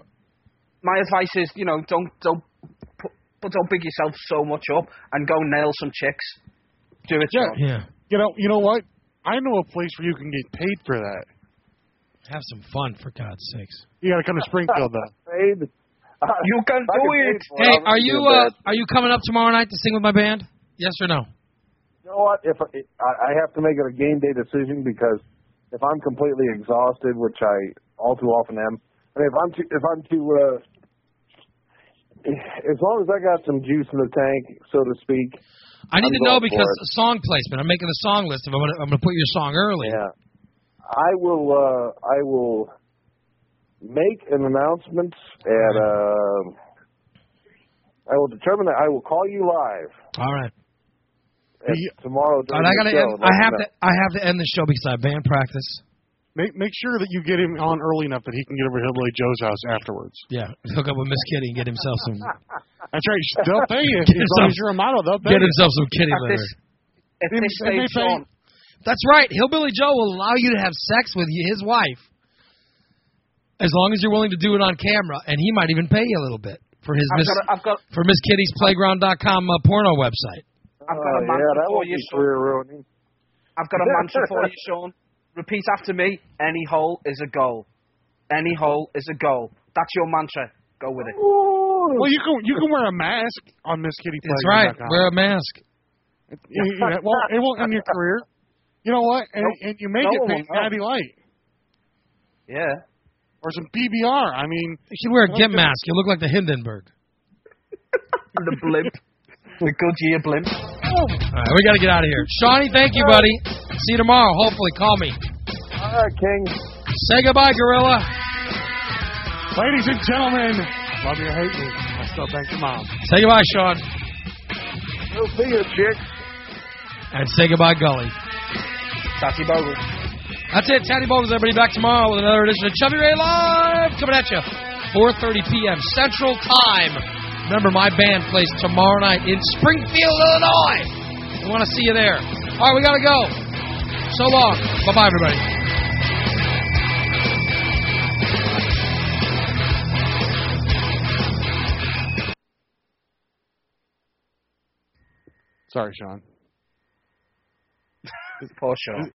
Speaker 4: My advice is, you know, don't don't pu- but don't big yourself so much up and go nail some chicks. Do it.
Speaker 3: Yeah.
Speaker 4: Sean.
Speaker 1: Yeah.
Speaker 3: You know, you know what? I know a place where you can get paid for that.
Speaker 1: Have some fun, for God's sakes.
Speaker 3: You got to come to Springfield though.
Speaker 11: Paid.
Speaker 4: You can
Speaker 11: I
Speaker 4: do
Speaker 11: get paid
Speaker 4: it.
Speaker 11: for
Speaker 1: Hey,
Speaker 11: I'm
Speaker 1: are
Speaker 11: gonna
Speaker 1: you
Speaker 11: do that.
Speaker 1: uh, are you coming up tomorrow night to sing with my band? Yes or no?
Speaker 11: You know what? If I, I I have to make it a game day decision because if I'm completely exhausted, which I all too often am, and if I'm too, if I'm too, uh, as long as I got some juice in the tank, so to speak,
Speaker 1: I need
Speaker 11: I'm
Speaker 1: to know
Speaker 11: going for
Speaker 1: because
Speaker 11: it.
Speaker 1: song placement. I'm making a song list. If I'm gonna, I'm gonna put your song early.
Speaker 11: yeah, I will. Uh, I will make an announcement and um I will determine that I will call you live
Speaker 1: All right.
Speaker 11: at
Speaker 3: Yeah.
Speaker 1: All
Speaker 11: tomorrow. during
Speaker 1: right, I gotta.
Speaker 11: the show
Speaker 1: End, I
Speaker 11: and let
Speaker 1: have
Speaker 11: you
Speaker 1: to. I have to end the show because I have band practice.
Speaker 3: Make make sure that you get him on early enough that he can get over to Hillbilly Joe's house afterwards.
Speaker 1: Yeah, hook up with Miss Kitty and get himself some.
Speaker 3: That's right. They'll pay you
Speaker 1: Get
Speaker 3: as
Speaker 1: yourself-
Speaker 3: long as you're a model. They'll pay
Speaker 1: Get
Speaker 3: you.
Speaker 1: himself some kitty
Speaker 4: At
Speaker 1: litter.
Speaker 4: this, at
Speaker 3: If-
Speaker 4: this
Speaker 3: if they
Speaker 4: stage,
Speaker 3: pay-
Speaker 4: Sean,
Speaker 1: That's right. Hillbilly Joe will allow you to have sex with y- his wife, as long as you're willing to do it on camera, and he might even pay you a little bit for his
Speaker 4: I've
Speaker 1: Miss
Speaker 4: got, a, I've got,
Speaker 1: for Miss Kitty's Playground.com uh, porno website.
Speaker 4: I've got a
Speaker 11: know. Oh,
Speaker 4: man
Speaker 11: yeah, that
Speaker 4: before
Speaker 11: won't
Speaker 4: you,
Speaker 11: be
Speaker 4: so-
Speaker 11: career ruining.
Speaker 4: I've got a mantra for you, Sean. Repeat after me. Any hole is a goal. Any hole is a goal. That's your mantra. Go with it.
Speaker 3: Well, you can you can wear a mask on Miss Kitty.
Speaker 1: That's right. Wear a mask.
Speaker 3: You- you- it won't, it won't end your career. You know what? And, and you make
Speaker 11: no
Speaker 3: it
Speaker 11: one
Speaker 3: paint
Speaker 11: will know.
Speaker 3: Natty Light
Speaker 4: Yeah.
Speaker 3: or some PBR. I mean,
Speaker 1: You should wear a
Speaker 3: Well,
Speaker 1: gimp
Speaker 3: good.
Speaker 1: mask. You look like the Hindenburg.
Speaker 4: The blimp. the Goodyear blimp.
Speaker 1: All right, we got to get out of here. Shawnee, thank you, buddy. See you tomorrow. Hopefully, call me.
Speaker 11: All right, King.
Speaker 1: Say goodbye, Gorilla.
Speaker 3: ladies and gentlemen, love me or hate me, I still thank your mom.
Speaker 1: Say goodbye, Sean.
Speaker 11: We'll see you, chick.
Speaker 1: And say goodbye, Gully.
Speaker 4: Tatty Bogle.
Speaker 1: That's it. Taddy Bogles, everybody. Back tomorrow with another edition of Chubby Ray Live. Coming at you. 4.30 p.m. Central Time. Remember, my band plays tomorrow night in Springfield, Illinois. We want to see you there. All right, we got to go. So long. Bye-bye, everybody.
Speaker 3: Sorry, Sean.
Speaker 4: Poor Sean.